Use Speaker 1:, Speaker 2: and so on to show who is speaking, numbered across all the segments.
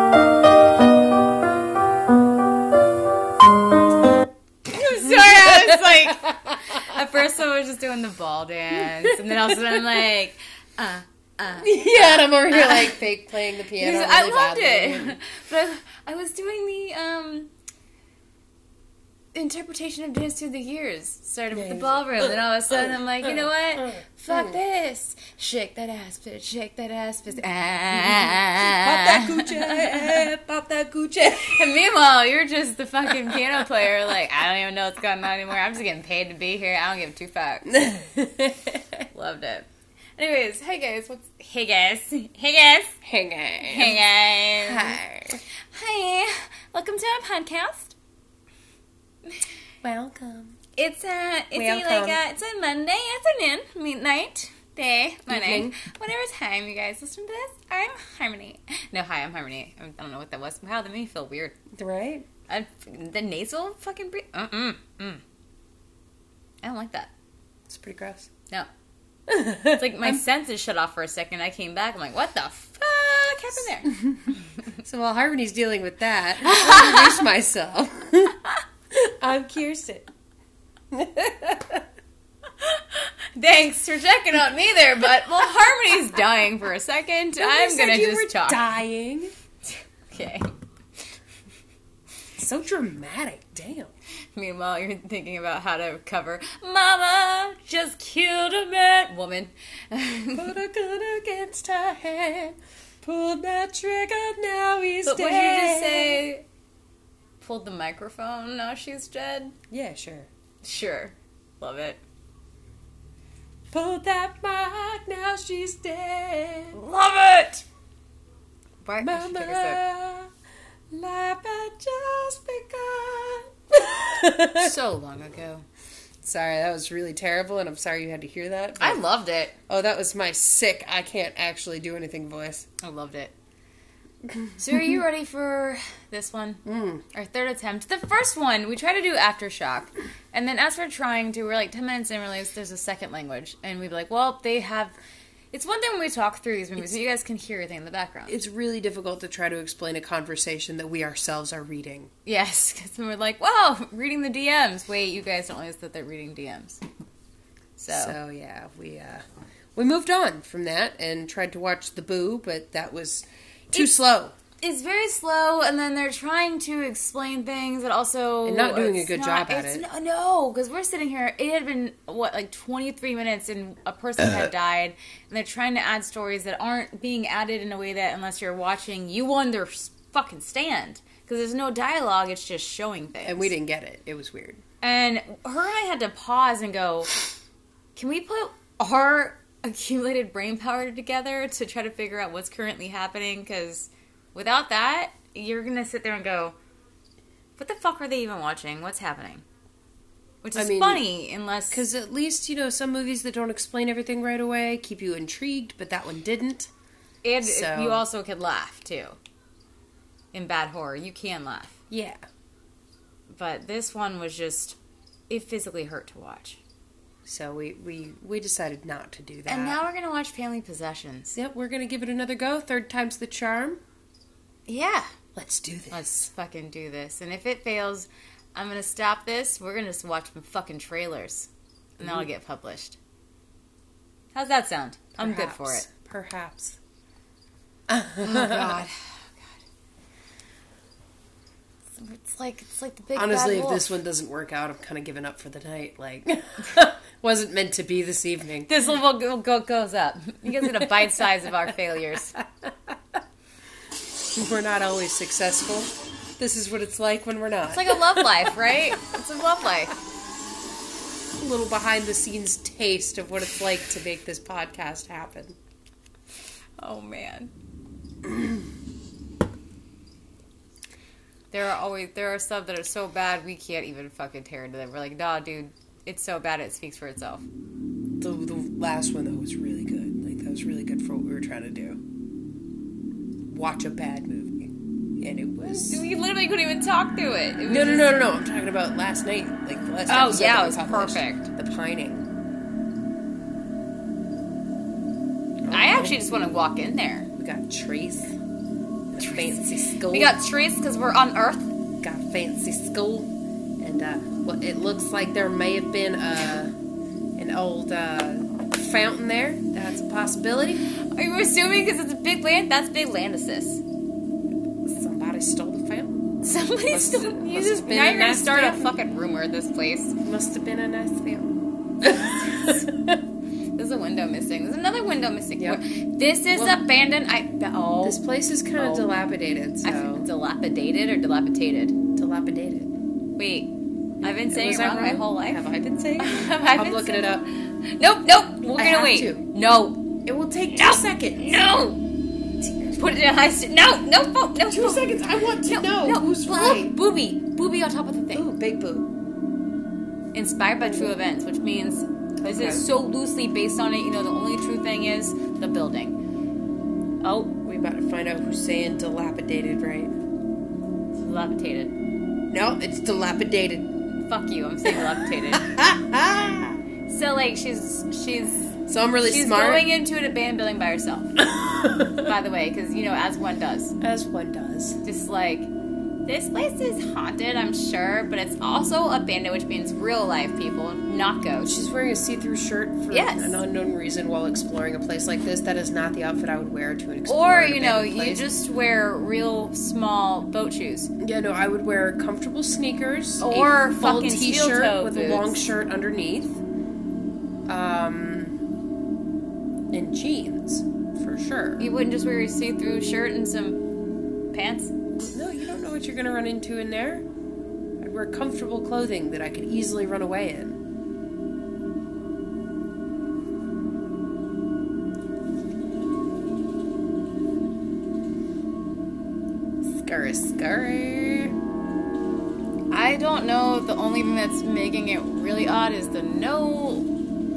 Speaker 1: the ball dance, and then all of a sudden, like, uh, uh.
Speaker 2: yeah, and I'm over here like fake playing the piano.
Speaker 1: Because I
Speaker 2: really
Speaker 1: loved
Speaker 2: badly.
Speaker 1: it, but I, I was doing the um, interpretation of dance through the years. Started with
Speaker 2: Yeah,
Speaker 1: the
Speaker 2: he's
Speaker 1: ballroom, and all of a sudden
Speaker 2: uh,
Speaker 1: I'm like, you know
Speaker 2: uh,
Speaker 1: what?
Speaker 2: uh,
Speaker 1: Fuck
Speaker 2: uh.
Speaker 1: this! Shake that ass, bitch! Shake that ass, bitch!
Speaker 2: Pop that
Speaker 1: Ah.
Speaker 2: Gucci, pop that Gucci.
Speaker 1: And meanwhile, you're just the fucking piano player. Like I don't even know what's going on anymore. I'm just getting paid to be here. I don't give two fucks. Loved it. Anyways, hey guys, what's hey guys, hey guys,
Speaker 2: Hang on.
Speaker 1: hey guys,
Speaker 2: Hi.
Speaker 1: hi, welcome to our podcast.
Speaker 2: Welcome.
Speaker 1: It's uh, it's a, like
Speaker 2: Welcome.
Speaker 1: uh, it's a Monday afternoon, midnight, day, morning,
Speaker 2: Evening.
Speaker 1: whatever time you guys listen to this. I'm Harmony. No, hi, I'm Harmony. I don't know what that was. Wow, that made me feel weird.
Speaker 2: Right?
Speaker 1: I, the nasal fucking breathe. Uh mm mm. I don't like that.
Speaker 2: It's pretty gross.
Speaker 1: No. It's like my senses shut off for a second. I came back. I'm like, what the fuck happened there?
Speaker 2: So while Harmony's dealing with that, I'll introduce myself. I'm Kirsten.
Speaker 1: Thanks for checking on me there, but well, Harmony's dying for a second. I'm gonna
Speaker 2: you
Speaker 1: just
Speaker 2: were
Speaker 1: talk.
Speaker 2: dying.
Speaker 1: okay.
Speaker 2: So dramatic. Damn.
Speaker 1: Meanwhile, you're thinking about how to cover "Mama just killed a mad woman."
Speaker 2: Put a gun against her head. Pulled that trigger. Now he's
Speaker 1: but would you
Speaker 2: dead.
Speaker 1: just say, "Pulled the microphone"? Now she's dead.
Speaker 2: Yeah, sure.
Speaker 1: Sure, love it.
Speaker 2: Pulled that mic. Now she's dead.
Speaker 1: Love it. Right? I should take a sip.
Speaker 2: Mama, life had just begun.
Speaker 1: so long ago.
Speaker 2: sorry, that was really terrible, and I'm sorry you had to hear that. but-
Speaker 1: I loved it.
Speaker 2: oh, that was my sick. I can't actually do anything voice.
Speaker 1: I loved it. So are you ready for this one?
Speaker 2: Mm.
Speaker 1: Our third attempt. The first one we tried to do aftershock, and then as we're trying to, we're like ten minutes in, realize there's a second language, and we'd be like, well, they have. It's one thing when we talk through these movies, so you guys can hear everything in the background.
Speaker 2: It's really difficult to try to explain a conversation that we ourselves are reading.
Speaker 1: yes, because we're like, wow, reading the DMs. Wait, you guys don't realize that they're reading DMs. So,
Speaker 2: So yeah, we uh, we moved on from that and tried to watch The Boo, but that was too slow.
Speaker 1: it's very slow, and then they're trying to explain things, but also
Speaker 2: And not doing a
Speaker 1: it's
Speaker 2: good job at
Speaker 1: it's
Speaker 2: it.
Speaker 1: no- No, because we're sitting here. It had been what like twenty three minutes, and a person had died, and they're trying to add stories that aren't being added in a way that, unless you're watching, you under fucking stand because there's no dialogue. It's just showing things.
Speaker 2: And we didn't get it. It was weird.
Speaker 1: And her and I had to pause and go, can we put our accumulated brain power together to try to figure out what's currently happening? Because without that, you're going to sit there and go, what the fuck are they even watching? What's happening? Which
Speaker 2: I
Speaker 1: is
Speaker 2: mean,
Speaker 1: funny, unless.
Speaker 2: Because at least, you know, some movies that don't explain everything right away keep you intrigued, but that one didn't.
Speaker 1: and
Speaker 2: so-
Speaker 1: you also could laugh, too. In bad horror, you can laugh.
Speaker 2: Yeah.
Speaker 1: But this one was just. It physically hurt to watch.
Speaker 2: So we, we, we decided not to do that.
Speaker 1: And now we're going to watch Family Possessions.
Speaker 2: Yep, we're going to give it another go. Third time's the charm.
Speaker 1: Yeah.
Speaker 2: Let's do this.
Speaker 1: Let's fucking do this. And if it fails, I'm gonna stop this. We're gonna just watch some fucking trailers, and
Speaker 2: Mm.
Speaker 1: that'll get published. How's that sound? I'm good for it.
Speaker 2: Perhaps.
Speaker 1: Oh god. It's like it's like the big
Speaker 2: Honestly,
Speaker 1: bad
Speaker 2: if
Speaker 1: wolf.
Speaker 2: this one doesn't work out, I'm kind of giving up for the night. Like, wasn't meant to be this evening.
Speaker 1: this level go, go, goes up. You guys get a bite size of our failures.
Speaker 2: We're not always successful. This is what it's like when we're not.
Speaker 1: It's like a love life, right? It's a love life.
Speaker 2: a little behind the scenes taste of what it's like to make this podcast happen.
Speaker 1: Oh man. There are always there are some that are so bad we can't even fucking tear into them. We're like, nah, dude, it's so bad it speaks for itself.
Speaker 2: The, the last one though was really good. Like that was really good for what we were trying to do. Watch a bad movie, and it was
Speaker 1: We literally couldn't even talk through it. It was
Speaker 2: no, no, no, no, no. I'm talking about last night, like the last.
Speaker 1: Oh,
Speaker 2: episode
Speaker 1: yeah,
Speaker 2: that
Speaker 1: it
Speaker 2: we
Speaker 1: was
Speaker 2: published.
Speaker 1: perfect.
Speaker 2: The pining.
Speaker 1: I actually just want to walk in there.
Speaker 2: We got trees. and a Fancy school.
Speaker 1: We got trees because we're on Earth.
Speaker 2: got a fancy school, and uh, well, it looks like there may have been uh, an old uh, fountain there. That's a possibility.
Speaker 1: Are you assuming because it's a big land? That's big land assist.
Speaker 2: Somebody stole the fountain.
Speaker 1: Somebody
Speaker 2: Must-
Speaker 1: still
Speaker 2: must
Speaker 1: you
Speaker 2: have
Speaker 1: just
Speaker 2: been
Speaker 1: now
Speaker 2: a
Speaker 1: you're gonna
Speaker 2: nice
Speaker 1: start
Speaker 2: man.
Speaker 1: a fucking rumor at this place.
Speaker 2: Must have been a nice fountain.
Speaker 1: There's a window missing. There's another window missing.
Speaker 2: Yep.
Speaker 1: This is
Speaker 2: Well-
Speaker 1: abandoned. I oh,
Speaker 2: This place is kind of
Speaker 1: Oh.
Speaker 2: dilapidated, so
Speaker 1: I f- dilapidated or dilapidated.
Speaker 2: dilapidated.
Speaker 1: Wait, I've been saying
Speaker 2: Was
Speaker 1: it
Speaker 2: that
Speaker 1: wrong my
Speaker 2: wrong?
Speaker 1: whole life.
Speaker 2: Have I been saying? it?
Speaker 1: Have I
Speaker 2: I'm
Speaker 1: been
Speaker 2: looking
Speaker 1: saying-
Speaker 2: it up.
Speaker 1: Nope, nope. We're
Speaker 2: I
Speaker 1: gonna
Speaker 2: have
Speaker 1: wait.
Speaker 2: to.
Speaker 1: No,
Speaker 2: It will take two
Speaker 1: No.
Speaker 2: seconds.
Speaker 1: no. Put it in high. St- no, no, no, no.
Speaker 2: Two seconds. I want to
Speaker 1: No,
Speaker 2: know
Speaker 1: no.
Speaker 2: who's
Speaker 1: Blah,
Speaker 2: right.
Speaker 1: Booby, booby on top of the thing.
Speaker 2: Ooh, big boo.
Speaker 1: Inspired by true events, which means this
Speaker 2: Okay.
Speaker 1: is so loosely based on it. You know, the only true thing is the building. Oh,
Speaker 2: We about to find out who's saying dilapidated right.
Speaker 1: dilapidated.
Speaker 2: No, it's dilapidated.
Speaker 1: Fuck you. I'm saying dilapidated.
Speaker 2: so
Speaker 1: So like she's she's
Speaker 2: I'm really
Speaker 1: she's
Speaker 2: smart.
Speaker 1: going into an abandoned building by herself. by the way, because you know as one does,
Speaker 2: As one does.
Speaker 1: just like this place is haunted, I'm sure, but it's also abandoned, which means real life people, not ghosts.
Speaker 2: She's wearing a see-through shirt for
Speaker 1: Yes.
Speaker 2: an unknown reason while exploring a place like this. That is not the outfit I would wear to an explore
Speaker 1: Or
Speaker 2: an
Speaker 1: you know,
Speaker 2: abandoned
Speaker 1: you
Speaker 2: place.
Speaker 1: just wear real small boat shoes.
Speaker 2: yeah no I would wear comfortable sneakers
Speaker 1: Or
Speaker 2: a full
Speaker 1: fucking
Speaker 2: t-shirt
Speaker 1: steel-toe
Speaker 2: with
Speaker 1: boots.
Speaker 2: a long shirt underneath, um, and jeans for sure.
Speaker 1: You wouldn't just wear a see-through shirt and some pants.
Speaker 2: No, you don't know what you're gonna run into in there. I'd wear comfortable clothing that I could easily run away in. Scurry, scurry.
Speaker 1: I don't know. The only thing that's making it really odd is the no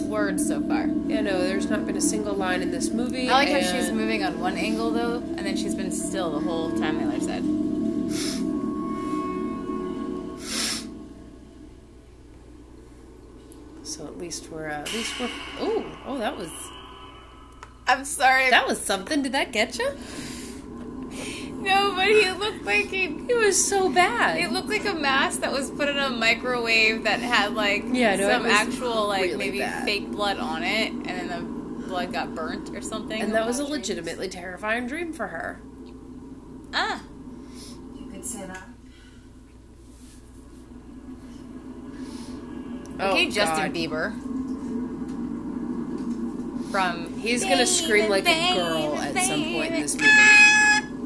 Speaker 1: words so far.
Speaker 2: Yeah, no, there's not been a single line in this movie.
Speaker 1: I like how she's
Speaker 2: and-
Speaker 1: moving on one angle though, and then she's been still the whole time Miller said.
Speaker 2: So at least we're uh, at least we're. Oh, oh, that was
Speaker 1: I'm sorry.
Speaker 2: that was something. Did that get you?
Speaker 1: no, but he looked like he
Speaker 2: It was so bad.
Speaker 1: it looked like a mask that was put in a microwave that had like
Speaker 2: Yeah, no, it
Speaker 1: some
Speaker 2: was
Speaker 1: actual like
Speaker 2: really
Speaker 1: maybe
Speaker 2: bad.
Speaker 1: fake blood on it, and then the blood got burnt or something.
Speaker 2: and that was a legitimately terrifying dream for her.
Speaker 1: ah.
Speaker 3: You could sit up.
Speaker 1: Okay,
Speaker 2: Oh,
Speaker 1: Justin
Speaker 2: God.
Speaker 1: Bieber. From
Speaker 2: He's gonna scream like a girl at some point in this movie.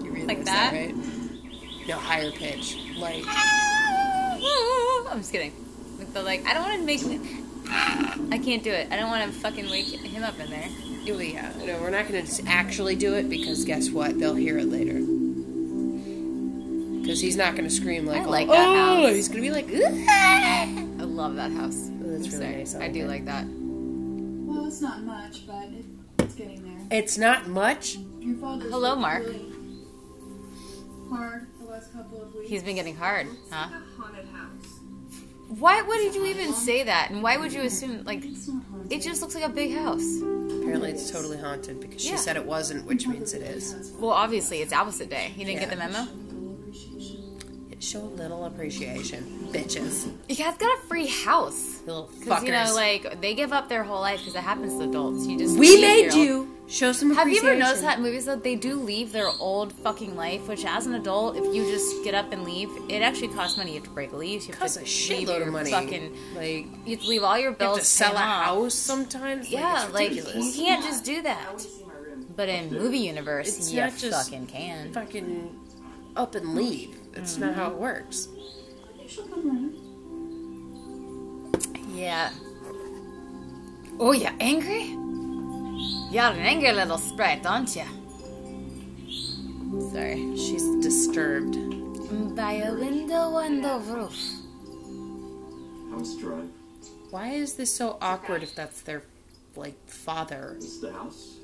Speaker 2: You realize
Speaker 1: Like that?
Speaker 2: right? No higher pitch. Like
Speaker 1: I'm just kidding. Like the like, I don't want to make. I can't do it. I don't want to fucking wake him up in there.
Speaker 2: oh yeah. No, we're not gonna s- actually do it because guess what? They'll hear it later. Because he's not gonna scream like,
Speaker 1: I
Speaker 2: all,
Speaker 1: like that
Speaker 2: oh,
Speaker 1: house."
Speaker 2: he's gonna be like, "Ugh."
Speaker 1: I love that house.
Speaker 2: that's
Speaker 1: I'm
Speaker 2: really
Speaker 1: sorry.
Speaker 2: nice. I
Speaker 1: I
Speaker 2: like
Speaker 1: do
Speaker 2: it.
Speaker 1: like that.
Speaker 3: Well, it's not much, but it, it's getting there.
Speaker 2: it's not much.
Speaker 3: Your father's
Speaker 1: Hello,
Speaker 3: worked
Speaker 1: Mark.
Speaker 3: really Hard the last couple of weeks.
Speaker 1: He's been getting hard,
Speaker 3: It's
Speaker 1: huh?
Speaker 3: like a haunted house.
Speaker 1: Why would you even say that? And why would you assume like
Speaker 3: It's not haunted.
Speaker 1: it just looks like a big house?
Speaker 2: Apparently, it's totally haunted because she
Speaker 1: Yeah.
Speaker 2: said it wasn't, which means it is.
Speaker 1: Well, obviously it's opposite day. You didn't get the
Speaker 2: Yeah.
Speaker 1: memo.
Speaker 3: Little appreciation.
Speaker 2: Show a little appreciation, bitches,
Speaker 1: You guys got a free house.
Speaker 2: little
Speaker 1: Because
Speaker 2: fuckers.
Speaker 1: you know, like they give up their whole life because it happens to adults. You just
Speaker 2: we
Speaker 1: leave
Speaker 2: made
Speaker 1: your old-
Speaker 2: you show some
Speaker 1: Have you
Speaker 2: appreciation.
Speaker 1: ever noticed that in movies though they do leave their old fucking life, which as an adult, if you just get up and leave, it actually costs money. You have to break a lease. You have
Speaker 2: Costs
Speaker 1: to
Speaker 2: a
Speaker 1: leave
Speaker 2: shitload of
Speaker 1: your
Speaker 2: money.
Speaker 1: Fucking,
Speaker 2: like
Speaker 1: you have to leave all your
Speaker 2: you have
Speaker 1: bills.
Speaker 2: to sell
Speaker 1: paid
Speaker 2: a
Speaker 1: off.
Speaker 2: house sometimes.
Speaker 1: Yeah,
Speaker 2: it's
Speaker 1: like you
Speaker 2: ridiculous.
Speaker 1: can't just do that. But in movie universe,
Speaker 2: It's
Speaker 1: you
Speaker 2: not just-
Speaker 1: fucking can.
Speaker 2: fucking up and leave. It's not how it works.
Speaker 3: I think she'll come around.
Speaker 1: Yeah. Oh, you angry? You're an angry little sprite, aren't you? Sorry.
Speaker 2: She's disturbed.
Speaker 1: By a window on the roof.
Speaker 4: House Drive
Speaker 2: Why is this so awkward if that's their like father?
Speaker 4: this is the house.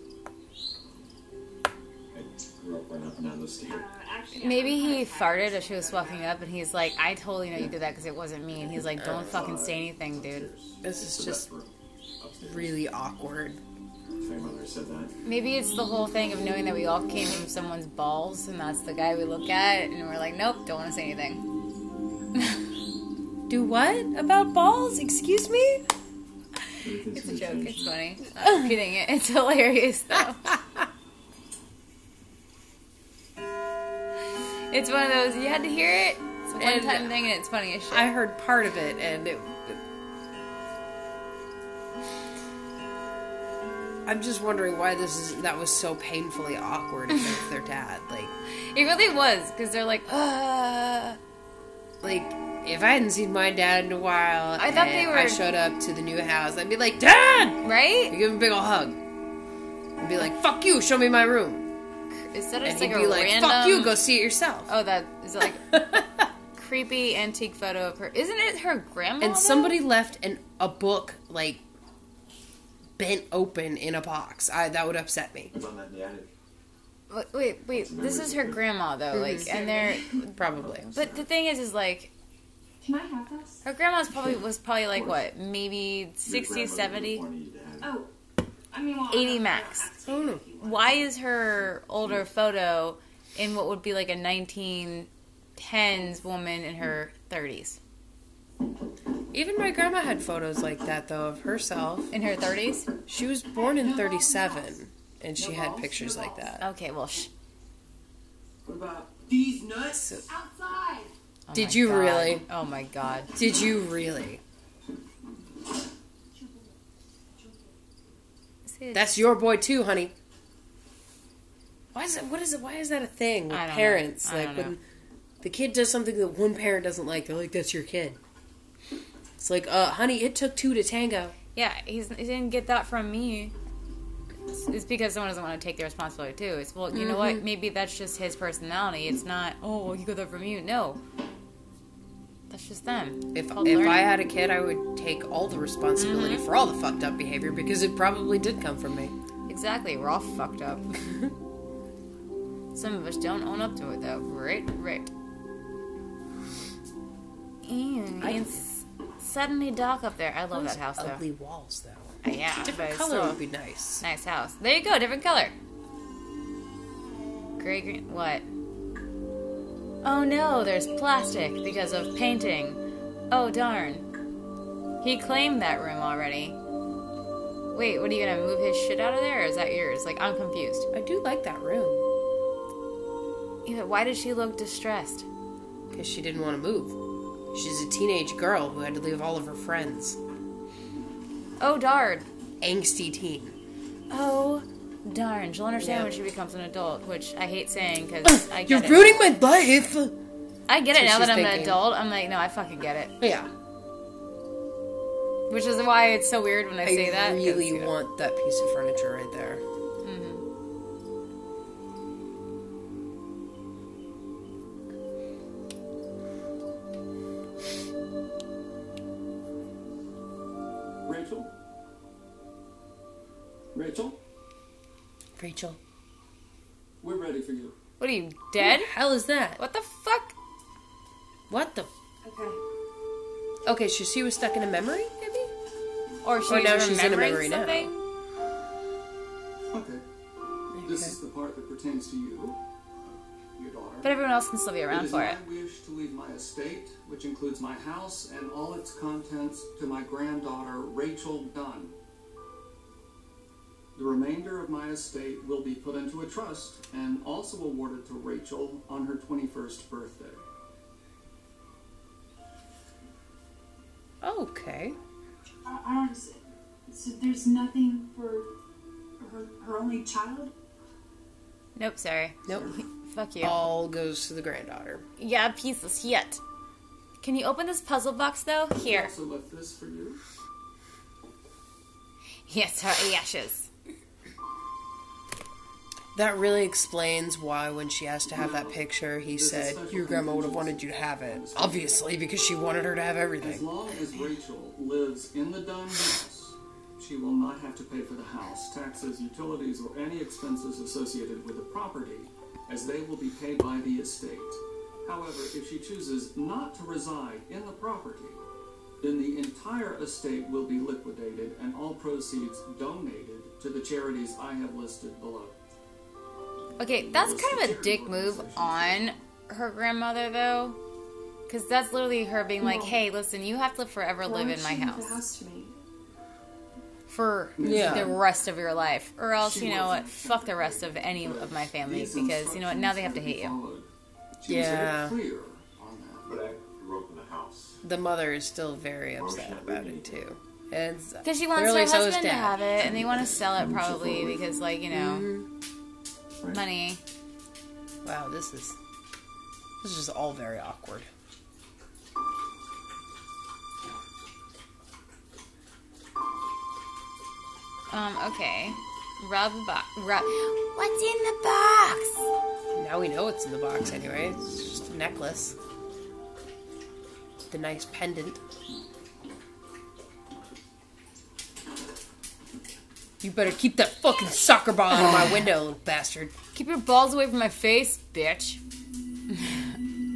Speaker 4: I grew up right up and down the stairs.
Speaker 1: Maybe he farted as she was walking up, and he's like, "I totally know you did that because it wasn't me." And he's like, "Don't fucking say anything, dude."
Speaker 2: This is
Speaker 4: The
Speaker 2: just
Speaker 4: best room. Upstairs.
Speaker 2: really awkward.
Speaker 4: My mother said that.
Speaker 1: Maybe it's the whole thing of knowing that we all came from someone's balls, and that's the guy we look at, and we're like, "Nope, don't want to say anything."
Speaker 2: Do what about balls? Excuse me.
Speaker 1: It's a joke. It's funny. I'm kidding. It. It's hilarious though. it's one of those you had to hear it. It's a one
Speaker 2: And
Speaker 1: time thing, and it's funny as shit.
Speaker 2: I heard part of it, and it. I'm just wondering why this is that was so painfully awkward against their dad. Like,
Speaker 1: it really was because they're like, uh,
Speaker 2: like if I hadn't seen my dad in a while,
Speaker 1: I thought
Speaker 2: and
Speaker 1: they
Speaker 2: I
Speaker 1: were-
Speaker 2: showed up to the new house. I'd be like, Dad, you
Speaker 1: right?
Speaker 2: give him a big ol' hug. And be like, Fuck you, show me my room.
Speaker 1: Instead of
Speaker 2: And
Speaker 1: just
Speaker 2: he'd
Speaker 1: like
Speaker 2: be
Speaker 1: a
Speaker 2: like,
Speaker 1: random.
Speaker 2: Fuck you, go see it yourself.
Speaker 1: Oh, that is like creepy antique photo of her. Isn't it her grandma?
Speaker 2: and
Speaker 1: though?
Speaker 2: somebody left an a book like bent open in a box. I that would upset me.
Speaker 4: It's on that in the attic.
Speaker 1: Wait, wait, wait. This is her grandma though.
Speaker 2: Mm-hmm.
Speaker 1: Like, and they're.
Speaker 2: Probably.
Speaker 1: But the thing is, is like
Speaker 3: Can I have this?
Speaker 1: her grandma's probably was probably like what, maybe
Speaker 4: Your
Speaker 1: 60,
Speaker 4: grandmother
Speaker 1: 70?
Speaker 4: wanted you to have it.
Speaker 3: Oh, I mean, well,
Speaker 1: 80
Speaker 3: I-
Speaker 1: max.
Speaker 2: Oh no.
Speaker 1: Why is her older photo in what would be like a 1910s woman in her 30s?
Speaker 2: Even my grandma had photos like that though of herself.
Speaker 1: In her 30s?
Speaker 2: She was born in 37 and she had pictures like that.
Speaker 1: Okay, well, sh-
Speaker 4: What about
Speaker 5: These nuts?
Speaker 3: Outside.
Speaker 1: oh
Speaker 2: Did
Speaker 1: my
Speaker 2: you
Speaker 1: God.
Speaker 2: really?
Speaker 1: Oh my god.
Speaker 2: Did you really?
Speaker 1: See,
Speaker 2: That's your boy too, honey. Why is it what is it why is that a thing with
Speaker 1: I don't know.
Speaker 2: parents?
Speaker 1: I
Speaker 2: Like
Speaker 1: don't know.
Speaker 2: when the kid does something that one parent doesn't like, they're like, That's your kid. It's like, uh, honey, it took two to tango.
Speaker 1: yeah, he's, he didn't get that from me. It's- It's because someone doesn't want to take the responsibility too. It's well, you know what?
Speaker 2: Mm-hmm.
Speaker 1: Maybe that's just his personality. It's not. Oh, well, you got that from you. No, that's just them.
Speaker 2: If,
Speaker 1: Called
Speaker 2: if
Speaker 1: learning.
Speaker 2: I had a kid, I would take all the responsibility for all the fucked up behavior because it probably did come from me.
Speaker 1: Exactly, we're all fucked up. Some of us don't own up to it though. Right, right. And,
Speaker 2: I-
Speaker 1: and s- suddenly dark up there. I love
Speaker 2: Those
Speaker 1: that house though.
Speaker 2: Ugly walls, though.
Speaker 1: Uh, Yeah, but
Speaker 2: Different
Speaker 1: it's
Speaker 2: color
Speaker 1: still
Speaker 2: would be nice.
Speaker 1: a nice house. There you go, different color. Gray, green. What? Oh no, there's plastic because of painting. Oh darn. He claimed that room already. Wait, what are you gonna move his shit out of there? Or is that yours? Like, I'm confused.
Speaker 2: I do like that room
Speaker 1: Yeah, why did she look distressed?
Speaker 2: because she didn't want to move. She's a teenage girl who had to leave all of her friends.
Speaker 1: Oh darn.
Speaker 2: Angsty teen.
Speaker 1: Oh darn. She'll understand
Speaker 2: Yeah.
Speaker 1: when she becomes an adult, which I hate saying because I get
Speaker 2: You're
Speaker 1: it.
Speaker 2: ruining my life.
Speaker 1: I get it
Speaker 2: That's
Speaker 1: now
Speaker 2: what
Speaker 1: that I'm
Speaker 2: she's
Speaker 1: an
Speaker 2: thinking.
Speaker 1: adult. I'm like, no, I fucking get it.
Speaker 2: Yeah,
Speaker 1: Which is why it's so weird when I,
Speaker 2: I
Speaker 1: say that. 'cause,
Speaker 2: really
Speaker 1: yeah.
Speaker 2: want that piece of furniture right there.
Speaker 4: Rachel? Rachel,
Speaker 2: Rachel,
Speaker 4: we're ready for you.
Speaker 1: What are you dead?
Speaker 2: hell is that?
Speaker 1: What the fuck?
Speaker 2: What the?
Speaker 3: Okay.
Speaker 2: Okay, so she was stuck in a memory, maybe.
Speaker 1: Or she's
Speaker 2: Oh, now she's in a
Speaker 1: remembering
Speaker 2: memory now.
Speaker 1: something?
Speaker 4: Okay. This is the part that pertains to you, your daughter.
Speaker 1: But everyone else can still be around
Speaker 4: is
Speaker 1: for
Speaker 4: my
Speaker 1: it.
Speaker 4: wish to leave my estate, which includes my house and all its contents, to my granddaughter, Rachel Dunn. The remainder of my estate will be put into a trust and also awarded to Rachel on her 21st birthday.
Speaker 2: Okay.
Speaker 3: I, I don't. s- So there's nothing for her, her only child.
Speaker 1: Nope, sorry.
Speaker 2: Nope.
Speaker 1: Fuck you.
Speaker 2: All goes to the granddaughter.
Speaker 1: Yeah, piece of shit. Can you open this puzzle box though? Here.
Speaker 4: Also left this for you.
Speaker 1: Yes, her ashes.
Speaker 2: That really explains why, when she asked to have that picture, he said, Your grandma would have wanted you to have it. Obviously, because she wanted her to have
Speaker 4: As
Speaker 2: everything.
Speaker 4: long as Rachel lives in the Dunn house, she will not have to pay for the house, taxes, utilities, or any expenses associated with the property, as they will be paid by the estate. However, if she chooses not to reside in the property, then the entire estate will be liquidated and all proceeds donated to the charities I have listed below.
Speaker 1: Okay, that's kind of a dick move on her grandmother though. Because that's literally her being like, hey, listen, you have to forever live
Speaker 3: Why
Speaker 1: in
Speaker 3: would
Speaker 1: my
Speaker 3: she leave The
Speaker 1: house.
Speaker 3: house to me.
Speaker 1: for
Speaker 2: Yeah.
Speaker 1: the rest of your life, or else
Speaker 4: She
Speaker 1: you know what?
Speaker 4: wasn't
Speaker 1: Fuck the rest of any of my families because you know what? Now they have to hate you.
Speaker 2: Yeah.
Speaker 4: yeah. clear on that.
Speaker 5: But I grew up in the house.
Speaker 2: The mother is still very upset about it too, and
Speaker 1: Because she wants
Speaker 2: Clearly
Speaker 1: her
Speaker 2: so is
Speaker 1: husband to
Speaker 2: dad.
Speaker 1: have it, and they want to sell it probably because, like you know, money.
Speaker 2: Wow, this is this is all very awkward.
Speaker 1: Um. Okay. Rub box. Rub. What's in the box?
Speaker 2: Now we know what's in the box anyway. It's just a necklace. The nice pendant. You better keep that fucking soccer ball out of my window, little bastard.
Speaker 1: Keep your balls away from my face, bitch.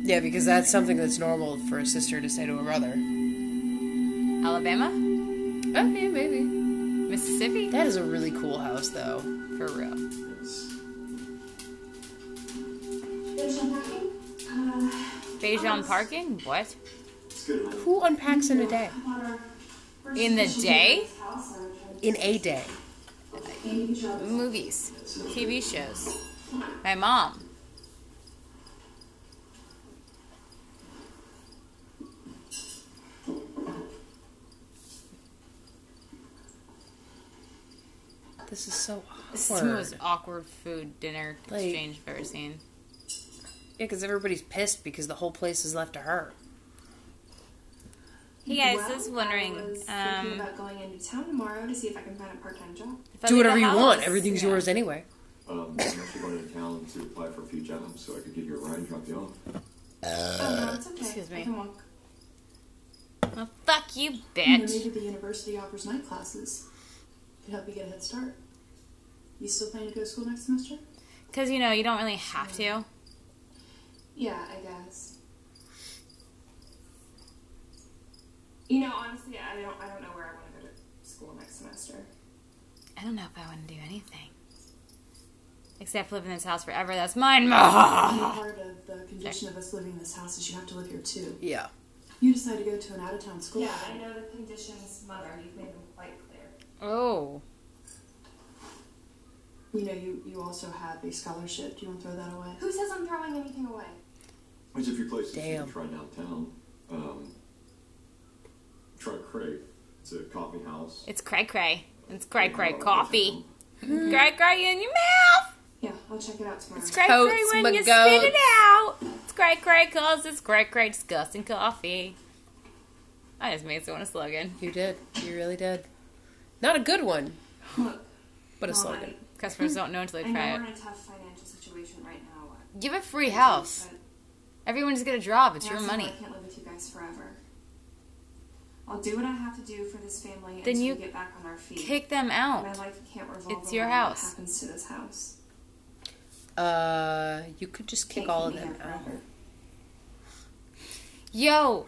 Speaker 2: Yeah, because that's something that's normal for a sister to say to a brother.
Speaker 1: Alabama,
Speaker 2: Okay, maybe.
Speaker 1: Mississippi,
Speaker 2: That is a really cool house, though.
Speaker 1: for real.
Speaker 6: There's a parking. Uh,
Speaker 1: Beijing parking. What?
Speaker 5: It's good enough.
Speaker 2: Who unpacks in a day?
Speaker 6: about our first
Speaker 1: In the
Speaker 6: session
Speaker 1: day?
Speaker 6: at this house, I tried
Speaker 2: In a day.
Speaker 6: to name each other.
Speaker 1: Movies, TV shows. My mom.
Speaker 2: This is so awkward.
Speaker 1: This is the most awkward food dinner
Speaker 2: Like-
Speaker 1: exchange I've ever seen.
Speaker 2: Yeah, because everybody's pissed because the whole place is left to her.
Speaker 1: Hey guys,
Speaker 7: Well,
Speaker 1: I was wondering.
Speaker 7: I was
Speaker 1: um,
Speaker 7: thinking about going into town tomorrow to see if I can find a part-time job.
Speaker 1: if I
Speaker 2: Do
Speaker 1: leave the
Speaker 2: whatever you want.
Speaker 1: house-
Speaker 2: Everything's
Speaker 1: yeah.
Speaker 2: yours anyway.
Speaker 5: Um, I'm actually going to town to apply for a few jobs so I could give you a ride and drop you off.
Speaker 7: oh, no, it's okay.
Speaker 1: excuse me.
Speaker 7: I can walk.
Speaker 1: Well, fuck you,
Speaker 7: You know,
Speaker 1: bitch.
Speaker 7: maybe the university offers night classes. Could help you get a head start. You still planning to go to school next semester?
Speaker 1: Because you know you don't really have to.
Speaker 7: Yeah, I guess.
Speaker 6: You know, honestly, I don't. I don't know where I want to go to school next semester.
Speaker 1: I don't know if I want to do anything except live in this house forever. That's mine. Mah!
Speaker 7: Part of the condition of us living in this house is you have to live here too.
Speaker 2: Yeah.
Speaker 7: You decide to go to an out-of-town school.
Speaker 6: Yeah, I know the conditions, mother. You've made them quite clear.
Speaker 1: Oh,
Speaker 7: You know, you, you also have a scholarship. Do you want to throw that away?
Speaker 6: Who says I'm throwing anything away?
Speaker 5: There's a few places you
Speaker 2: Damn.
Speaker 5: can try downtown. Um, try Craig. It's a coffee house.
Speaker 1: it's cray cray. It's cray cray
Speaker 5: Uh,
Speaker 1: coffee. Cray cray in your mouth.
Speaker 7: Yeah, I'll check it out tomorrow.
Speaker 1: It's cray cray
Speaker 2: Totes my
Speaker 1: when you spit
Speaker 2: goats.
Speaker 1: it out. It's cray cray cause it's cray cray disgusting coffee. I just made someone a slogan.
Speaker 2: You did. You really did. Not a good one,
Speaker 6: Look,
Speaker 2: but a
Speaker 6: Mom,
Speaker 2: slogan.
Speaker 6: I,
Speaker 1: Customers don't know until
Speaker 6: I
Speaker 1: they
Speaker 6: know
Speaker 1: try
Speaker 6: we're
Speaker 1: it.
Speaker 6: in a tough financial situation right now.
Speaker 1: Give a free house.
Speaker 6: but
Speaker 1: Everyone's get a job. It's
Speaker 6: I
Speaker 1: your
Speaker 6: also know
Speaker 1: money.
Speaker 6: I can't live with you guys forever. I'll do what I have to do for this family
Speaker 1: Then
Speaker 6: until
Speaker 1: you
Speaker 6: we get back on our feet.
Speaker 1: Kick them
Speaker 6: My
Speaker 1: out.
Speaker 6: life can't revolve
Speaker 1: It's your
Speaker 6: around
Speaker 1: house.
Speaker 6: What happens to this house?
Speaker 2: Uh, you could just kick
Speaker 6: Can't
Speaker 2: all of
Speaker 6: keep me
Speaker 2: them
Speaker 6: here
Speaker 2: out.
Speaker 6: forever.
Speaker 1: Yo,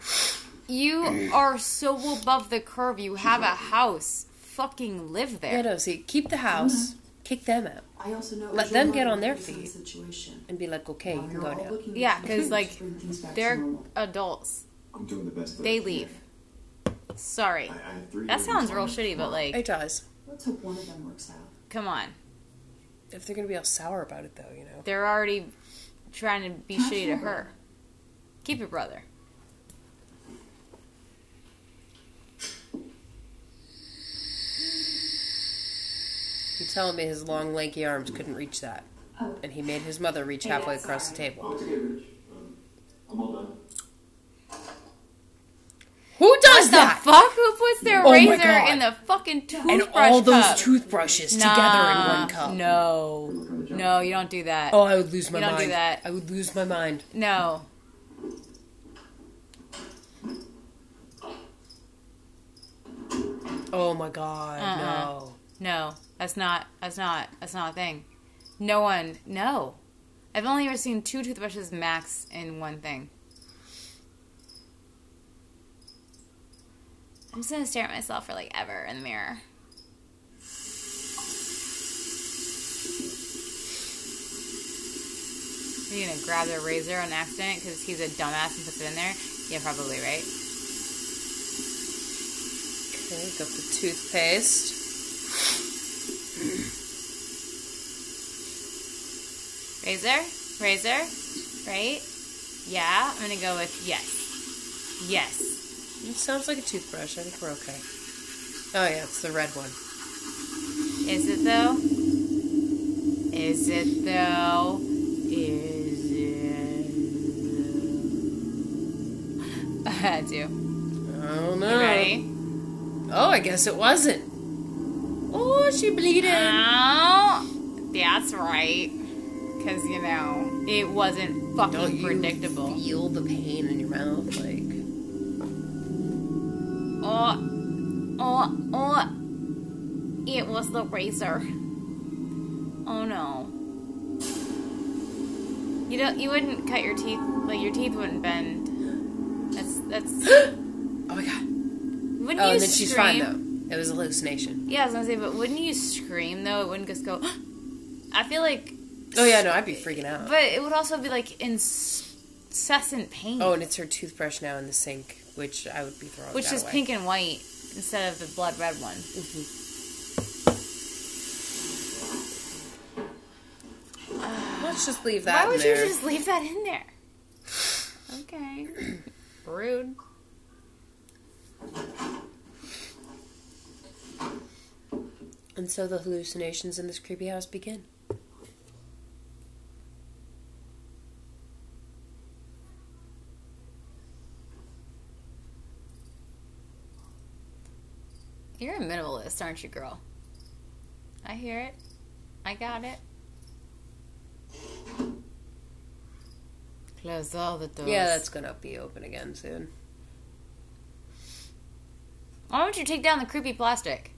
Speaker 1: you are so above the curve. You have a house. Fucking live
Speaker 2: Yeah,
Speaker 1: there.
Speaker 2: no. See, keep the house,
Speaker 1: Mm-hmm.
Speaker 2: kick them out,
Speaker 7: I also know it
Speaker 2: Let
Speaker 7: was
Speaker 2: them
Speaker 7: your
Speaker 2: get
Speaker 7: mother
Speaker 2: on their
Speaker 7: who was in this Situation.
Speaker 2: and be like, okay, you
Speaker 7: While
Speaker 2: can
Speaker 7: you're
Speaker 2: go
Speaker 7: all
Speaker 2: now.
Speaker 7: looking
Speaker 1: Yeah,
Speaker 7: for
Speaker 1: 'cause,
Speaker 7: things
Speaker 1: like,
Speaker 7: to bring things back to
Speaker 1: They're
Speaker 7: normal.
Speaker 1: adults.
Speaker 5: I'm doing the best that I
Speaker 1: They
Speaker 5: can.
Speaker 1: leave. Sorry.
Speaker 5: I, I have three
Speaker 1: That
Speaker 5: meetings
Speaker 1: sounds
Speaker 5: on
Speaker 1: real
Speaker 5: it
Speaker 1: shitty, but
Speaker 5: tomorrow.
Speaker 1: like,
Speaker 2: It does.
Speaker 7: Let's hope one of them works out.
Speaker 1: come on.
Speaker 2: If they're gonna be all sour about it, though, you know.
Speaker 1: They're already trying to be shitty to her. Keep it, brother.
Speaker 2: You telling me his long, lanky arms couldn't reach that,
Speaker 7: Oh.
Speaker 2: and he made his mother reach
Speaker 6: Yeah,
Speaker 2: halfway across the
Speaker 6: sorry.
Speaker 2: table.
Speaker 5: Oh, it's okay, Rich. Um, I'm all done.
Speaker 2: Who does
Speaker 1: The
Speaker 2: that?
Speaker 1: fuck? Who puts their
Speaker 2: Oh my
Speaker 1: razor
Speaker 2: God.
Speaker 1: in the fucking toothbrush
Speaker 2: and all those
Speaker 1: cup?
Speaker 2: toothbrushes together in
Speaker 1: Nah,
Speaker 2: one cup.
Speaker 1: No.
Speaker 5: Work on the job.
Speaker 1: No, you don't do that.
Speaker 2: Oh, I would lose my
Speaker 1: You don't do
Speaker 2: mind.
Speaker 1: that.
Speaker 2: I would lose my mind.
Speaker 1: No.
Speaker 2: Oh my god,
Speaker 1: Uh-uh.
Speaker 2: no.
Speaker 1: No, that's not that's not that's not a thing. No one, no. I've only ever seen two toothbrushes max in one thing. I'm just gonna stare at myself for like ever in the mirror. Are you gonna grab their razor on accident because he's a dumbass and puts it in there? Yeah, probably right.
Speaker 2: Okay, got the toothpaste.
Speaker 1: Laser? Razor? Right? Yeah. I'm gonna go with yes. Yes.
Speaker 2: It sounds like a toothbrush. I think we're okay. Oh yeah, it's the red one.
Speaker 1: Is it though? Is it though? Is it though? I had to. You
Speaker 2: I don't know.
Speaker 1: ready?
Speaker 2: Oh, I guess it wasn't. Oh, she bleeding.
Speaker 1: Ah, Oh, that's right. Because, you know, it wasn't fucking
Speaker 2: Don't you
Speaker 1: predictable.
Speaker 2: Feel the pain in your mouth, like.
Speaker 1: Oh, oh, oh. It was the razor. Oh no. You don't. You wouldn't cut your teeth. Like your teeth wouldn't bend. That's that's.
Speaker 2: Oh my god.
Speaker 1: Wouldn't
Speaker 2: Oh,
Speaker 1: you
Speaker 2: and then she's fine
Speaker 1: scream?
Speaker 2: though. It was a hallucination.
Speaker 1: Yeah, I was gonna say, but wouldn't you scream though? It wouldn't just go. I feel like,
Speaker 2: Oh yeah, no, I'd be freaking out.
Speaker 1: but it would also be like incessant pain.
Speaker 2: Oh, and it's her toothbrush now in the sink, which I would be throwing.
Speaker 1: which
Speaker 2: that
Speaker 1: is
Speaker 2: away.
Speaker 1: pink and white instead of the blood red one.
Speaker 2: Let's just leave that
Speaker 1: Why would
Speaker 2: in there.
Speaker 1: you just leave that in there? Okay. Rude.
Speaker 2: And so the hallucinations in this creepy house begin.
Speaker 1: You're a minimalist, aren't you, girl? I hear it. I got it. Close all the doors.
Speaker 2: Yeah, that's gonna be open again soon.
Speaker 1: Why don't you take down the creepy plastic?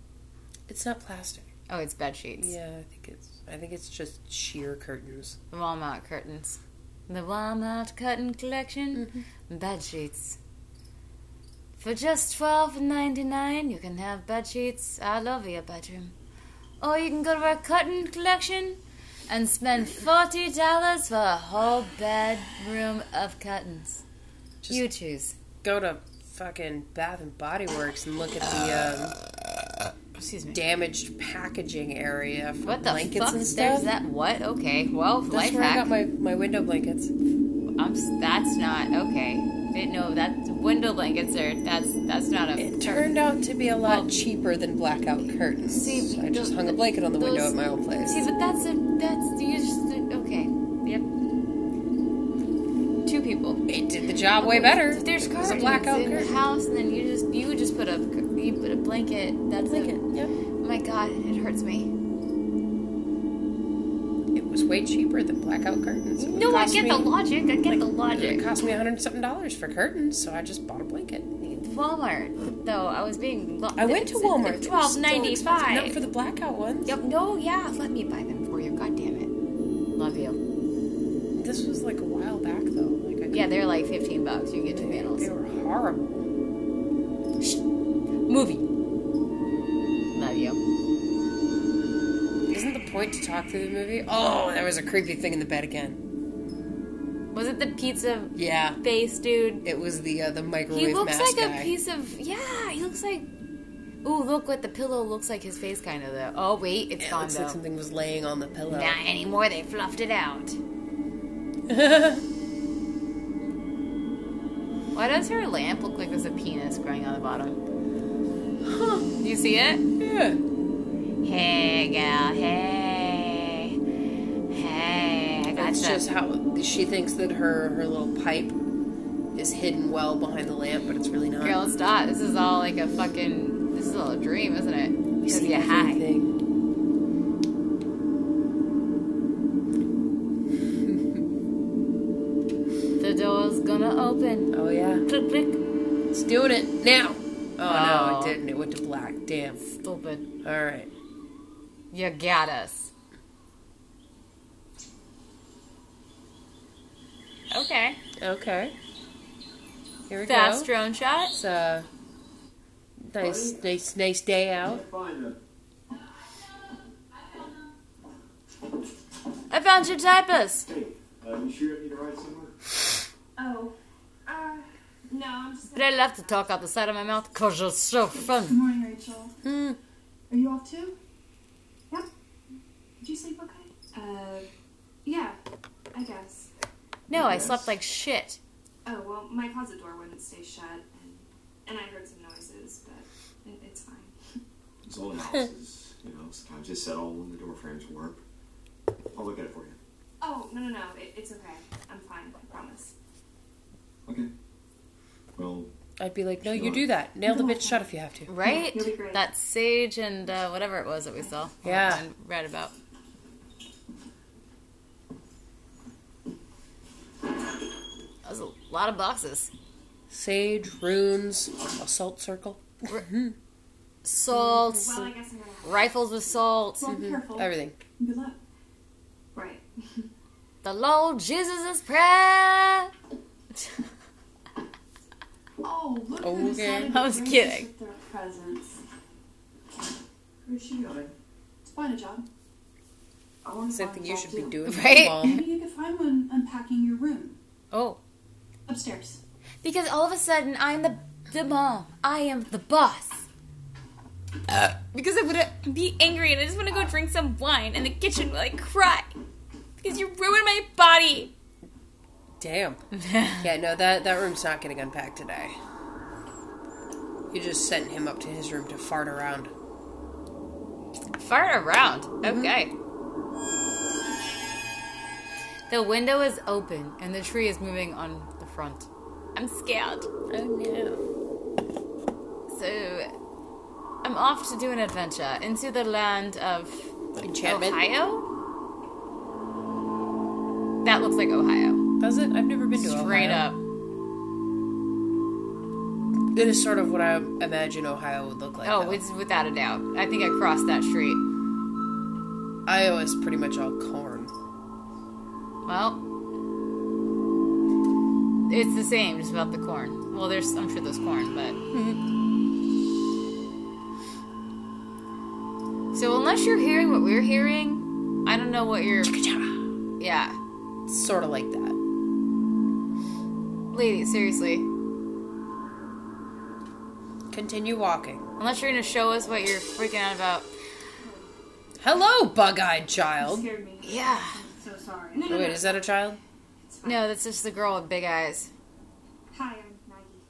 Speaker 2: It's not plastic.
Speaker 1: Oh, it's bed sheets.
Speaker 2: Yeah, I think it's. I think it's just sheer curtains.
Speaker 1: The Walmart curtains. The Walmart curtain collection.
Speaker 2: Mm-hmm.
Speaker 1: Bed sheets. For just twelve ninety nine, you can have bed sheets all over your bedroom, or you can go to our curtain collection and spend forty dollars for a whole bedroom of curtains.
Speaker 2: Just-
Speaker 1: you choose.
Speaker 2: Go to fucking Bath and Body Works and look at the um,
Speaker 1: Excuse me.
Speaker 2: damaged packaging area for
Speaker 1: what the
Speaker 2: blankets
Speaker 1: fuck?
Speaker 2: and
Speaker 1: There's
Speaker 2: stuff.
Speaker 1: that. What? Okay. Well,
Speaker 2: That's
Speaker 1: life
Speaker 2: where I
Speaker 1: hack.
Speaker 2: got my, my window blankets.
Speaker 1: I'm, s- that's not okay. Didn't know that window blankets are. That's that's not a.
Speaker 2: It turned out to be a lot cheaper than blackout curtains.
Speaker 1: See,
Speaker 2: I just
Speaker 1: those-
Speaker 2: hung a blanket on the window
Speaker 1: those-
Speaker 2: at my old place.
Speaker 1: See, but that's a that's you just okay. Yep. Two people.
Speaker 2: It did the job way better.
Speaker 1: If There's
Speaker 2: It was
Speaker 1: curtains
Speaker 2: a blackout
Speaker 1: in
Speaker 2: curtain.
Speaker 1: the house, and then you just you would just put a you put a blanket. That's blanket.
Speaker 2: Yep.
Speaker 1: my God, it hurts me.
Speaker 2: It was way cheaper than blackout curtains. It would
Speaker 1: No, I
Speaker 2: cost
Speaker 1: get
Speaker 2: me,
Speaker 1: the logic. I get the
Speaker 2: It
Speaker 1: logic.
Speaker 2: cost me a hundred and something dollars for curtains, so I just bought a blanket.
Speaker 1: Walmart though, I was being. Lo-
Speaker 2: I went to Walmart. They were
Speaker 1: Twelve
Speaker 2: so
Speaker 1: ninety
Speaker 2: expensive. Not
Speaker 1: five.
Speaker 2: for the blackout ones.
Speaker 1: Yep. No, yeah. Let me buy them for you. God damn it. Love you.
Speaker 2: This was like a while back though. Like I
Speaker 1: Yeah, they're like fifteen bucks. You can get two panels.
Speaker 2: they were horrible.
Speaker 1: Movie. Love you.
Speaker 2: Isn't the point to talk through the movie? Oh, there was a creepy thing in the bed again.
Speaker 1: Was it the pizza
Speaker 2: Yeah,
Speaker 1: face dude?
Speaker 2: it was the uh, the microwave
Speaker 1: He looks like
Speaker 2: mask guy.
Speaker 1: a piece of yeah. He looks like. Ooh, look what the pillow looks like. His face kind of though. Oh wait, it's
Speaker 2: It
Speaker 1: gone
Speaker 2: looks
Speaker 1: though.
Speaker 2: like something was laying on the pillow.
Speaker 1: Not anymore. They fluffed it out. Why does her lamp look like there's a penis growing on the bottom? You see it?
Speaker 2: yeah.
Speaker 1: Hey, gal. Hey. Hey. I got
Speaker 2: That's
Speaker 1: you.
Speaker 2: just how she thinks that her her little pipe is hidden well behind the lamp, but it's really not.
Speaker 1: Girl, it's not. This is all like a fucking. This is all a dream, isn't it?
Speaker 2: You
Speaker 1: Because
Speaker 2: see
Speaker 1: you high.
Speaker 2: everything.
Speaker 1: The door's gonna open.
Speaker 2: Oh yeah,
Speaker 1: Click, click.
Speaker 2: it's doing it now.
Speaker 1: Oh.
Speaker 2: Oh, no, it didn't. It went to black. Damn.
Speaker 1: Stupid.
Speaker 2: All right.
Speaker 1: You got us. Okay.
Speaker 2: Okay. Here we
Speaker 1: Fast
Speaker 2: go.
Speaker 1: drone shot.
Speaker 2: It's uh, nice, nice, nice day out.
Speaker 5: Find them.
Speaker 1: I found your diapers.
Speaker 5: Hey, uh, you sure you need to ride somewhere?
Speaker 3: Oh, uh, no, I'm just.
Speaker 1: But I love to talk out the side of my mouth because you're so
Speaker 3: Good
Speaker 1: fun.
Speaker 3: morning, Rachel.
Speaker 2: Hmm.
Speaker 3: Are you off too? Yep. Did you sleep okay? Uh, yeah.
Speaker 1: No, I
Speaker 5: Yes.
Speaker 1: slept like shit.
Speaker 6: Oh, well, my closet door wouldn't stay shut, and, and I heard some noises, but it, it's fine.
Speaker 5: It's old houses, you know, sometimes they settle when the door frames warp. I'll look at it for you.
Speaker 6: Oh, no, no, no, it, it's okay. I'm fine, I promise.
Speaker 5: Okay. Well,
Speaker 2: I'd be like, no, you
Speaker 5: Sure.
Speaker 2: do that. Nail the bitch shut if you have to.
Speaker 1: Right?
Speaker 6: You'll be great.
Speaker 1: That sage and uh, whatever it was that we saw.
Speaker 2: Yeah.
Speaker 1: And read about. That was a lot of boxes.
Speaker 2: Sage, runes, assault circle,
Speaker 1: Salts,
Speaker 6: Well, I guess I'm gonna have
Speaker 1: rifles with salt.
Speaker 3: Well, careful.
Speaker 2: everything.
Speaker 3: Good luck.
Speaker 6: Right.
Speaker 1: The Lord Jesus is prayer.
Speaker 3: Oh, look who
Speaker 2: Okay.
Speaker 3: decided to
Speaker 1: I was
Speaker 3: grace us
Speaker 1: kidding.
Speaker 3: with their presence.
Speaker 8: Where's she going?
Speaker 3: Let's find a job.
Speaker 8: I want to
Speaker 2: Same thing you should be doing,
Speaker 1: Right?
Speaker 2: Mom.
Speaker 3: Maybe you could find one unpacking your room.
Speaker 1: Oh.
Speaker 3: Upstairs.
Speaker 1: Because all of a sudden I'm the the mom. I am the boss. because I'm gonna be angry and I just wanna go drink some wine in the kitchen while I cry. Because you ruined my body.
Speaker 2: Damn. Yeah, no, that that room's not getting unpacked today. You just sent him up to his room to fart around.
Speaker 1: Fart around. Okay. The window is open and the tree is moving on the front. I'm scared.
Speaker 2: Oh no.
Speaker 1: So I'm off to do an adventure into the land of
Speaker 2: Enchantment.
Speaker 1: Ohio? That looks like Ohio.
Speaker 2: Does it? I've never been to
Speaker 1: Straight
Speaker 2: Ohio.
Speaker 1: up.
Speaker 2: It is sort of what I imagine Ohio would look like.
Speaker 1: Oh,
Speaker 2: though.
Speaker 1: it's without a doubt. I think I crossed that street.
Speaker 2: Iowa's pretty much all corn.
Speaker 1: Well, it's the same, just about the corn. Well, there's, I'm sure there's corn, but. so, unless you're hearing what we're hearing, I don't know what you're. Yeah.
Speaker 2: Sort of like that.
Speaker 1: Ladies, seriously.
Speaker 2: Continue walking.
Speaker 1: Unless you're gonna show us what you're freaking out about.
Speaker 2: Hello, bug-eyed child.
Speaker 6: scared me.
Speaker 1: Yeah.
Speaker 6: I'm so sorry.
Speaker 2: Wait, is that a child?
Speaker 1: No, that's just the girl with big eyes.
Speaker 6: Hi, I'm Maggie.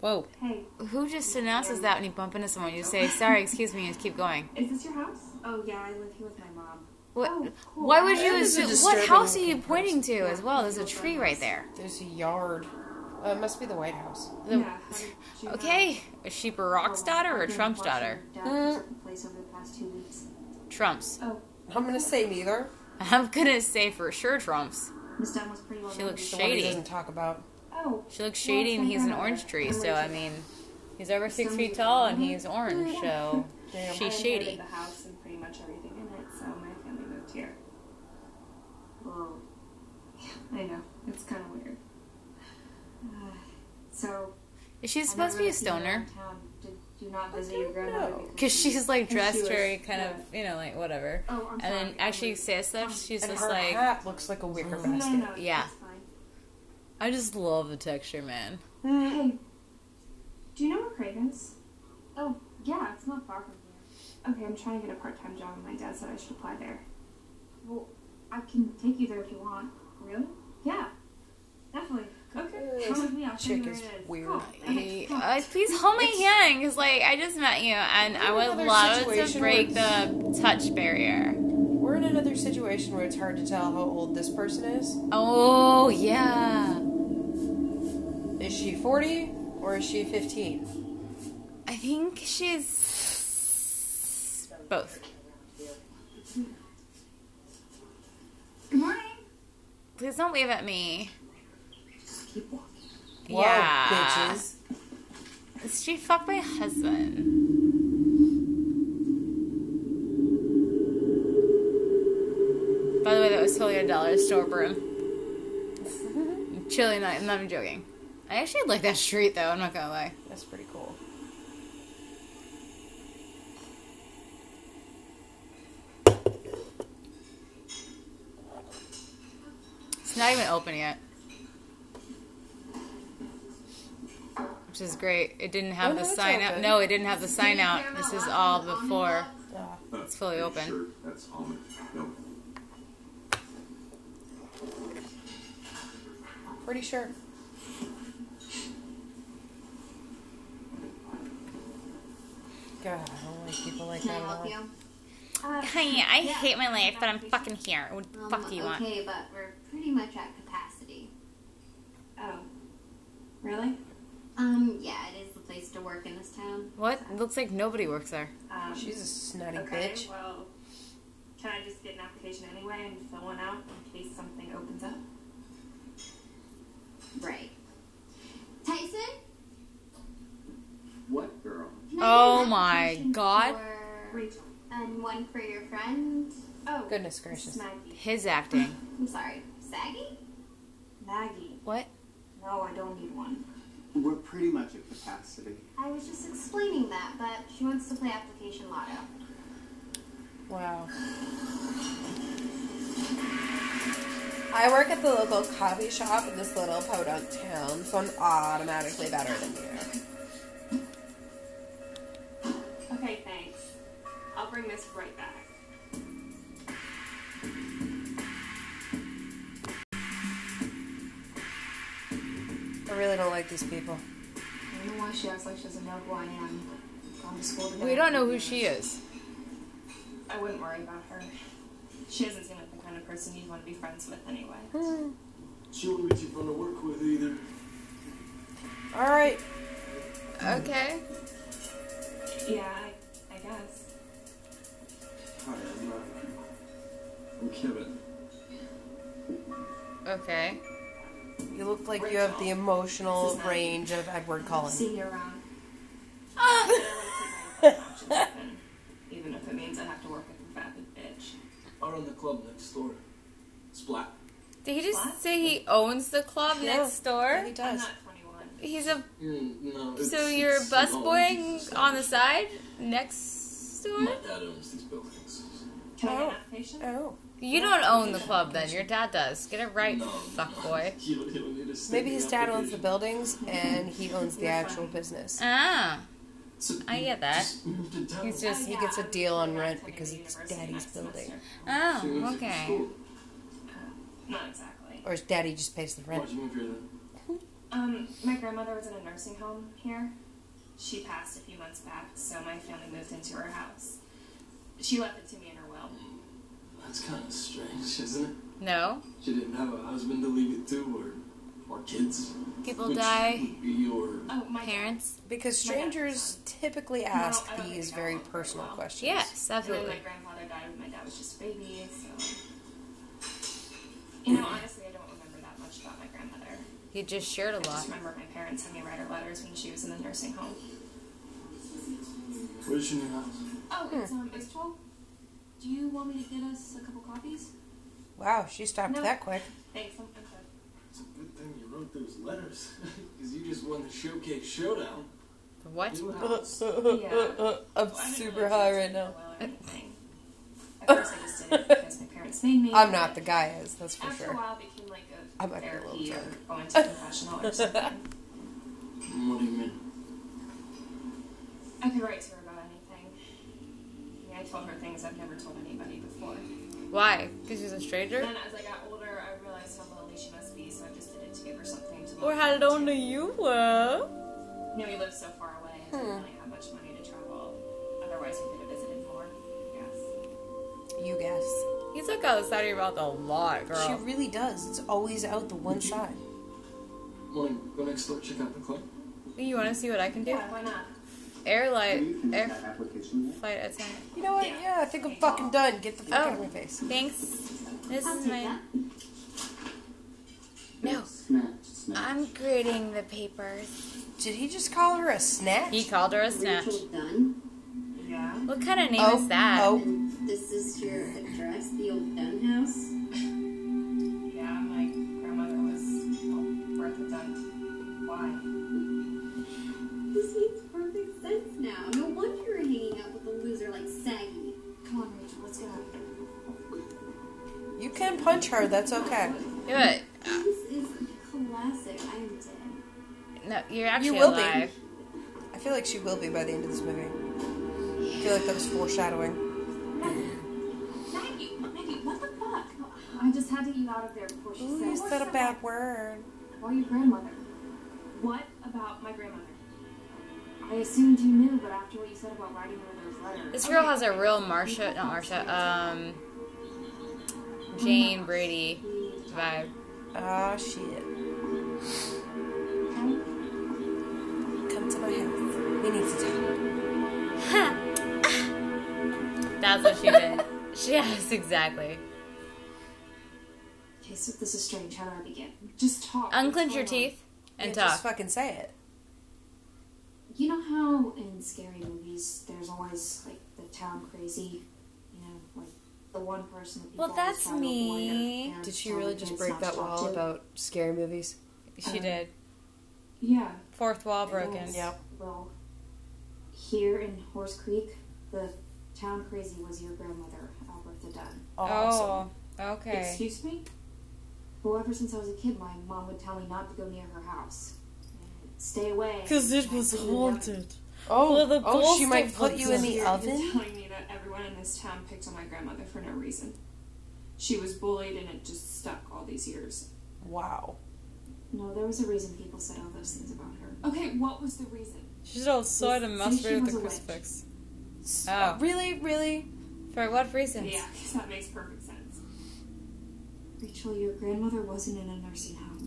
Speaker 2: Whoa.
Speaker 6: Hey,
Speaker 1: Who just announces that when you bump into someone? You say, "Sorry, excuse me," and just keep going.
Speaker 6: is this your house? Oh, yeah, I live here with my mom.
Speaker 1: What?
Speaker 6: Oh, cool.
Speaker 1: Why would you
Speaker 2: That is a
Speaker 1: assume? What
Speaker 2: disturbing
Speaker 1: house are you pointing to as well? There's a tree right there.
Speaker 2: There's a yard. Uh, it must be the White House.
Speaker 6: yeah, how did you know?
Speaker 1: Okay, is she Barack's daughter or
Speaker 6: I've been
Speaker 1: Trump's
Speaker 6: watching
Speaker 1: daughter?
Speaker 6: your dad from a place over the past two weeks.
Speaker 1: Trump's.
Speaker 2: I'm gonna say neither.
Speaker 1: I'm gonna say for sure Trump's.
Speaker 6: Miss Dunn was pretty well
Speaker 1: She looks
Speaker 6: known.
Speaker 1: shady.
Speaker 2: talk about.
Speaker 6: Oh,
Speaker 1: She looks shady, and he's an orange tree. So I mean, he's over six feet tall, and he's orange. So she's
Speaker 6: I
Speaker 1: shady.
Speaker 6: inherited the house and pretty much everything in it, so my family moved here. Well, I know it's kind of weird. Uh, so
Speaker 1: Is she
Speaker 6: I
Speaker 1: supposed to be
Speaker 6: never
Speaker 1: a
Speaker 6: seen her
Speaker 1: stoner?
Speaker 6: in town. Did you not visit your grandmother?
Speaker 2: know.
Speaker 1: Because she's like
Speaker 6: she
Speaker 1: dressed
Speaker 6: was-
Speaker 1: very kind
Speaker 6: yeah.
Speaker 1: of, you know, like whatever.
Speaker 6: Oh, I'm
Speaker 1: and then
Speaker 6: sorry.
Speaker 1: as she says stuff, she's just like,
Speaker 2: hat looks like Mm. a wicker
Speaker 6: No, no, no.
Speaker 1: Yeah.
Speaker 6: It's fine.
Speaker 1: I just love the texture, man.
Speaker 6: Hey, Um, do you know where Craig is? Oh, yeah, it's not far from here. Okay, I'm trying to get a part-time job, and my dad said I should apply there. Well, I can take you there if you want. Really? Yeah, definitely. Okay, come with me. I'll show you
Speaker 2: chick
Speaker 6: where
Speaker 2: is
Speaker 6: it is.
Speaker 2: weird.
Speaker 6: Cool. Okay, cool.
Speaker 1: Uh, please hold my hand, because like I just met you, and I would
Speaker 2: another
Speaker 1: love to
Speaker 2: situation where
Speaker 1: break the touch barrier.
Speaker 2: We're in another situation where it's hard to tell how old this person is.
Speaker 1: Oh yeah,
Speaker 2: Is she 40 or is she 15?
Speaker 1: I think she's both.
Speaker 6: Good morning.
Speaker 1: Please don't wave at me.
Speaker 8: Keep walking.
Speaker 2: Whoa,
Speaker 1: yeah,
Speaker 2: bitches.
Speaker 1: she fucked my husband. By the way, that was totally a dollar store broom. Chilly night. I'm not even joking. I actually like that street though. I'm not gonna lie.
Speaker 2: That's pretty cool.
Speaker 1: It's not even open yet. Which is great. It didn't have
Speaker 2: Oh, no,
Speaker 1: the
Speaker 2: it's
Speaker 1: sign out.
Speaker 2: open.
Speaker 1: No, it didn't have the sign out. This is all before.
Speaker 5: it's
Speaker 1: fully open.
Speaker 5: uh, Sure, that's almond. No.
Speaker 2: Pretty sure. God, I don't like people like
Speaker 3: Can I
Speaker 2: that. at
Speaker 3: help
Speaker 2: all.
Speaker 3: you?
Speaker 6: Uh,
Speaker 1: Honey, I
Speaker 3: Yeah.
Speaker 1: hate my life, but I'm fucking here. What the
Speaker 3: Um,
Speaker 1: fuck do you want?
Speaker 3: Okay, but we're pretty much at capacity.
Speaker 6: oh. Really?
Speaker 3: Um, yeah, it is the place to work in this town.
Speaker 1: What? Looks like nobody works there.
Speaker 6: Um,
Speaker 2: She's a snotty
Speaker 6: okay,
Speaker 2: bitch.
Speaker 6: well, can I just get an application anyway and fill one out in case something opens up?
Speaker 3: Right. Tyson?
Speaker 4: What girl?
Speaker 3: Can I get
Speaker 1: Oh
Speaker 3: an
Speaker 1: my
Speaker 3: application
Speaker 1: God.
Speaker 3: for-
Speaker 6: Rachel.
Speaker 3: And one for your friend?
Speaker 6: Oh,
Speaker 2: Goodness
Speaker 6: This
Speaker 2: gracious.
Speaker 6: is Maggie.
Speaker 1: His acting.
Speaker 3: I'm sorry, Saggy?
Speaker 6: Maggie.
Speaker 1: What?
Speaker 6: No, I don't need one.
Speaker 5: We're pretty much at capacity.
Speaker 3: I was just explaining that, but she wants to play application lotto.
Speaker 2: Wow.
Speaker 9: I work at the local coffee shop in this little podunk town, so I'm automatically better than you.
Speaker 6: Okay, thanks. I'll bring this right back.
Speaker 2: I really don't like these people.
Speaker 10: I don't know why she acts like she doesn't know who I am. Gone to school together.
Speaker 1: We don't know who she is.
Speaker 6: I wouldn't worry about her. She doesn't seem like the kind of person you'd want to be friends with anyway.
Speaker 2: Hmm.
Speaker 4: She wouldn't be too fun to work with either.
Speaker 2: All right.
Speaker 1: Okay.
Speaker 6: Yeah, I, I guess.
Speaker 4: Hi, I'm, uh, I'm Kevin.
Speaker 1: Okay.
Speaker 2: You look like you have the
Speaker 6: This
Speaker 2: emotional
Speaker 6: is not-
Speaker 2: range of Edward Cullen.
Speaker 6: See you around. Even if it means I have to work with a vapid bitch.
Speaker 11: I run the club next door. Splat.
Speaker 1: Did he just
Speaker 6: What?
Speaker 1: say he owns the club
Speaker 2: Yeah.
Speaker 1: next door?
Speaker 2: He
Speaker 6: I'm
Speaker 2: does.
Speaker 6: not 21.
Speaker 1: He's a
Speaker 11: Mm, no, it's-
Speaker 1: so you're a
Speaker 11: it's an orange
Speaker 1: busboy on the
Speaker 11: establishment.
Speaker 1: side next door.
Speaker 11: My dad owns these buildings.
Speaker 6: Can I get
Speaker 2: Oh.
Speaker 6: an application?
Speaker 2: Oh,
Speaker 1: You don't own the club, then your dad does. Get it right,
Speaker 11: No,
Speaker 1: fuck
Speaker 11: no.
Speaker 1: boy.
Speaker 4: You don't, you don't need to
Speaker 2: maybe his dad owns the buildings and he owns the actual business.
Speaker 1: Ah,
Speaker 4: So
Speaker 1: I get that.
Speaker 4: just moved to town.
Speaker 2: He's just he gets
Speaker 6: Oh,
Speaker 2: a deal on rent because it's daddy's building,
Speaker 4: She
Speaker 1: Oh,
Speaker 4: lives at the
Speaker 1: okay.
Speaker 4: school.
Speaker 6: Not exactly.
Speaker 2: or his daddy just pays the rent.
Speaker 4: Why'd you move here then?
Speaker 6: Um, my grandmother was in a nursing home here. She passed a few months back, so my family moved into her house. She left it to me in her will.
Speaker 4: That's kind of strange, isn't it?
Speaker 1: No,
Speaker 4: She didn't have a husband to leave it to, or or kids.
Speaker 1: people
Speaker 4: Which
Speaker 1: die.
Speaker 4: would be your
Speaker 6: Oh, my
Speaker 1: Parents?
Speaker 2: Because strangers typically ask these very personal questions.
Speaker 1: Yes,
Speaker 6: And then my
Speaker 1: absolutely.
Speaker 6: grandfather died when my dad was just a baby, so. You know, honestly, I don't remember that much about my grandmother.
Speaker 1: You just shared
Speaker 6: I
Speaker 1: a lot.
Speaker 6: just remember my parents having me write her letters when she was in the nursing home.
Speaker 4: where's your new house?
Speaker 10: Oh, it's, um, it's 12. Do you want me to get us a couple copies?
Speaker 2: Wow, she stopped
Speaker 6: No.
Speaker 2: that quick.
Speaker 6: Thanks, I'm, I'm good.
Speaker 4: It's a good thing you wrote those letters, because you just won the showcase showdown.
Speaker 1: What?
Speaker 4: New house.
Speaker 6: Yeah.
Speaker 2: I'm
Speaker 6: Well, I didn't
Speaker 2: super
Speaker 6: really
Speaker 2: high
Speaker 6: choose
Speaker 2: right
Speaker 6: to do
Speaker 2: now.
Speaker 6: well or anything. At first, I just did it because my parents made me.
Speaker 2: I'm not
Speaker 6: but
Speaker 2: the guy is, that's for
Speaker 6: After a
Speaker 2: sure.
Speaker 6: while, it became like a
Speaker 2: I might be a little
Speaker 6: therapy or
Speaker 2: drunk.
Speaker 6: going to confessional or something.
Speaker 4: What do you mean?
Speaker 6: I could write to her about anything. I, mean, I told her things I've never told anybody before.
Speaker 1: Why? Because she's a stranger?
Speaker 6: Then as I got older, I realized how lonely she must be, so I just did it to give her something to look
Speaker 1: Or how
Speaker 6: forward to.
Speaker 1: lonely you were.
Speaker 6: You know, we lived so far away and
Speaker 2: Hmm.
Speaker 6: didn't really have much money to travel. Otherwise, we could have visited more, I guess.
Speaker 2: You guess.
Speaker 1: You took out the side of your mouth a lot,
Speaker 2: She
Speaker 1: girl.
Speaker 2: really does. It's always out the one side.
Speaker 4: Wanna go next door check out the club?
Speaker 6: Oh,
Speaker 1: You want to see what I can do?
Speaker 6: Yeah, why not?
Speaker 5: Do
Speaker 1: Airlight,
Speaker 5: you think
Speaker 1: air
Speaker 5: that application will?
Speaker 1: flight attendant.
Speaker 2: You know what?
Speaker 6: Yeah.
Speaker 2: Yeah, I think I'm fucking done. Get the fuck out of
Speaker 1: Oh.
Speaker 2: my face.
Speaker 1: Thanks. This
Speaker 3: I'll
Speaker 1: is
Speaker 3: take
Speaker 1: my.
Speaker 3: that.
Speaker 1: No,
Speaker 5: Snatch, snatch.
Speaker 1: I'm grading the papers.
Speaker 2: Did he just call her a snatch?
Speaker 1: He called her a snatch.
Speaker 3: Rachel Dunn.
Speaker 6: Yeah.
Speaker 1: What kind of name
Speaker 2: Oh,
Speaker 1: is that?
Speaker 2: oh.
Speaker 3: And this is your address, the old Dunn house.
Speaker 6: Yeah, my grandmother was well, birth with done. Why?
Speaker 3: This makes perfect sense now. No wonder you're hanging out with a loser like Saggy.
Speaker 10: Come on, Rachel, let's go.
Speaker 2: You can punch her. That's okay.
Speaker 1: Do it.
Speaker 3: This is classic. I am dead.
Speaker 1: No, you're actually
Speaker 2: will be.
Speaker 1: alive.
Speaker 2: I feel like she will be by the end of this movie. I feel like that was foreshadowing.
Speaker 10: Maggie, Maggie, what the fuck?
Speaker 6: I just had to eat out of there before she
Speaker 2: Ooh, you said a bad word.
Speaker 7: Well, your grandmother. What about my grandmother? I assumed you knew, but after what you said about writing her those letters.
Speaker 1: This girl has a real Marsha, not Marsha, um, Jane Brady vibe.
Speaker 2: Ah, shit. Come to my house. We need to talk.
Speaker 1: That's what she did. She yes, exactly.
Speaker 7: Okay, so this is strange. How do I begin? Just talk.
Speaker 1: Unclench
Speaker 7: What's
Speaker 1: your
Speaker 7: going on?
Speaker 1: teeth and
Speaker 2: Yeah,
Speaker 1: talk.
Speaker 2: just fucking say it.
Speaker 7: You know how in scary movies there's always like the town crazy, you know, like the one person. That people
Speaker 1: Well, that's
Speaker 7: always try to avoid or
Speaker 1: me.
Speaker 7: their
Speaker 2: Did she
Speaker 7: family
Speaker 2: really just
Speaker 7: kids
Speaker 2: break
Speaker 7: not
Speaker 2: that
Speaker 7: to talk
Speaker 2: wall
Speaker 7: to?
Speaker 2: about scary movies?
Speaker 1: She
Speaker 7: Um,
Speaker 1: did.
Speaker 7: Yeah,
Speaker 1: Fourth wall
Speaker 7: it
Speaker 1: broken.
Speaker 7: was. Well, here in Horse Creek, the town crazy was your grandmother, Alberta Dunn.
Speaker 1: Oh, okay.
Speaker 7: Excuse me? Well, ever since I was a kid, my mom would tell me not to go near her house. Stay away. And I couldn't do that.
Speaker 2: Oh,
Speaker 7: Well, the
Speaker 2: oh,
Speaker 7: goal
Speaker 2: she
Speaker 7: still
Speaker 2: might put
Speaker 7: puts
Speaker 2: you in
Speaker 7: us
Speaker 2: the
Speaker 7: here.
Speaker 2: oven.
Speaker 6: telling me that everyone in this town picked on my grandmother for no reason. She was bullied and it just stuck all these years.
Speaker 2: Wow.
Speaker 7: No, there was a reason people said all those things about her.
Speaker 6: Okay, what was the reason?
Speaker 1: She's all sword and mustard with
Speaker 7: was
Speaker 1: a
Speaker 7: a witch.
Speaker 1: crucifix. Oh.
Speaker 2: Really, really?
Speaker 1: For what reasons?
Speaker 6: Yeah, 'cause that makes perfect sense.
Speaker 7: Rachel, your grandmother wasn't in a nursing home.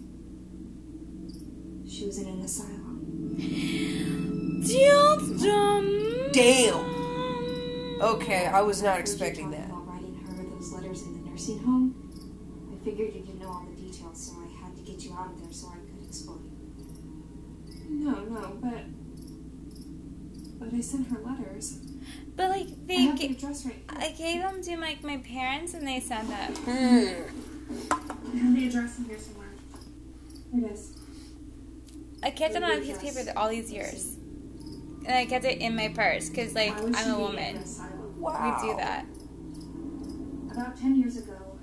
Speaker 7: She was in an asylum.
Speaker 2: Damn. Oh. Okay, I was not expecting that.
Speaker 7: While writing her those letters in the nursing home, I figured you didn't know all the details, so I had to get you out of there so I could explore you.
Speaker 6: No, no, but. But I sent her letters.
Speaker 1: But like
Speaker 6: I
Speaker 1: they,
Speaker 6: have
Speaker 1: ga-
Speaker 6: the address right.
Speaker 1: I gave them to my my parents and they sent that.
Speaker 6: I have the address in here somewhere. Here it is.
Speaker 1: I kept it on a piece of paper th- all these years, and I kept it in my purse because like
Speaker 7: I
Speaker 1: I'm
Speaker 7: was
Speaker 1: a
Speaker 7: shooting at
Speaker 1: woman.
Speaker 7: an asylum.
Speaker 1: We do that.
Speaker 7: About ten years ago,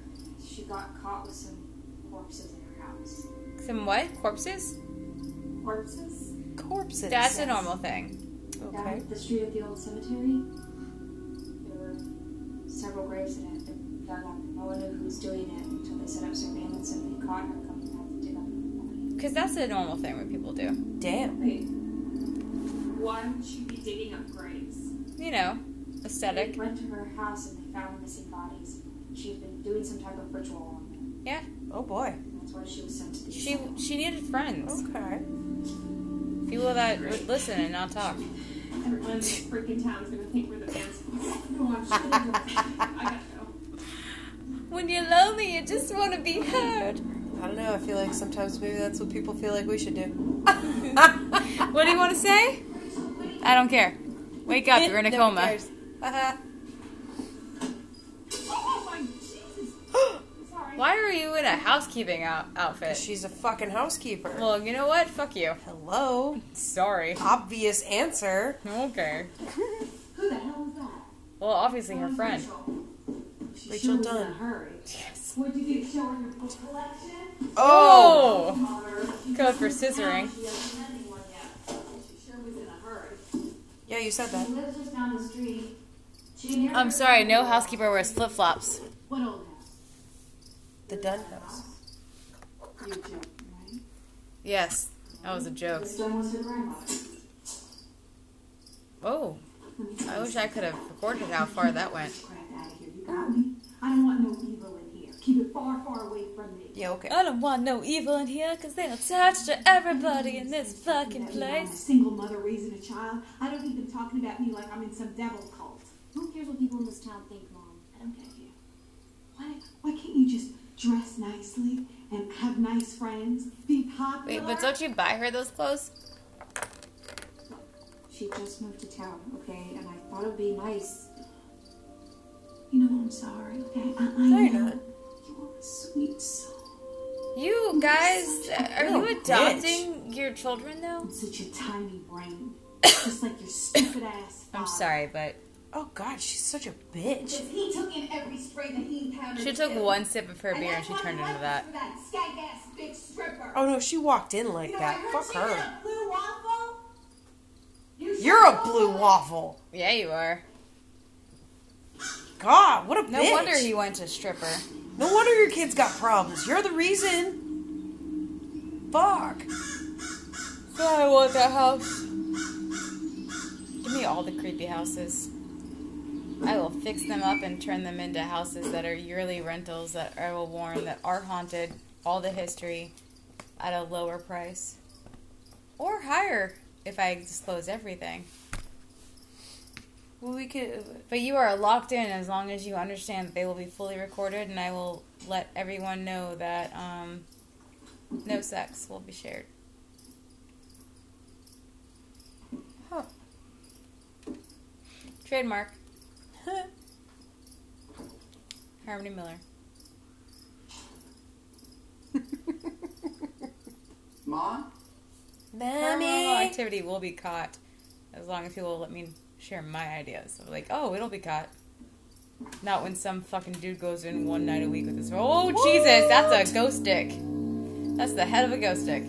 Speaker 7: she got caught with some corpses in her house.
Speaker 1: Some what? Corpses?
Speaker 7: Corpses?
Speaker 2: Corpses.
Speaker 1: That's a
Speaker 7: Yes.
Speaker 1: normal thing.
Speaker 7: Down the street of the old cemetery, there were several graves that had been dug up. No one knew who was doing it until they set up surveillance and they caught her coming out to dig up her
Speaker 1: Because that's a normal thing what people do.
Speaker 2: Damn.
Speaker 6: Wait. Why would she be digging up graves?
Speaker 1: You know,
Speaker 7: body.
Speaker 1: aesthetic.
Speaker 7: They went to her house and they found missing bodies. She had been doing some type of ritual on them.
Speaker 1: Yeah.
Speaker 2: Oh boy.
Speaker 7: That's why she was sent to the
Speaker 1: She
Speaker 7: asylum.
Speaker 1: she needed friends.
Speaker 2: Okay.
Speaker 1: People that would listen and not talk.
Speaker 6: Everyone in this freaking town's gonna think we're the Mansons. No, I'm sure they don't. I gotta go.
Speaker 1: When you're lonely, you just want to be heard.
Speaker 2: I don't know. I feel like sometimes maybe that's what people feel like we should do.
Speaker 1: What do you want to say? I don't care. Wake up, you're in a
Speaker 2: No one
Speaker 1: coma.
Speaker 2: cares. Uh-huh.
Speaker 6: Oh my Jesus! Sorry.
Speaker 1: Why are you in a housekeeping out- outfit?
Speaker 2: She's a fucking housekeeper.
Speaker 1: well, you know what? Fuck you.
Speaker 2: Hello.
Speaker 1: Sorry.
Speaker 2: Obvious answer.
Speaker 1: Okay.
Speaker 7: Who the hell was that?
Speaker 1: Well, obviously her
Speaker 7: That was
Speaker 1: friend.
Speaker 7: Rachel. She
Speaker 2: Rachel
Speaker 7: sure was in
Speaker 2: Dunn.
Speaker 7: a hurry. Yes. What did you show in your book collection?
Speaker 1: Oh!
Speaker 7: Or
Speaker 1: Code for scissoring.
Speaker 7: she hasn't met anyone yet. She sure was in a hurry.
Speaker 2: Yeah, you said that.
Speaker 7: She lives just down the street. She and her-
Speaker 1: I'm sorry, no housekeeper wears flip flops.
Speaker 7: What old house?
Speaker 2: The Dunn house.
Speaker 7: You're joking, right?
Speaker 1: Yes, that was a joke.
Speaker 7: This Dunn was her grandmother.
Speaker 1: Oh, I wish I could have recorded how far that went.
Speaker 7: Get crap out of here. You got me? I don't want no evil in here. Keep it far, far away from me.
Speaker 2: Yeah, okay.
Speaker 1: I don't want no evil in here, cause they'll touch to everybody in this fucking
Speaker 7: That, you know, I'm a
Speaker 1: place.
Speaker 7: single mother raising a child. I don't need them talking about me like I'm in some devil cult. Who cares what people in this town think, Mom? I don't care. Why, why can't you just dress nicely and have nice friends? Be
Speaker 1: Wait,
Speaker 7: popular?
Speaker 1: but don't you buy her those clothes?
Speaker 7: She just moved to town, okay? And I thought it'd be nice. You know, I'm sorry, okay? I, I
Speaker 2: No, you're
Speaker 7: know.
Speaker 2: not.
Speaker 7: You are a sweet soul.
Speaker 1: You guys, are
Speaker 2: You're
Speaker 1: you
Speaker 2: a bitch.
Speaker 1: adopting your children though?
Speaker 7: With Such a tiny brain. just like your stupid ass father.
Speaker 1: I'm sorry, but
Speaker 2: Oh God, she's such a bitch.
Speaker 12: Because he took in every spray that he encountered.
Speaker 1: she took
Speaker 12: too.
Speaker 1: one sip of her
Speaker 12: And
Speaker 1: beer and
Speaker 12: that's
Speaker 1: she
Speaker 12: why
Speaker 1: turned
Speaker 12: I
Speaker 1: into
Speaker 12: like
Speaker 1: that.
Speaker 12: her, that skag-ass big stripper.
Speaker 2: Oh no, she walked in like
Speaker 12: you know, I
Speaker 2: that.
Speaker 12: heard
Speaker 2: Fuck
Speaker 12: she
Speaker 2: her.
Speaker 12: Did a blue waffle. You
Speaker 2: You're a
Speaker 12: sure
Speaker 2: blue
Speaker 12: know
Speaker 2: waffle.
Speaker 1: Yeah, you are.
Speaker 2: God, Ah, what a
Speaker 1: No
Speaker 2: bitch.
Speaker 1: wonder he went to stripper.
Speaker 2: No wonder your kids got problems. You're the reason. Fuck. So I want that house.
Speaker 1: Give me all the creepy houses. I will fix them up and turn them into houses that are yearly rentals that I will warn that are haunted, all the history, at a lower price. Or higher if I disclose everything.
Speaker 2: Well, we could. uh,
Speaker 1: But you are locked in as long as you understand that they will be fully recorded and I will let everyone know that um, no sex will be shared. Huh. Trademark. Harmony Miller.
Speaker 13: Ma?
Speaker 1: Paranormal activity will be caught as long as people let me share my ideas. So like, oh, it'll be caught. Not when some fucking dude goes in one night a week with his. Oh Jesus, that's a ghost stick. That's the head of a ghost stick.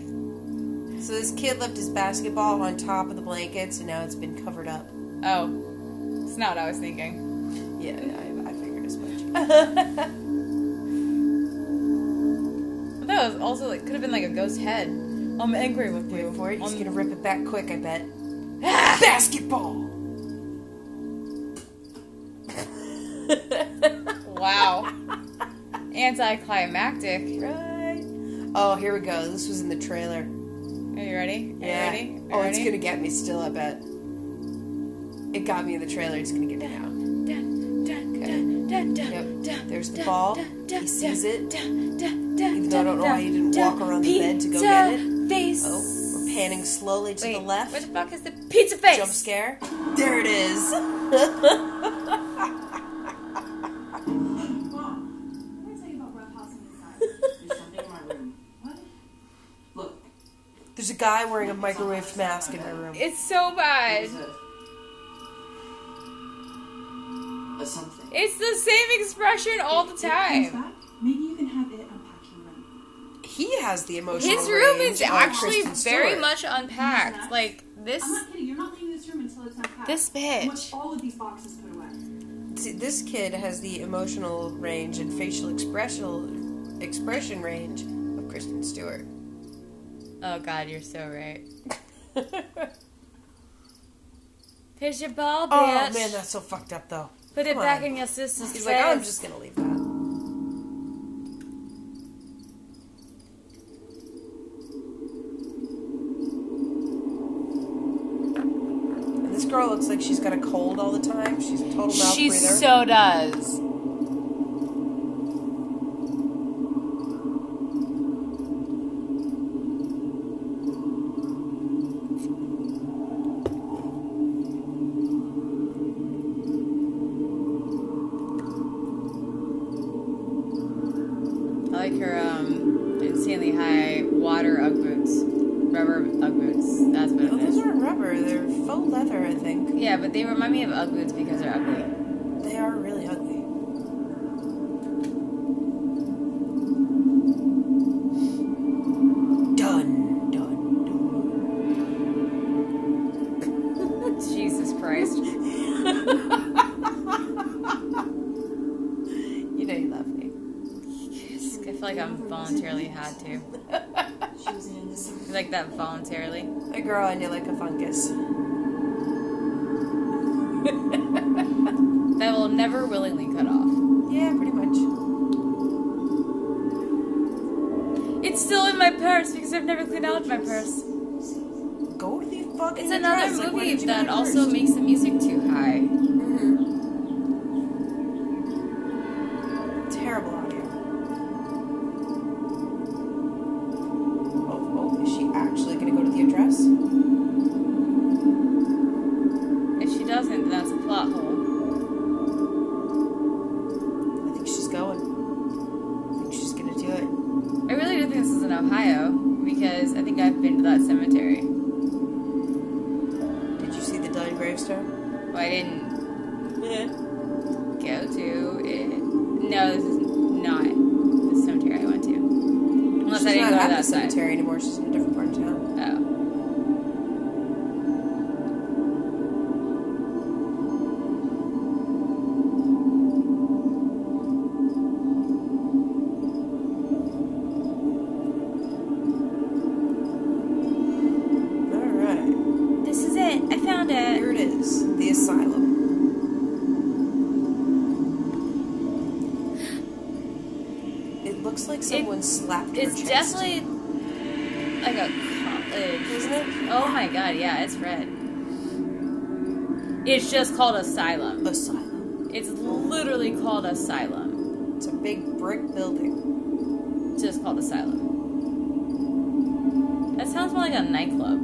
Speaker 2: So this kid left his basketball on top of the blankets, and now it's been covered up.
Speaker 1: Oh, it's not what I was thinking.
Speaker 2: Yeah, I, I figured as much.
Speaker 1: But that was also like could have been like a ghost head. I'm angry with you.
Speaker 2: Wait for it. He's
Speaker 1: Um,
Speaker 2: gonna rip it back quick. I bet. basketball.
Speaker 1: Wow. Anticlimactic.
Speaker 2: Right. Oh, here we go. This was in the trailer.
Speaker 1: Are you ready? Are
Speaker 2: Yeah.
Speaker 1: you ready? Are you
Speaker 2: oh, it's
Speaker 1: ready?
Speaker 2: gonna get me still. I bet. It got me in the trailer. It's gonna get me now. Yep. There's the ball. He sees it. Even though I don't know why he didn't walk around the bed to go get it.
Speaker 1: Face.
Speaker 2: Oh, we're panning slowly to the
Speaker 1: Wait,
Speaker 2: left.
Speaker 1: What the fuck is the pizza face?
Speaker 2: Jump scare. There it is.
Speaker 7: Mom, let me tell you about roughhousing inside.
Speaker 14: There's something in my room.
Speaker 7: What?
Speaker 14: Look,
Speaker 2: There's a guy wearing a microwave mask in my room.
Speaker 1: It's so bad.
Speaker 14: there's a, a something.
Speaker 1: It's the same expression all the
Speaker 7: If it comes
Speaker 1: time.
Speaker 7: back, maybe you can have it unpack your room.
Speaker 2: He has the emotional.
Speaker 1: His room is
Speaker 2: range of
Speaker 1: actually
Speaker 2: Kristen
Speaker 1: very
Speaker 2: Stewart.
Speaker 1: much unpacked. Like this.
Speaker 7: I'm not kidding. You're not leaving this room until it's unpacked.
Speaker 1: This
Speaker 7: I
Speaker 1: bitch.
Speaker 7: want all of these boxes put away.
Speaker 2: See, this kid has the emotional range and facial expression expression range of Kristen Stewart.
Speaker 1: Oh God, you're so right. Here's your ball,
Speaker 2: Oh
Speaker 1: bitch.
Speaker 2: man, that's so fucked up though.
Speaker 1: Put it
Speaker 2: come
Speaker 1: back
Speaker 2: on.
Speaker 1: in your sister's
Speaker 2: He's
Speaker 1: face.
Speaker 2: like, oh, I'm just gonna leave that. And this girl looks like she's got a cold all the time. She's a total mouth
Speaker 1: she
Speaker 2: breather.
Speaker 1: so does. I like her um, insanely high water Ugg boots, rubber Ugg boots. That's what
Speaker 2: Oh,
Speaker 1: it
Speaker 2: those
Speaker 1: is.
Speaker 2: aren't rubber. They're faux leather, I think.
Speaker 1: Yeah, but they remind me of Ugg boots because they're ugly.
Speaker 2: They are really ugly. Done, done, done.
Speaker 1: Jesus Christ.
Speaker 2: You know you love me.
Speaker 1: I feel like I'm voluntarily had to.
Speaker 7: She was in this room.
Speaker 1: Like that voluntarily.
Speaker 2: I grow on you like a fungus.
Speaker 1: That will never willingly cut off.
Speaker 2: Yeah, pretty much.
Speaker 1: It's still in my purse because I've never cleaned out my purse.
Speaker 2: Go to the fucking.
Speaker 1: It's another
Speaker 2: dress. Like, why
Speaker 1: movie
Speaker 2: did you
Speaker 1: that
Speaker 2: go
Speaker 1: also
Speaker 2: first?
Speaker 1: makes the music too high.
Speaker 2: terrible audio. Oh, oh, is she actually gonna go to the address?
Speaker 1: If she doesn't, then that's a plot hole.
Speaker 2: I think she's going. I think she's gonna do it.
Speaker 1: I really do think this is in Ohio because I think I've been to that cemetery.
Speaker 2: Did you see the Dun gravestone?
Speaker 1: Well, I didn't
Speaker 2: Yeah.
Speaker 1: go to it. No, this is not the cemetery I went to. Unless I
Speaker 2: She's
Speaker 1: didn't
Speaker 2: not
Speaker 1: go to
Speaker 2: at
Speaker 1: that
Speaker 2: the
Speaker 1: side.
Speaker 2: cemetery anymore. She's in a different part of town.
Speaker 1: Oh.
Speaker 15: looks like someone slapped her
Speaker 1: It's
Speaker 15: chest.
Speaker 1: definitely like a college,
Speaker 15: Isn't it?
Speaker 1: Oh my god, yeah, it's red. It's just called asylum.
Speaker 15: Asylum.
Speaker 1: It's literally called asylum.
Speaker 15: It's a big brick building.
Speaker 1: It's just called asylum. That sounds more like a nightclub.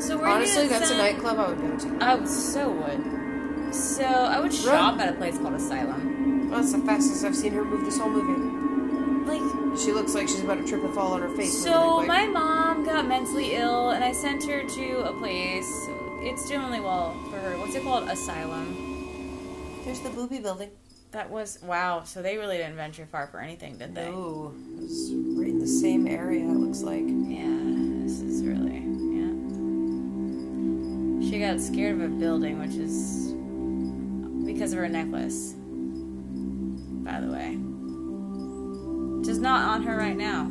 Speaker 1: So we're
Speaker 15: Honestly,
Speaker 1: gonna
Speaker 15: that's a
Speaker 1: send-
Speaker 15: nightclub I would go to.
Speaker 1: I would Oh, so would. So I would shop at a place called Asylum.
Speaker 15: That's the fastest I've seen her move this whole movie.
Speaker 1: Like
Speaker 15: She looks like she's about to trip and fall on her face.
Speaker 1: So
Speaker 15: really quick.
Speaker 1: my mom got mentally ill, and I sent her to a place. It's doing really well for her. What's it called? Asylum.
Speaker 15: There's the booby building.
Speaker 1: That was wow. So they really didn't venture far for anything, did they?
Speaker 15: No, it's right in the same area. It looks like.
Speaker 1: Yeah, this is really yeah. She got scared of a building, which is because of her necklace. By the way, which is not on her right now.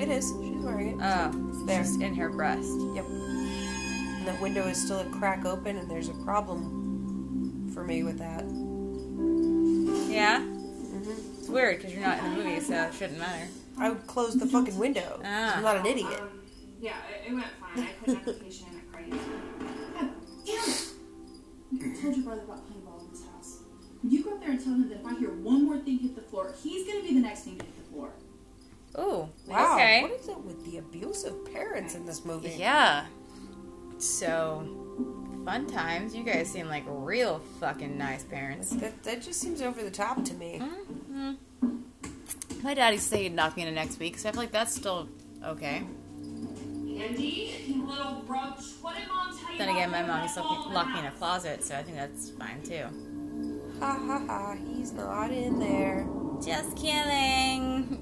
Speaker 15: It is. She's wearing it.
Speaker 1: Oh,
Speaker 15: There.
Speaker 1: there's in her breast.
Speaker 15: Yep. And that window is still a crack open, and there's a problem for me with that.
Speaker 1: Yeah?
Speaker 15: Mm-hmm.
Speaker 1: It's weird because you're not in the movie, so it shouldn't matter.
Speaker 15: I would close the fucking window. 'cause
Speaker 1: Ah.
Speaker 15: I'm not an idiot.
Speaker 6: Um, yeah, it, it went fine. I put an application in a credit.
Speaker 7: God damn it! I told your brother about playing ball in this house. You go up there and tell him that if I hear one more thing hit the floor, he's gonna be the next thing to hit the floor.
Speaker 1: Ooh.
Speaker 15: Wow.
Speaker 1: Okay.
Speaker 15: What is it with the abusive parents in this movie?
Speaker 1: Yeah. So, fun times. You guys seem like real fucking nice parents.
Speaker 15: That, that just seems over the top to me.
Speaker 1: Mm. My daddy said he'd knock me in next week, so I feel like that's still okay.
Speaker 16: Andy, you little roach. What did mom tell you?
Speaker 1: Then again, my mom used to lock me- lock me in a
Speaker 16: a.
Speaker 1: closet, so I think that's fine too.
Speaker 15: Ha ha ha. He's not in there.
Speaker 1: Just kidding.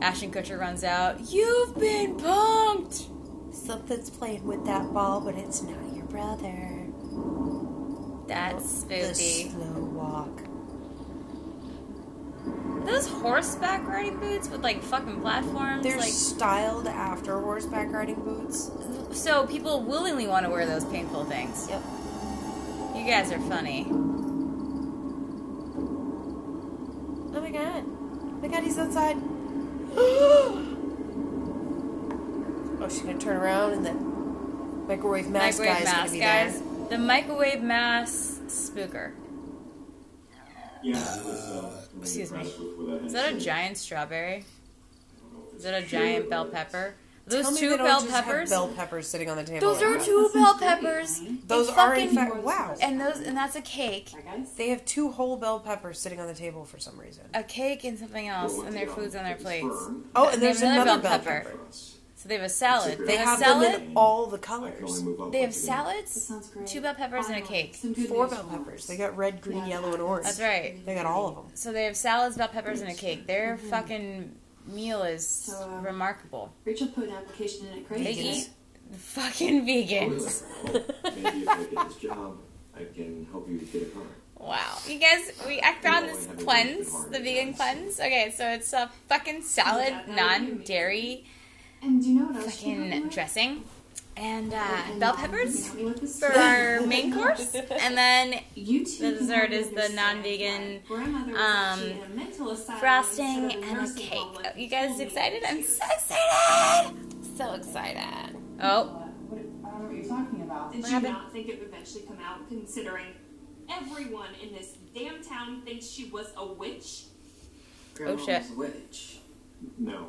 Speaker 1: Ashton Kutcher runs out. You've been punked!
Speaker 15: Something's playing with that ball, but it's not your brother.
Speaker 1: That's
Speaker 15: The
Speaker 1: spooky.
Speaker 15: slow walk.
Speaker 1: Those horseback riding boots with like fucking platforms.
Speaker 15: They're
Speaker 1: like,
Speaker 15: styled after horseback riding boots.
Speaker 1: So people willingly want to wear those painful things.
Speaker 15: Yep.
Speaker 1: You guys are funny.
Speaker 15: Oh my god. Oh my god, he's outside. oh, she's gonna turn around and then microwave mask
Speaker 1: microwave
Speaker 15: guy's
Speaker 1: mask
Speaker 15: gonna be
Speaker 1: guys.
Speaker 15: there.
Speaker 1: The microwave mask spooker.
Speaker 5: Yeah, it was, uh,
Speaker 1: Excuse me.
Speaker 5: With
Speaker 1: Is that a giant strawberry? Is that a giant bell pepper? Are Those
Speaker 15: Tell me
Speaker 1: two
Speaker 15: they don't
Speaker 1: bell
Speaker 15: just have
Speaker 1: peppers.
Speaker 15: bell peppers sitting on the table.
Speaker 1: Those are
Speaker 15: like that.
Speaker 1: two bell peppers.
Speaker 15: Those
Speaker 1: They
Speaker 15: are in
Speaker 1: fucking-
Speaker 15: fact wow.
Speaker 1: And those and that's a cake.
Speaker 15: They have two whole bell peppers sitting on the table for some reason.
Speaker 1: A cake and something else, and their food's on their plates.
Speaker 15: Oh,
Speaker 1: They
Speaker 15: and there's
Speaker 1: have another
Speaker 15: another
Speaker 1: bell
Speaker 15: bell,
Speaker 1: pepper.
Speaker 15: pepper.
Speaker 1: So they have a salad.
Speaker 15: They
Speaker 1: a
Speaker 15: have
Speaker 1: salad.
Speaker 15: them in all the
Speaker 5: I can only
Speaker 15: colors.
Speaker 5: move up
Speaker 1: they
Speaker 5: once
Speaker 1: have
Speaker 5: again.
Speaker 1: salads,
Speaker 16: Sounds great.
Speaker 1: two bell peppers, and a
Speaker 16: Finally,
Speaker 1: cake.
Speaker 16: Some good
Speaker 15: Four
Speaker 16: news
Speaker 15: bell
Speaker 16: for
Speaker 15: peppers. They got red, green, yellow, and orange.
Speaker 1: That's right.
Speaker 15: They got all of them.
Speaker 1: So they have salads, bell peppers, and a cake. Their
Speaker 15: Mm-hmm.
Speaker 1: fucking meal is
Speaker 16: So,
Speaker 15: uh,
Speaker 16: um,
Speaker 1: remarkable.
Speaker 16: Rachel put an application in at Craigslist.
Speaker 1: They eat fucking
Speaker 15: Oh,
Speaker 1: vegans.
Speaker 5: Well, Maybe if I get this job, I can help you get a car.
Speaker 1: Wow, you guys, we I found this cleanse, the vegan cleanse. Okay, so it's a fucking salad, non-dairy
Speaker 16: And do you know what else? she got
Speaker 1: fucking
Speaker 16: me?
Speaker 1: dressing, and uh, bell peppers
Speaker 16: Tell me what this
Speaker 1: for
Speaker 16: is.
Speaker 1: our main course, and then
Speaker 16: You two
Speaker 1: The
Speaker 16: can help
Speaker 1: dessert is the
Speaker 16: understand
Speaker 1: non-vegan,
Speaker 16: why grandmother was
Speaker 1: um,
Speaker 16: actually in a mental asylum
Speaker 1: frosting
Speaker 16: instead of
Speaker 1: and a
Speaker 16: nursing
Speaker 1: cake. Oh,
Speaker 16: home like
Speaker 1: you guys
Speaker 16: Tony
Speaker 1: excited? I'm
Speaker 16: is.
Speaker 1: so excited! So excited. Oh,
Speaker 7: What, I don't know what you're talking about.
Speaker 6: Did you
Speaker 1: happened?
Speaker 6: not think it would eventually come out, considering everyone in this damn town thinks she was a witch?
Speaker 1: Oh, shit.
Speaker 4: Grandma's witch.
Speaker 5: No.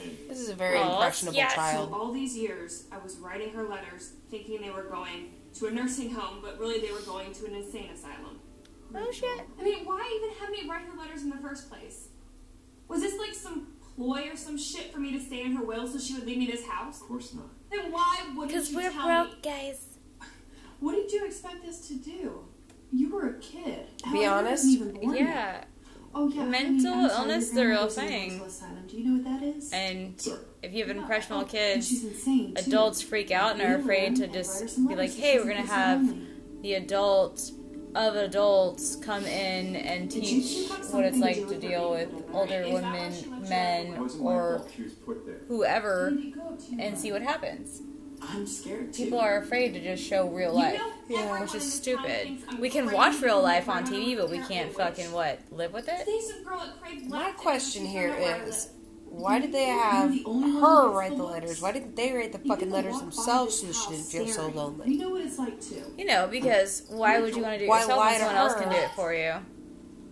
Speaker 5: And
Speaker 15: This is a very
Speaker 1: Oh,
Speaker 15: impressionable
Speaker 1: yes.
Speaker 6: So
Speaker 15: child.
Speaker 6: all these years, I was writing her letters, thinking they were going to a nursing home, but really they were going to an insane asylum.
Speaker 1: oh shit.
Speaker 6: I mean, why even have me write her letters in the first place? Was this like some ploy or some shit for me to stay in her will so she would leave me this house?
Speaker 5: of course not.
Speaker 6: Then why wouldn't
Speaker 1: Because
Speaker 6: you
Speaker 1: we're
Speaker 6: tell me?
Speaker 1: broke, guys.
Speaker 7: What did you expect us to do? You were a kid.
Speaker 15: Be
Speaker 7: Hell, I wasn't
Speaker 15: honest,
Speaker 7: even born yet.
Speaker 1: Yeah,
Speaker 7: Oh yeah.
Speaker 1: mental
Speaker 7: I mean, I'm sorry,
Speaker 1: illness is
Speaker 7: your
Speaker 1: a
Speaker 7: grandma
Speaker 1: real
Speaker 7: was in a
Speaker 1: thing.
Speaker 7: mental Asylum. Do you know what that is?
Speaker 1: and
Speaker 5: Sorry.
Speaker 1: if you have
Speaker 7: No,
Speaker 1: impressionable
Speaker 7: oh, and
Speaker 1: kids,
Speaker 7: she's insane, too.
Speaker 1: adults freak out and are
Speaker 7: Leave her
Speaker 1: afraid to
Speaker 7: and write her
Speaker 1: just
Speaker 7: some
Speaker 1: be like,
Speaker 7: letters.
Speaker 1: hey,
Speaker 7: She
Speaker 1: we're gonna
Speaker 7: feels
Speaker 1: have
Speaker 7: lonely."
Speaker 1: the adult of adults come in and
Speaker 7: Did you
Speaker 1: teach
Speaker 7: two have
Speaker 1: what it's
Speaker 7: something to
Speaker 1: like
Speaker 7: do
Speaker 1: to
Speaker 7: with
Speaker 1: deal
Speaker 7: her
Speaker 1: with
Speaker 7: being put
Speaker 1: older
Speaker 6: Is that why she
Speaker 1: women,
Speaker 6: left you
Speaker 5: It
Speaker 1: men,
Speaker 5: wasn't my
Speaker 1: or
Speaker 5: fault she was put there.
Speaker 1: whoever
Speaker 7: Did you go to
Speaker 1: and see what happens. I'm scared People are afraid to just show real life, which is stupid.
Speaker 6: thinks I'm
Speaker 1: We can
Speaker 6: crazy
Speaker 1: watch real
Speaker 6: because
Speaker 1: life
Speaker 6: I
Speaker 1: on
Speaker 6: don't
Speaker 1: TV, but we
Speaker 6: care
Speaker 1: can't
Speaker 6: what I
Speaker 1: fucking what live with it.
Speaker 6: Say some girl at Crave
Speaker 15: My
Speaker 6: left it
Speaker 15: question
Speaker 6: and she
Speaker 15: here
Speaker 6: found out where I
Speaker 15: is
Speaker 6: live.
Speaker 15: why did they have her write the letters? Why didn't they write the fucking letters themselves so she didn't feel so lonely?
Speaker 7: You know what it's like too.
Speaker 1: You know, because why would you want to do it
Speaker 15: Why
Speaker 1: yourself
Speaker 15: lie
Speaker 1: when
Speaker 15: to
Speaker 1: someone else
Speaker 15: her?
Speaker 1: can do it for you?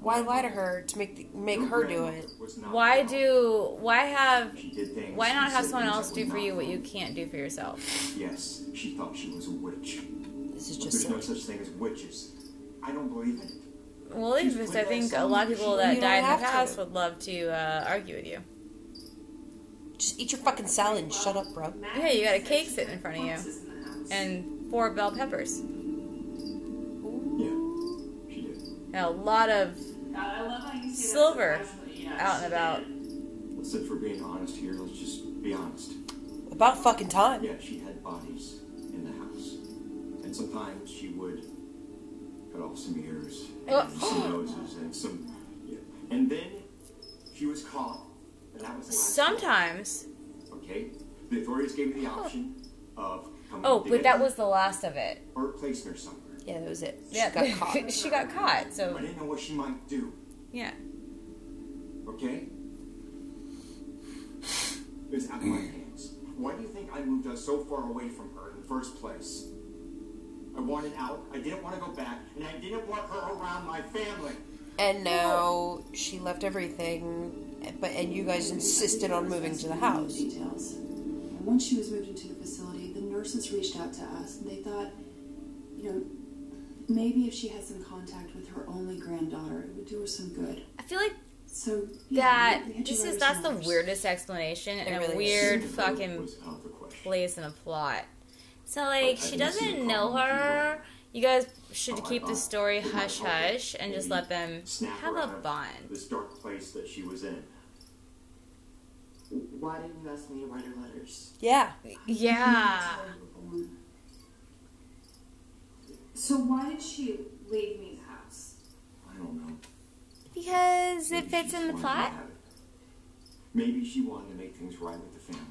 Speaker 15: Why lie to her to make the, make her do it?
Speaker 1: Why do why have
Speaker 17: things
Speaker 1: why not
Speaker 17: and
Speaker 1: have
Speaker 17: said
Speaker 1: someone
Speaker 17: things
Speaker 1: else
Speaker 17: that
Speaker 1: do
Speaker 17: were
Speaker 1: for
Speaker 17: not
Speaker 1: you what you can't do for yourself?
Speaker 17: Yes, she thought she was a witch.
Speaker 15: This
Speaker 1: is
Speaker 17: but
Speaker 1: just
Speaker 17: there's no such thing as witches. I don't believe in it.
Speaker 1: Well, it's just I think a lot of people that died in the past would love to uh, argue with you.
Speaker 15: Just eat your fucking salad and shut up, bro.
Speaker 1: Yeah, you got a cake sitting in front of you, and four bell peppers. And a lot of silver out and about.
Speaker 5: Let's if we're being honest here, let's just be honest.
Speaker 15: About fucking time.
Speaker 5: Yeah, she had bodies in the house. And sometimes she would cut off some ears
Speaker 1: Oh.
Speaker 5: and some noses and some. Yeah. And then she was caught. And that was the last
Speaker 1: Sometimes.
Speaker 5: one, Okay? The authorities gave me the option of coming
Speaker 1: Oh,
Speaker 5: to
Speaker 1: but
Speaker 5: get
Speaker 1: that
Speaker 5: her
Speaker 1: was the last of it.
Speaker 5: Or placing her somewhere.
Speaker 15: Yeah, that was it. She
Speaker 1: Yeah,
Speaker 15: got caught.
Speaker 1: she got caught.
Speaker 5: I
Speaker 1: So
Speaker 5: didn't know what she might do,
Speaker 1: yeah.
Speaker 5: okay? It was out of my hands. Why do you think I moved us so far away from her in the first place? I wanted out, I didn't want to go back, and I didn't want her around my family.
Speaker 15: And now she left everything, but and you guys insisted on moving to the house.
Speaker 7: Details. And once she was moved into the facility, the nurses reached out to us and they thought, you know, maybe if she had some contact with her only granddaughter, it would do her some good.
Speaker 1: I feel like
Speaker 7: So
Speaker 1: that
Speaker 7: we had to
Speaker 1: this
Speaker 7: write
Speaker 1: is
Speaker 7: her
Speaker 1: that's
Speaker 7: some
Speaker 1: the
Speaker 7: letters.
Speaker 1: weirdest explanation
Speaker 7: It
Speaker 1: and
Speaker 7: really
Speaker 1: a
Speaker 7: is.
Speaker 1: weird
Speaker 7: It
Speaker 1: fucking place in a plot. So like she
Speaker 5: Oh, didn't see
Speaker 1: doesn't
Speaker 5: the
Speaker 1: know
Speaker 5: problem.
Speaker 1: her. You guys should
Speaker 5: Oh, I
Speaker 1: keep the
Speaker 5: thought
Speaker 1: story
Speaker 5: it might
Speaker 1: hush
Speaker 5: help her
Speaker 1: hush and just
Speaker 5: maybe
Speaker 1: let them
Speaker 5: snap
Speaker 1: have
Speaker 5: her
Speaker 1: a
Speaker 5: out of
Speaker 1: bond.
Speaker 5: This dark place that she was in.
Speaker 18: Why didn't you ask me to write her letters?
Speaker 15: Yeah.
Speaker 1: Yeah.
Speaker 6: So why did she leave me the house?
Speaker 5: I don't know.
Speaker 1: Because it fits in the plot.
Speaker 5: Maybe she wanted to make things right with the family.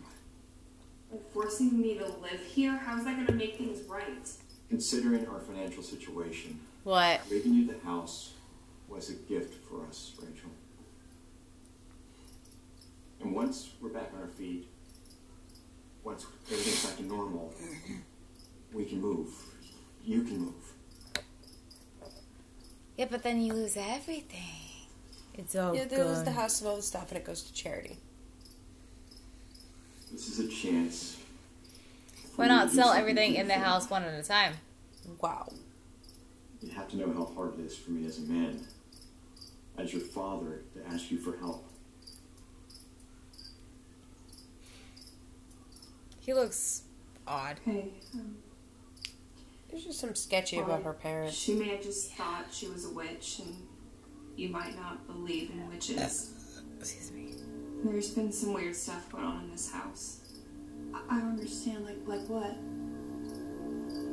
Speaker 6: Like forcing me to live here? How's that gonna make things right?
Speaker 5: Considering our financial situation,
Speaker 1: What?
Speaker 5: leaving you the house was a gift for us, Rachel. And once we're back on our feet, once everything's back to normal, we can move. You can move.
Speaker 1: Yeah, but then you lose everything. It's all
Speaker 15: yeah, they lose
Speaker 1: gone.
Speaker 15: the house and all the stuff, and it goes to charity.
Speaker 5: This is a chance.
Speaker 1: Why not sell everything in the house one at a time?
Speaker 15: Wow.
Speaker 5: You have to know how hard it is for me as a man, as your father, to ask you for help.
Speaker 1: He looks odd.
Speaker 15: There's just some sketchy about her parents.
Speaker 6: She may have just thought she was a witch, and you might not believe in witches.
Speaker 1: Excuse me.
Speaker 6: There's been some weird stuff going on in this house.
Speaker 7: I I don't understand, like, like what?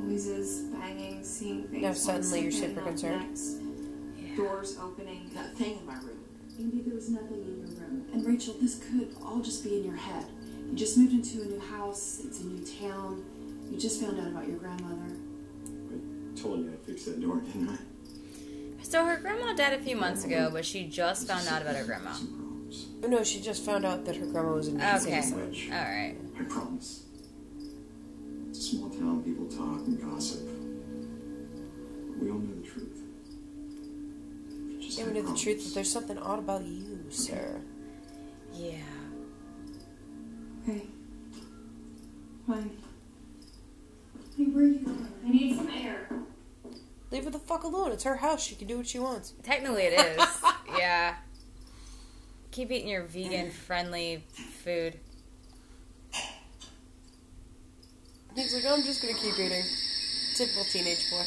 Speaker 6: Noises, banging, seeing things.
Speaker 15: Now
Speaker 6: one
Speaker 15: suddenly you're
Speaker 6: second,
Speaker 15: super
Speaker 6: not the
Speaker 15: concerned.
Speaker 6: next. Doors opening. That thing in my room.
Speaker 7: Maybe there was nothing in your room. And Rachel, this could all just be in your head. You just moved into a new house, it's a new town, you just found out about your grandmother.
Speaker 5: I told you I fixed that door, didn't I?
Speaker 1: So her grandma died a few months ago, but she just found out about her grandma.
Speaker 15: No, she just found out that her grandma was an
Speaker 1: Okay.
Speaker 15: assassin.
Speaker 1: All right.
Speaker 5: I promise. It's a small town, people talk and gossip. We all know the truth.
Speaker 15: Yeah, we know the truth, but there's something odd about you, sir.
Speaker 1: Yeah.
Speaker 6: Okay. Fine.
Speaker 7: Hey, where are you going?
Speaker 6: I need some air.
Speaker 15: Leave her the fuck alone. It's her house. She can do what she wants.
Speaker 1: Technically, it is. yeah. Keep eating your vegan friendly food.
Speaker 15: He's like, I'm just gonna keep eating. Typical teenage boy.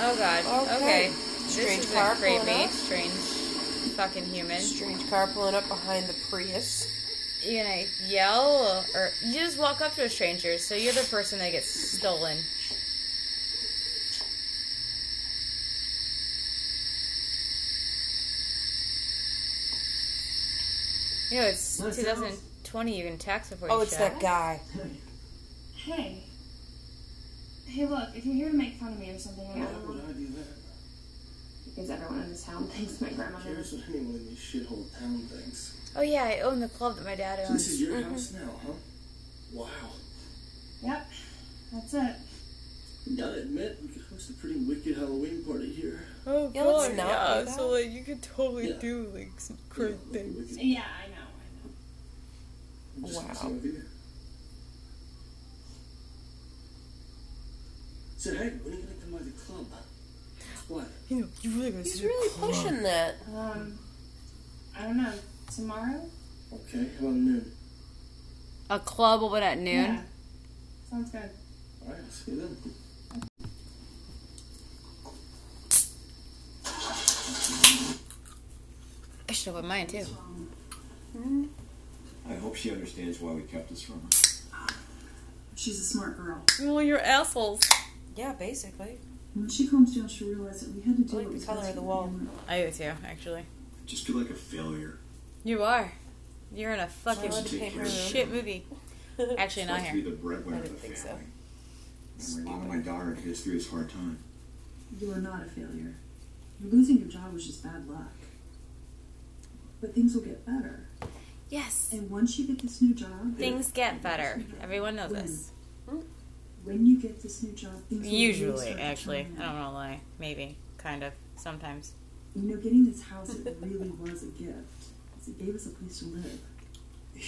Speaker 1: Oh god. Okay.
Speaker 15: Okay.
Speaker 1: This
Speaker 15: Strange
Speaker 1: is
Speaker 15: car
Speaker 1: a creepy,
Speaker 15: pulling up.
Speaker 1: strange fucking human.
Speaker 15: Strange car pulling up behind the Prius.
Speaker 1: You gonna yell or you just walk up to a stranger, so you're the person that gets stolen. You know, it's 2020. You can tax before you
Speaker 15: Oh, it's
Speaker 1: shop.
Speaker 15: that guy.
Speaker 6: Hey. Hey, look, if you're here to make fun of me or something, I
Speaker 4: Why
Speaker 6: don't
Speaker 4: would
Speaker 6: know.
Speaker 4: I do that?
Speaker 6: Because everyone in this town thinks my grandma
Speaker 4: Who cares what anyone in this shithole town thinks?
Speaker 1: Oh yeah, I own the club that my dad
Speaker 4: So
Speaker 1: owns.
Speaker 4: this is your
Speaker 1: Mhm.
Speaker 4: house now, huh? Wow.
Speaker 6: Mm-hmm. Yep, that's it.
Speaker 4: Gotta admit, we could host a pretty wicked Halloween party here.
Speaker 1: Oh
Speaker 4: Yeah, let's not do that.
Speaker 1: like you could totally
Speaker 4: Yeah.
Speaker 1: do like some great things.
Speaker 6: Yeah, I know.
Speaker 4: wow. So hey, when are you gonna come by the club? What?
Speaker 1: You know, you really gotta
Speaker 15: He's really pushing that.
Speaker 6: Um, I don't know. Tomorrow?
Speaker 4: Okay, how about noon?
Speaker 1: A club open at noon.
Speaker 6: Yeah. Sounds good.
Speaker 4: Alright, I'll see you then.
Speaker 1: I should have put mine too.
Speaker 5: I hope she understands why we kept this from her.
Speaker 7: She's a smart girl.
Speaker 1: Well, you're assholes.
Speaker 15: Yeah, basically.
Speaker 7: When she calms down, she'll realize that we had to do
Speaker 15: I like
Speaker 7: what
Speaker 15: the
Speaker 7: was
Speaker 15: color
Speaker 7: best
Speaker 15: of the
Speaker 7: for
Speaker 15: wall.
Speaker 1: I do too, actually.
Speaker 5: Just feel like a failure.
Speaker 1: You are. You're in a fucking
Speaker 5: Solid paper.
Speaker 1: shit movie. Actually, not
Speaker 5: Supposed to be
Speaker 1: here.
Speaker 5: the breadwinner
Speaker 1: I
Speaker 5: of the
Speaker 1: didn't
Speaker 5: family.
Speaker 1: think so.
Speaker 5: And relying on my daughter to get us through this hard time.
Speaker 7: You are not a failure. You're losing your job was just bad luck. But things will get better.
Speaker 1: Yes.
Speaker 7: And once you get this new job,
Speaker 1: Things get better. Everyone knows
Speaker 7: When?
Speaker 1: this.
Speaker 7: When you get this new job, things will really
Speaker 1: Usually,
Speaker 7: start to
Speaker 1: actually.
Speaker 7: turn
Speaker 1: I don't want to lie. Maybe. Kind of. Sometimes.
Speaker 7: You know, getting this house, it really was a gift. 'cause It gave us a place to live.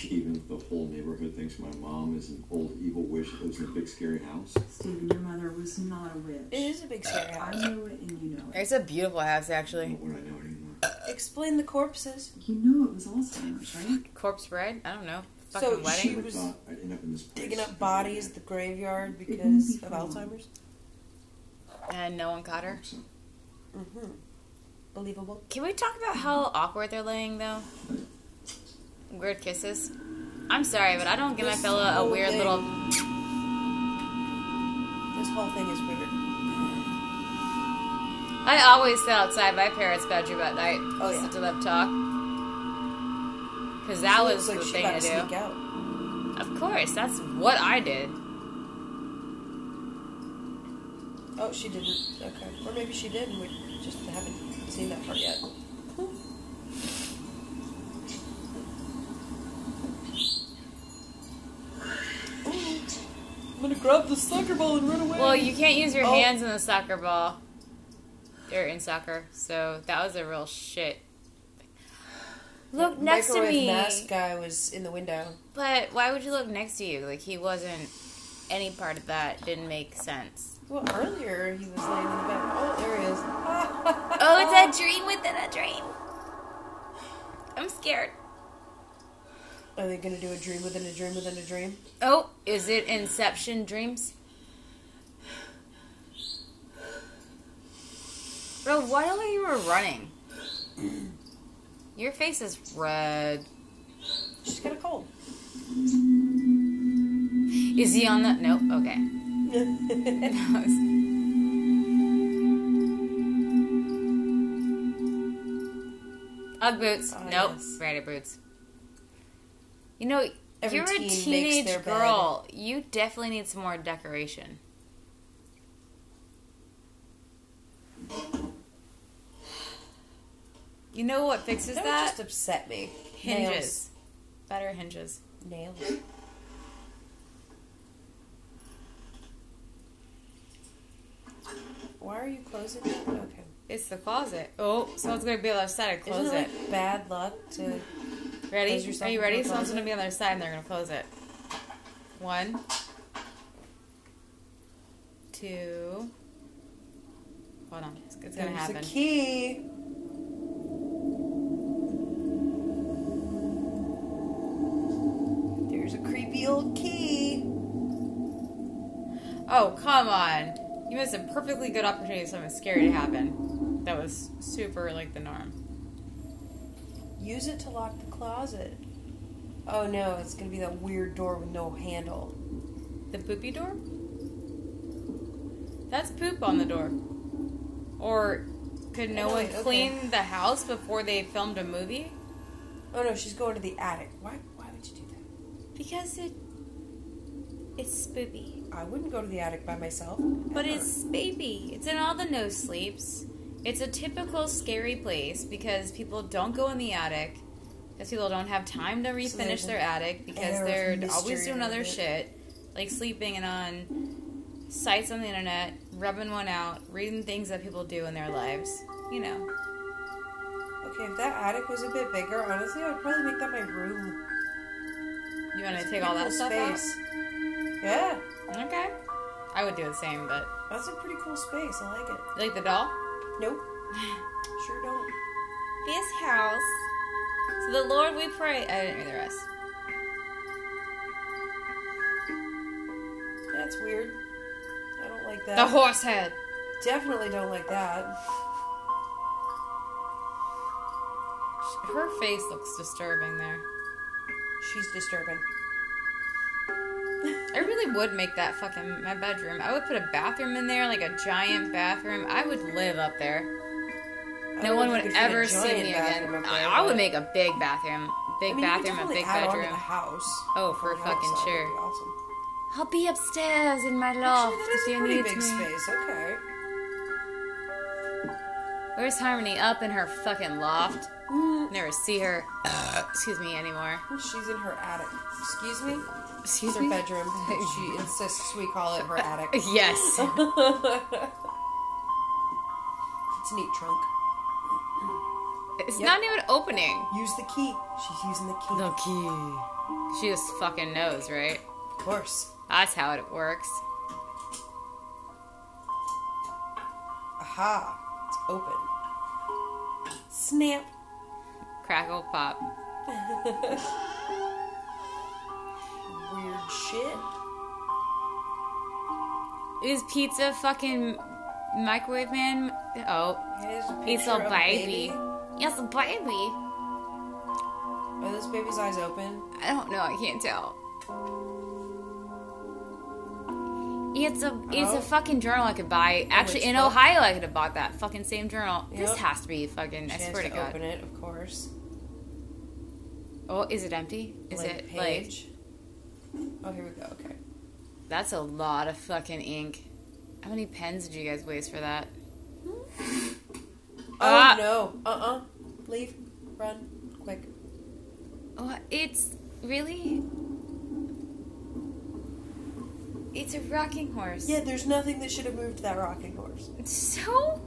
Speaker 5: Even if the whole neighborhood thinks my mom is an old evil witch that lives in a big scary house.
Speaker 7: Stephen, your mother was not a witch. It
Speaker 15: is a big scary house.
Speaker 7: I know it, and you know it.
Speaker 1: It's a beautiful house, actually.
Speaker 15: Explain the corpses.
Speaker 7: You know it was Alzheimer's, right?
Speaker 1: Corpse bride? I don't know. Fucking
Speaker 15: So
Speaker 1: wedding.
Speaker 15: she was
Speaker 5: I'd end up in this place.
Speaker 15: digging up bodies at the graveyard because of Alzheimer's.
Speaker 1: And no one caught her.
Speaker 15: Mm-hmm. Believable.
Speaker 1: Can we talk about how awkward they're laying though? Weird kisses. I'm sorry, but I don't give my
Speaker 15: This
Speaker 1: fella a
Speaker 15: whole
Speaker 1: weird
Speaker 15: thing-
Speaker 1: little.
Speaker 15: This whole thing is weird.
Speaker 1: I always sit outside my parents' bedroom at night,
Speaker 15: Oh,
Speaker 1: listen to them talk. Cause that
Speaker 15: She
Speaker 1: was
Speaker 15: looks like
Speaker 1: the
Speaker 15: she
Speaker 1: thing to
Speaker 15: about to
Speaker 1: do.
Speaker 15: sneak out.
Speaker 1: Of course, that's what I did.
Speaker 15: Oh, she didn't. Okay. Or maybe she did and we just haven't seen that part yet. I'm gonna grab the soccer ball and run away.
Speaker 1: Well, you can't use your
Speaker 15: Oh.
Speaker 1: hands in the soccer ball. Or in soccer, so that was a real shit. Look
Speaker 15: The
Speaker 1: next to
Speaker 15: microwave
Speaker 1: me.
Speaker 15: mask guy was in the window.
Speaker 1: But why would you look next to you? Like he wasn't. Any part of that didn't make sense.
Speaker 15: Well, earlier he was laying in the bed. Oh, there he is.
Speaker 1: Oh, it's a dream within a dream. I'm scared.
Speaker 15: Are they gonna do a dream within a dream within a dream?
Speaker 1: Oh, is it Inception dreams? Bro, why are you were running? Your face is red.
Speaker 15: She's got a cold.
Speaker 1: Is he on the? Nope. Okay. That was- Ugg boots.
Speaker 15: Oh,
Speaker 1: nope. Ratty boots. You know,
Speaker 15: Every
Speaker 1: you're
Speaker 15: teen
Speaker 1: a
Speaker 15: makes their
Speaker 1: teenage
Speaker 15: bed.
Speaker 1: girl. You definitely need some more decoration. You know what fixes
Speaker 15: That would
Speaker 1: that?
Speaker 15: just upset me.
Speaker 1: Hinges. Better hinges.
Speaker 15: Nails. Why are you closing it? Okay.
Speaker 1: It's the closet. Oh, someone's gonna be on the other side. I Close
Speaker 15: Isn't it
Speaker 1: it.
Speaker 15: like bad luck to
Speaker 1: Ready?
Speaker 15: Close yourself
Speaker 1: Are you
Speaker 15: into
Speaker 1: ready?
Speaker 15: a
Speaker 1: Someone's
Speaker 15: closet?
Speaker 1: gonna be on their side and they're gonna close it. One, two. Hold on, it's, it's gonna
Speaker 15: There's
Speaker 1: happen.
Speaker 15: a key. There's a creepy old key.
Speaker 1: Oh come on! You missed a perfectly good opportunity for something scary to happen. That was super like the norm.
Speaker 15: Use it to lock the closet. Oh no, it's gonna be that weird door with no handle.
Speaker 1: The poopy door? That's poop on the door. Or could no
Speaker 15: Oh,
Speaker 1: one
Speaker 15: okay.
Speaker 1: clean the house before they filmed a movie?
Speaker 15: Oh no, she's going to the attic. Why? Why would you do that?
Speaker 1: Because it. It's spoopy.
Speaker 15: I wouldn't go to the attic by myself.
Speaker 1: But
Speaker 15: ever.
Speaker 1: it's baby. It's in all the no sleeps. It's a typical scary place because people don't go in the attic. Because people don't have time to
Speaker 15: So there's
Speaker 1: refinish their
Speaker 15: an
Speaker 1: attic because
Speaker 15: air of
Speaker 1: they're
Speaker 15: mystery
Speaker 1: always doing
Speaker 15: around
Speaker 1: other
Speaker 15: it.
Speaker 1: shit, like sleeping and on sites on the internet, rubbing one out, reading things that people do in their lives. You know.
Speaker 15: Okay, if that attic was a bit bigger, honestly, I would probably make that my room.
Speaker 1: You want to
Speaker 15: It's
Speaker 1: take all that
Speaker 15: cool
Speaker 1: stuff
Speaker 15: space. Yeah,
Speaker 1: out? Okay. I would do the same, but
Speaker 15: that's a pretty cool space. I like it.
Speaker 1: like the doll.
Speaker 15: Nope. Sure don't.
Speaker 1: This house. To the Lord we pray. I didn't read the rest.
Speaker 15: That's weird. I don't like that.
Speaker 1: The horse head.
Speaker 15: Definitely don't like that.
Speaker 1: Her face looks disturbing there.
Speaker 15: She's disturbing.
Speaker 1: I really would make that fucking my bedroom. I would put a bathroom in there, like a giant bathroom. I would live up there.
Speaker 15: I
Speaker 1: No
Speaker 15: don't
Speaker 1: one
Speaker 15: know
Speaker 1: would
Speaker 15: if you could fit a
Speaker 1: ever see
Speaker 15: giant
Speaker 1: me
Speaker 15: bathroom
Speaker 1: again.
Speaker 15: up there,
Speaker 1: I, I
Speaker 15: but-
Speaker 1: would make a big bathroom, big
Speaker 15: I mean, you could
Speaker 1: bathroom, a
Speaker 15: totally
Speaker 1: big
Speaker 15: add on to
Speaker 1: bedroom.
Speaker 15: the house.
Speaker 1: Oh, for
Speaker 15: On the
Speaker 1: fucking
Speaker 15: outside,
Speaker 1: sure.
Speaker 15: that'd be awesome.
Speaker 1: I'll be upstairs in my loft if
Speaker 15: Actually, that is a
Speaker 1: you
Speaker 15: pretty
Speaker 1: need
Speaker 15: big
Speaker 1: me.
Speaker 15: space. Okay.
Speaker 1: Where's Harmony up in her fucking loft? Never see her. Excuse me anymore.
Speaker 15: She's in her attic. Excuse me.
Speaker 1: Excuse
Speaker 15: It's her
Speaker 1: me?
Speaker 15: bedroom. she insists we call it her attic.
Speaker 1: Yes.
Speaker 15: It's a neat trunk.
Speaker 1: It's
Speaker 15: Yep.
Speaker 1: not even opening.
Speaker 15: Use the key. She's using the key.
Speaker 1: The key. She just fucking knows, right?
Speaker 15: Of course.
Speaker 1: That's how it works.
Speaker 15: Aha. It's open. Snap.
Speaker 1: Crackle pop.
Speaker 15: Weird shit.
Speaker 1: Is pizza fucking microwave man? Oh,
Speaker 15: Here's a
Speaker 1: it's
Speaker 15: picture
Speaker 1: a
Speaker 15: of a
Speaker 1: baby.
Speaker 15: baby.
Speaker 1: It's a baby.
Speaker 15: Are those baby's eyes open?
Speaker 1: I don't know. I can't tell. It's a it's
Speaker 15: Oh.
Speaker 1: a fucking journal I could buy. Actually,
Speaker 15: it's
Speaker 1: in
Speaker 15: fucked.
Speaker 1: Ohio, I could have bought that fucking same journal. This
Speaker 15: Yep.
Speaker 1: has to be fucking.
Speaker 15: Chance
Speaker 1: I swear to,
Speaker 15: to
Speaker 1: God.
Speaker 15: open it, of course.
Speaker 1: Oh, is it empty? Is
Speaker 15: Blank
Speaker 1: it like
Speaker 15: page. Oh, here we go. Okay.
Speaker 1: that's a lot of fucking ink? How many pens did you guys waste for that?
Speaker 15: Oh
Speaker 1: Ah.
Speaker 15: no. Uh uh Leave. Run. Quick.
Speaker 1: Oh, it's really. It's a rocking horse.
Speaker 15: Yeah, there's nothing that should have moved that rocking horse.
Speaker 1: So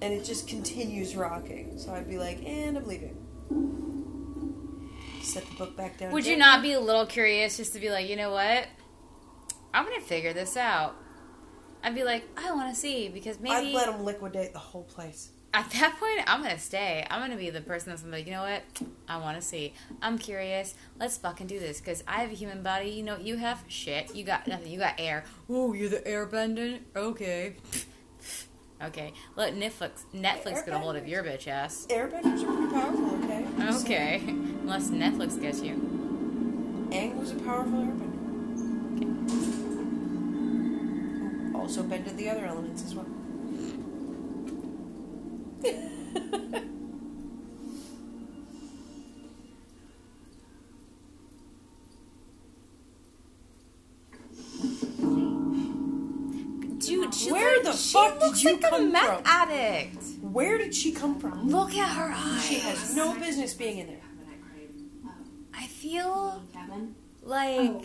Speaker 15: And it just continues rocking. So I'd be like, and I'm leaving. Set the book back down.
Speaker 1: Would you
Speaker 15: gently.
Speaker 1: not be a little curious just to be like, you know what? I'm gonna figure this out. I'd be like, I want to see because maybe
Speaker 15: I'd let him liquidate the whole place.
Speaker 1: at that point I'm gonna stay. I'm gonna be the person that's gonna be like, you know what? I want to see. I'm curious. Let's fucking do this because I have a human body. You know what you have? Shit. You got nothing. You got air. Oh, you're the airbender. Okay. okay. Let Netflix Netflix get a hold of your bitch ass.
Speaker 15: Airbenders are pretty powerful, okay? So,
Speaker 1: Okay. Unless Netflix gets you.
Speaker 15: Aang was a powerful airbender. Who Oh, Also bended the other elements as well.
Speaker 1: Dude, she
Speaker 15: Where
Speaker 1: look-
Speaker 15: the
Speaker 1: she
Speaker 15: fuck did
Speaker 1: looks
Speaker 15: you
Speaker 1: like a
Speaker 15: come
Speaker 1: meth
Speaker 15: from?
Speaker 1: addict.
Speaker 15: Where did she come from?
Speaker 1: Look at her eyes.
Speaker 15: She has no business being in there.
Speaker 1: I feel
Speaker 6: Kevin?
Speaker 1: like
Speaker 15: Oh,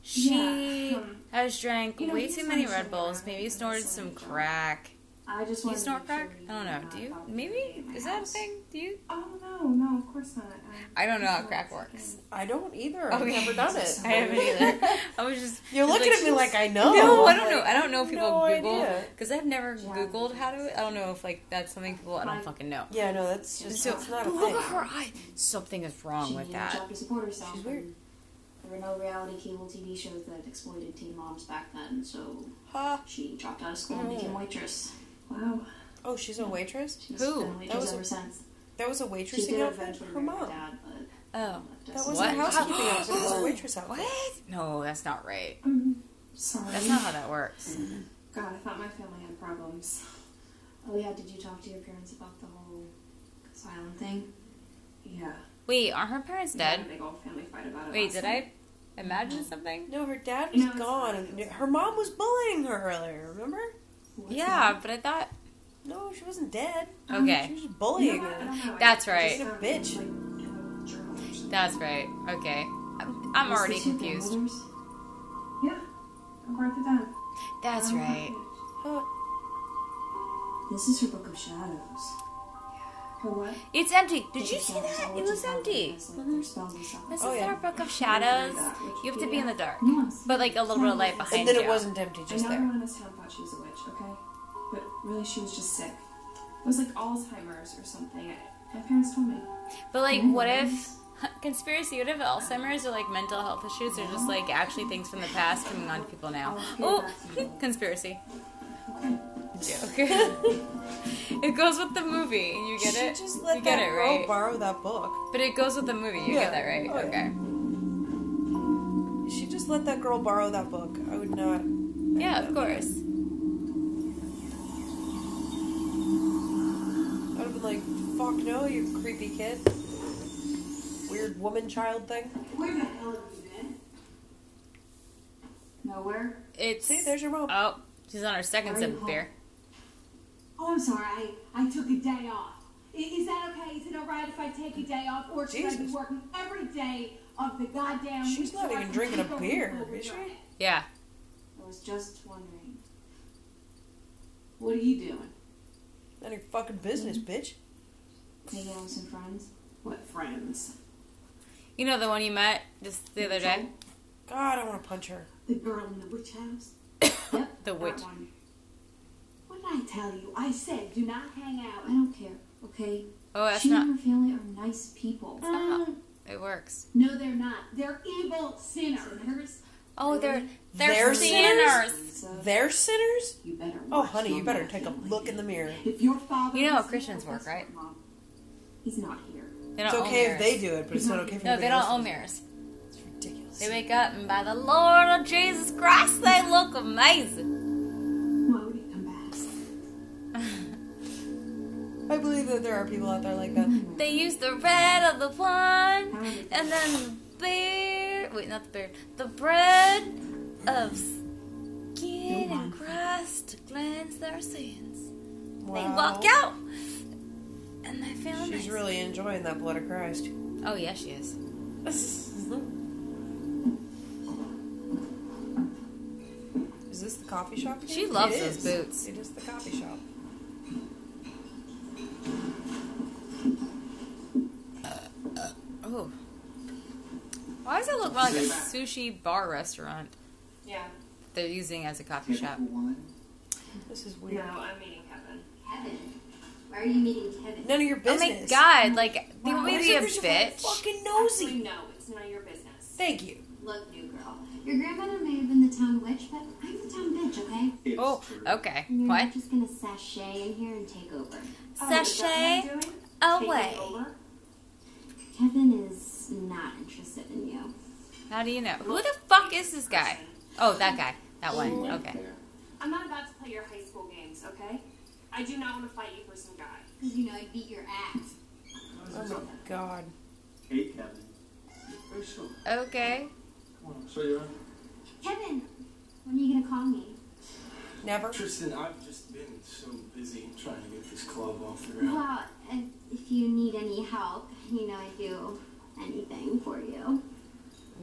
Speaker 1: she
Speaker 6: yeah, um,
Speaker 1: has drank
Speaker 6: you know,
Speaker 1: way
Speaker 6: he's
Speaker 1: too many
Speaker 6: on
Speaker 1: Red
Speaker 6: Instagram,
Speaker 1: Bulls. Maybe snorted some crack.
Speaker 6: I just
Speaker 1: Do you
Speaker 6: wanted to
Speaker 1: snort
Speaker 6: make sure
Speaker 1: crack?
Speaker 6: you
Speaker 1: I don't
Speaker 6: were
Speaker 1: know.
Speaker 6: not
Speaker 1: Do
Speaker 15: Uh,
Speaker 1: you?
Speaker 6: out
Speaker 1: Maybe
Speaker 6: in my
Speaker 1: is that a
Speaker 6: house.
Speaker 1: thing? Do you?
Speaker 6: Oh no, no, of course not. Um,
Speaker 1: I don't know how crack works.
Speaker 15: I don't either.
Speaker 1: Okay.
Speaker 15: I've never done it.
Speaker 1: I haven't either. I was just
Speaker 15: You're
Speaker 1: it's
Speaker 15: looking at me
Speaker 1: she's-
Speaker 15: like I know.
Speaker 1: No, I
Speaker 15: I'm
Speaker 1: don't know.
Speaker 15: like,
Speaker 1: I don't know if people
Speaker 15: no
Speaker 1: Google
Speaker 15: idea.
Speaker 1: because I've never Googled how to. I don't know if like that's something people. I don't fucking know.
Speaker 15: Yeah, no, that's just
Speaker 1: So
Speaker 15: it's not a
Speaker 1: but look
Speaker 15: thing.
Speaker 1: at her eye. Something is wrong
Speaker 6: She
Speaker 1: with
Speaker 6: needed a
Speaker 1: that.
Speaker 6: job to support herself.
Speaker 15: She's weird.
Speaker 6: and There were no reality cable TV shows that exploited teen moms back then, so
Speaker 15: Huh.
Speaker 6: she dropped out of school and
Speaker 15: Mm.
Speaker 6: became a waitress. Wow.
Speaker 15: Oh, she's a waitress.
Speaker 6: She's
Speaker 1: Who?
Speaker 6: been a
Speaker 15: That
Speaker 6: waitress
Speaker 15: was a-
Speaker 6: ever since.
Speaker 15: That was a
Speaker 6: She
Speaker 15: waitressing
Speaker 6: did
Speaker 15: outfit.
Speaker 6: eventually
Speaker 15: Her
Speaker 6: marry my
Speaker 15: mom.
Speaker 6: dad, but
Speaker 1: Oh,
Speaker 6: left
Speaker 15: That
Speaker 6: us.
Speaker 15: wasn't
Speaker 1: What?
Speaker 15: a housekeeping outfit. It was a waitress outfit.
Speaker 1: what? No, that's not right.
Speaker 6: Sorry.
Speaker 1: That's not how that works.
Speaker 6: God, I thought my family had problems. Oh yeah, did you talk to your parents about the whole? 'cause silent thing. Yeah.
Speaker 1: Wait, aren't her parents
Speaker 6: We had
Speaker 1: dead?
Speaker 6: a big old family fight about it
Speaker 1: Wait,
Speaker 6: last
Speaker 1: did
Speaker 6: night.
Speaker 1: I imagine something?
Speaker 15: No, her dad was gone. and Her mom was bullying her earlier, remember?
Speaker 1: Yeah, but I thought.
Speaker 15: No, she wasn't dead.
Speaker 1: Okay.
Speaker 15: She was just bullying her.
Speaker 1: That's
Speaker 15: She's
Speaker 1: right.
Speaker 15: a bitch.
Speaker 1: That's right. Okay. I'm, I'm
Speaker 6: Was
Speaker 1: already
Speaker 6: this your
Speaker 1: confused.
Speaker 6: grandmother's? Yeah, I brought it down.
Speaker 1: That's
Speaker 6: Um,
Speaker 1: right.
Speaker 6: This is her book of shadows. Her what?
Speaker 1: It's empty. Did you see that? It was empty. Mm-hmm. This is
Speaker 6: Oh, yeah.
Speaker 1: our book of shadows. You have to be in the dark, but like a little bit of light behind
Speaker 15: And then
Speaker 1: you.
Speaker 15: it wasn't empty just
Speaker 6: I know
Speaker 15: there.
Speaker 6: everyone in this town thought she was a witch, okay? But really, she was just sick. It was like Alzheimer's or something. I, my parents told me.
Speaker 1: But like,
Speaker 15: Mm-hmm.
Speaker 1: what if conspiracy? What if Alzheimer's or like mental health issues are just like actually things from the past coming on to people now? Oh, conspiracy. Joke. it goes with the movie. You get
Speaker 15: She
Speaker 1: it.
Speaker 15: just let
Speaker 1: you get
Speaker 15: that
Speaker 1: it
Speaker 15: girl
Speaker 1: right.
Speaker 15: borrow that book.
Speaker 1: But it goes with the movie. You
Speaker 15: Yeah.
Speaker 1: get that right.
Speaker 15: Oh, yeah.
Speaker 1: okay.
Speaker 15: She just let that girl borrow that book. I would not.
Speaker 1: Yeah, of course.
Speaker 15: I would have been like, fuck no, you creepy kid. Weird woman child thing.
Speaker 7: Where the hell have you been? Nowhere.
Speaker 1: It's
Speaker 15: See, there's your mom.
Speaker 1: Oh, she's on her second
Speaker 7: Are you
Speaker 1: sip of
Speaker 7: home?
Speaker 1: beer.
Speaker 7: Oh, I'm sorry. I, I took a day off. I- Is that okay? Is it all right if I take a day off, or should I be
Speaker 15: Jesus.
Speaker 7: working every day of the goddamn?
Speaker 15: She's
Speaker 7: week
Speaker 15: not
Speaker 7: so I
Speaker 15: even
Speaker 7: can
Speaker 15: drinking a
Speaker 7: keep up
Speaker 15: beer,
Speaker 7: with what
Speaker 15: is
Speaker 7: we're
Speaker 15: she?
Speaker 7: doing?
Speaker 1: Yeah.
Speaker 7: I was just wondering. What are you doing? Mm-hmm.
Speaker 15: None of your fucking business, bitch.
Speaker 7: Hanging out with some friends. What friends?
Speaker 1: You know the one you met just the other day?
Speaker 15: God, I want to punch her.
Speaker 7: The girl in the witch house.
Speaker 1: The witch.
Speaker 7: What did I tell you? I said do not hang out. I don't care. Okay.
Speaker 1: Oh, that's
Speaker 7: she and
Speaker 1: not.
Speaker 7: her family are nice people.
Speaker 1: It works.
Speaker 7: No, they're not. They're evil sinners.
Speaker 1: Oh, they're they're,
Speaker 15: They're
Speaker 1: sinners.
Speaker 15: They're sinners?
Speaker 7: You better.
Speaker 15: Oh,
Speaker 7: watch
Speaker 15: honey,
Speaker 7: your
Speaker 15: you better
Speaker 7: mouth.
Speaker 15: take a look in the mirror.
Speaker 7: If your father.
Speaker 1: You know how
Speaker 7: was
Speaker 1: Christians
Speaker 7: here,
Speaker 1: work, right?
Speaker 7: Mom, He's not here.
Speaker 1: They
Speaker 15: It's
Speaker 1: don't own
Speaker 15: okay if they
Speaker 1: mirrors.
Speaker 15: do it, but it's not okay for
Speaker 1: No, they
Speaker 15: everybody
Speaker 1: don't
Speaker 15: else.
Speaker 1: own mirrors.
Speaker 15: It's ridiculous.
Speaker 1: They wake up and by the Lord of Jesus Christ, they look amazing.
Speaker 7: Why would he come back?
Speaker 15: I believe that there are people out there like that.
Speaker 1: They use the red of the wine and then the beer. Wait, not the beer. The bread of skin and Christ to cleanse their sins. They
Speaker 15: Wow.
Speaker 1: walk out and they feel
Speaker 15: She's
Speaker 1: nice.
Speaker 15: really enjoying that blood of Christ.
Speaker 1: Oh yeah, she is.
Speaker 15: Is this the coffee shop? again?
Speaker 1: She loves
Speaker 15: It
Speaker 1: those
Speaker 15: is.
Speaker 1: boots.
Speaker 15: It is the coffee shop.
Speaker 1: Oh. Why does it look more like a sushi bar restaurant
Speaker 6: Yeah.
Speaker 1: they're using as a coffee shop?
Speaker 15: This is weird.
Speaker 6: No, I'm meeting Kevin.
Speaker 7: Kevin. Why are you meeting Kevin?
Speaker 15: None of your
Speaker 1: Oh
Speaker 15: business.
Speaker 1: my god, like, they want me to
Speaker 15: Why
Speaker 1: be a
Speaker 15: is everybody
Speaker 1: bitch?
Speaker 15: so Fucking nosy.
Speaker 6: Actually, no, it's none of your business.
Speaker 15: Thank you.
Speaker 7: Look, new girl. Your grandmother may have been the town witch, but I'm the town bitch, okay?
Speaker 1: Oh, okay.
Speaker 7: And you're
Speaker 1: What?
Speaker 7: not just gonna sashay in here and take over.
Speaker 1: Sashay
Speaker 6: Oh, is that what I'm doing?
Speaker 1: away.
Speaker 6: Taking over?
Speaker 7: Kevin is not interested in you.
Speaker 1: How do you know? Who the fuck is this guy? Oh, that guy. That one. Okay.
Speaker 6: I'm not about to play your high school games, okay? I do not want to fight you for some guy.
Speaker 7: Because you know I beat your ass.
Speaker 15: Oh my god.
Speaker 4: Hey, Kevin. Hey, sure.
Speaker 1: Okay.
Speaker 4: Come on, show you around.
Speaker 7: Kevin, when are you gonna call me?
Speaker 15: Never.
Speaker 4: Tristan, I've just been so busy trying to get this club off the ground.
Speaker 7: Well, if, if you need any help, you know I do anything for you.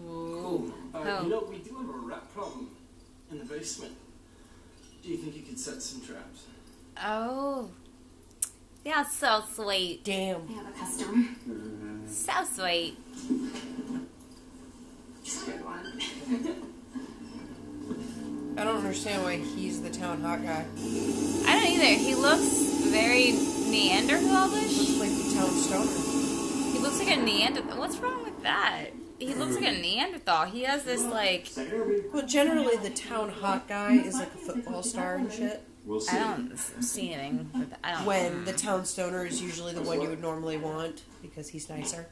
Speaker 4: Cool. Uh,
Speaker 1: Oh.
Speaker 4: You know, we do have a rat problem in the basement. Do you think you could set some traps?
Speaker 1: Oh. Yeah, so sweet.
Speaker 15: Damn.
Speaker 7: I have a customer.
Speaker 1: So sweet.
Speaker 6: Good one.
Speaker 15: I don't understand why he's the town hot guy.
Speaker 1: I don't either. He looks very Neanderthalish.
Speaker 15: Looks like the town stoner.
Speaker 1: He looks like a Neanderthal. What's wrong with that? He looks like a Neanderthal. He has this, like,
Speaker 15: Well, generally the town hot guy is like a football star and shit.
Speaker 5: We'll see.
Speaker 1: I don't see anything. With that. I don't
Speaker 15: When the town stoner is usually the one you would normally want because he's nicer.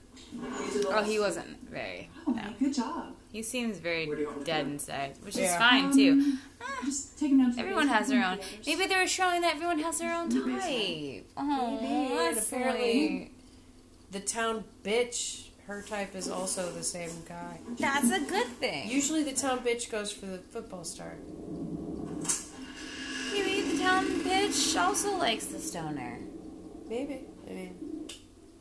Speaker 1: Oh, he wasn't very.
Speaker 6: Oh, good job.
Speaker 1: He seems very dead inside, which is
Speaker 15: Yeah.
Speaker 1: fine too. Ah,
Speaker 6: Just take him down to the
Speaker 1: Everyone has
Speaker 6: basement
Speaker 1: their own.
Speaker 6: with the others.
Speaker 1: Maybe they were showing that everyone has their own type. Oh,
Speaker 15: Maybe, and
Speaker 1: that's
Speaker 15: apparently-
Speaker 1: sweet.
Speaker 15: the town bitch, her type is also the same guy.
Speaker 1: That's a good thing.
Speaker 15: Usually the town bitch goes for the football star.
Speaker 1: Maybe the town bitch also likes the stoner.
Speaker 15: Maybe. I mean,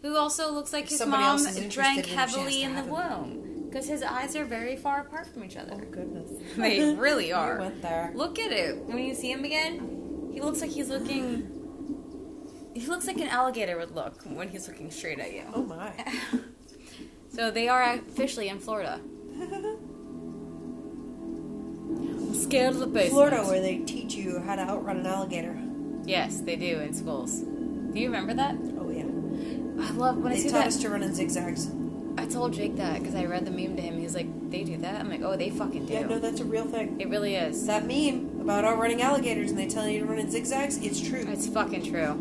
Speaker 1: Who also looks like
Speaker 15: If
Speaker 1: his
Speaker 15: somebody
Speaker 1: mom
Speaker 15: else is interested
Speaker 1: drank
Speaker 15: in him, she has
Speaker 1: heavily
Speaker 15: to
Speaker 1: in the
Speaker 15: have him.
Speaker 1: womb. Because his eyes are very far apart from each other.
Speaker 15: goodness.
Speaker 1: They really
Speaker 15: You
Speaker 1: are.
Speaker 15: went there.
Speaker 1: Look at it. When you see him again, he looks like he's looking. He looks like an alligator would look when he's looking straight at you.
Speaker 15: Oh my.
Speaker 1: so they are officially in Florida. I'm scared of the basement.
Speaker 15: Florida, where they teach you how to outrun an alligator.
Speaker 1: Yes, they do in schools. Do you remember that?
Speaker 15: Oh yeah.
Speaker 1: I love when I
Speaker 15: they
Speaker 1: see
Speaker 15: taught
Speaker 1: that.
Speaker 15: us to run in zigzags.
Speaker 1: I told Jake that because I read the meme to him. He's like, "They do that." I'm like, "Oh, they fucking do."
Speaker 15: Yeah, no, that's a real thing.
Speaker 1: It really is.
Speaker 15: That meme about outrunning alligators and they tell you to run in zigzags, it's true.
Speaker 1: It's fucking true.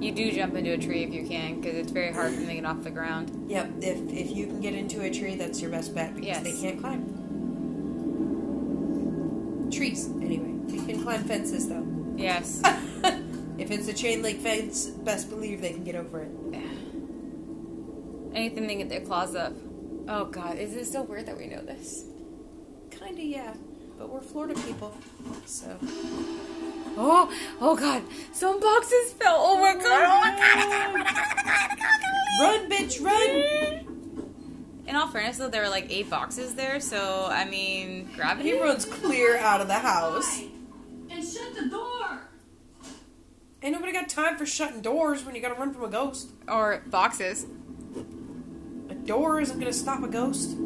Speaker 1: You do jump into a tree if you can, because it's very hard for them to get off the ground.
Speaker 15: Yep, if, if you can get into a tree, that's your best bet because
Speaker 1: Yes.
Speaker 15: they can't climb. Trees, anyway. You can climb fences though.
Speaker 1: Yes.
Speaker 15: If it's a chain link fence, best believe they can get over it.
Speaker 1: Anything they get their claws up. Oh god, is it so weird that we know this?
Speaker 15: Kinda, yeah. But we're Florida people, so.
Speaker 1: Oh, oh god, some boxes fell. Oh my god, oh my god, I got it, I got it, I got it, I got it, I got it.
Speaker 15: Run, bitch, run!
Speaker 1: In all fairness, though, there were like eight boxes there, so I mean, gravity.
Speaker 15: He runs clear out of the house.
Speaker 3: And shut the door!
Speaker 15: Ain't nobody got time for shutting doors when you gotta run from a ghost.
Speaker 1: Or boxes.
Speaker 15: A door isn't gonna stop a ghost.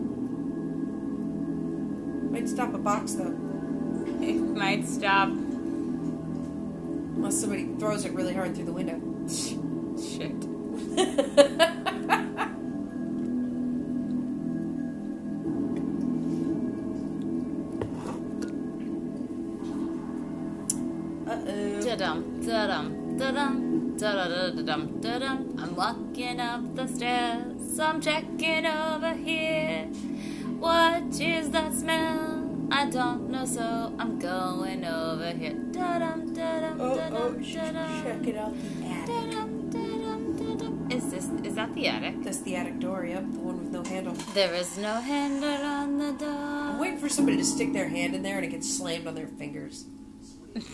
Speaker 15: Might stop a box though.
Speaker 1: It might stop.
Speaker 15: Unless somebody throws it really hard through the window.
Speaker 1: Shit.
Speaker 15: Uh oh.
Speaker 1: Da-dum, da-dum, da-dum, da-da-da-da-dum, da-dum. I'm walking up the stairs, I'm checking over here. What is that smell? I don't know, so I'm going over here. Da-dum, da-dum, da-dum, da-dum.
Speaker 15: Check it out. The
Speaker 1: Da-dum, da-dum, da-dum. Is this, is that the attic?
Speaker 15: That's the attic door, yep. The one with no handle.
Speaker 1: There is no handle on the door.
Speaker 15: I'm waiting for somebody to stick their hand in there and it gets slammed on their fingers.
Speaker 19: Keep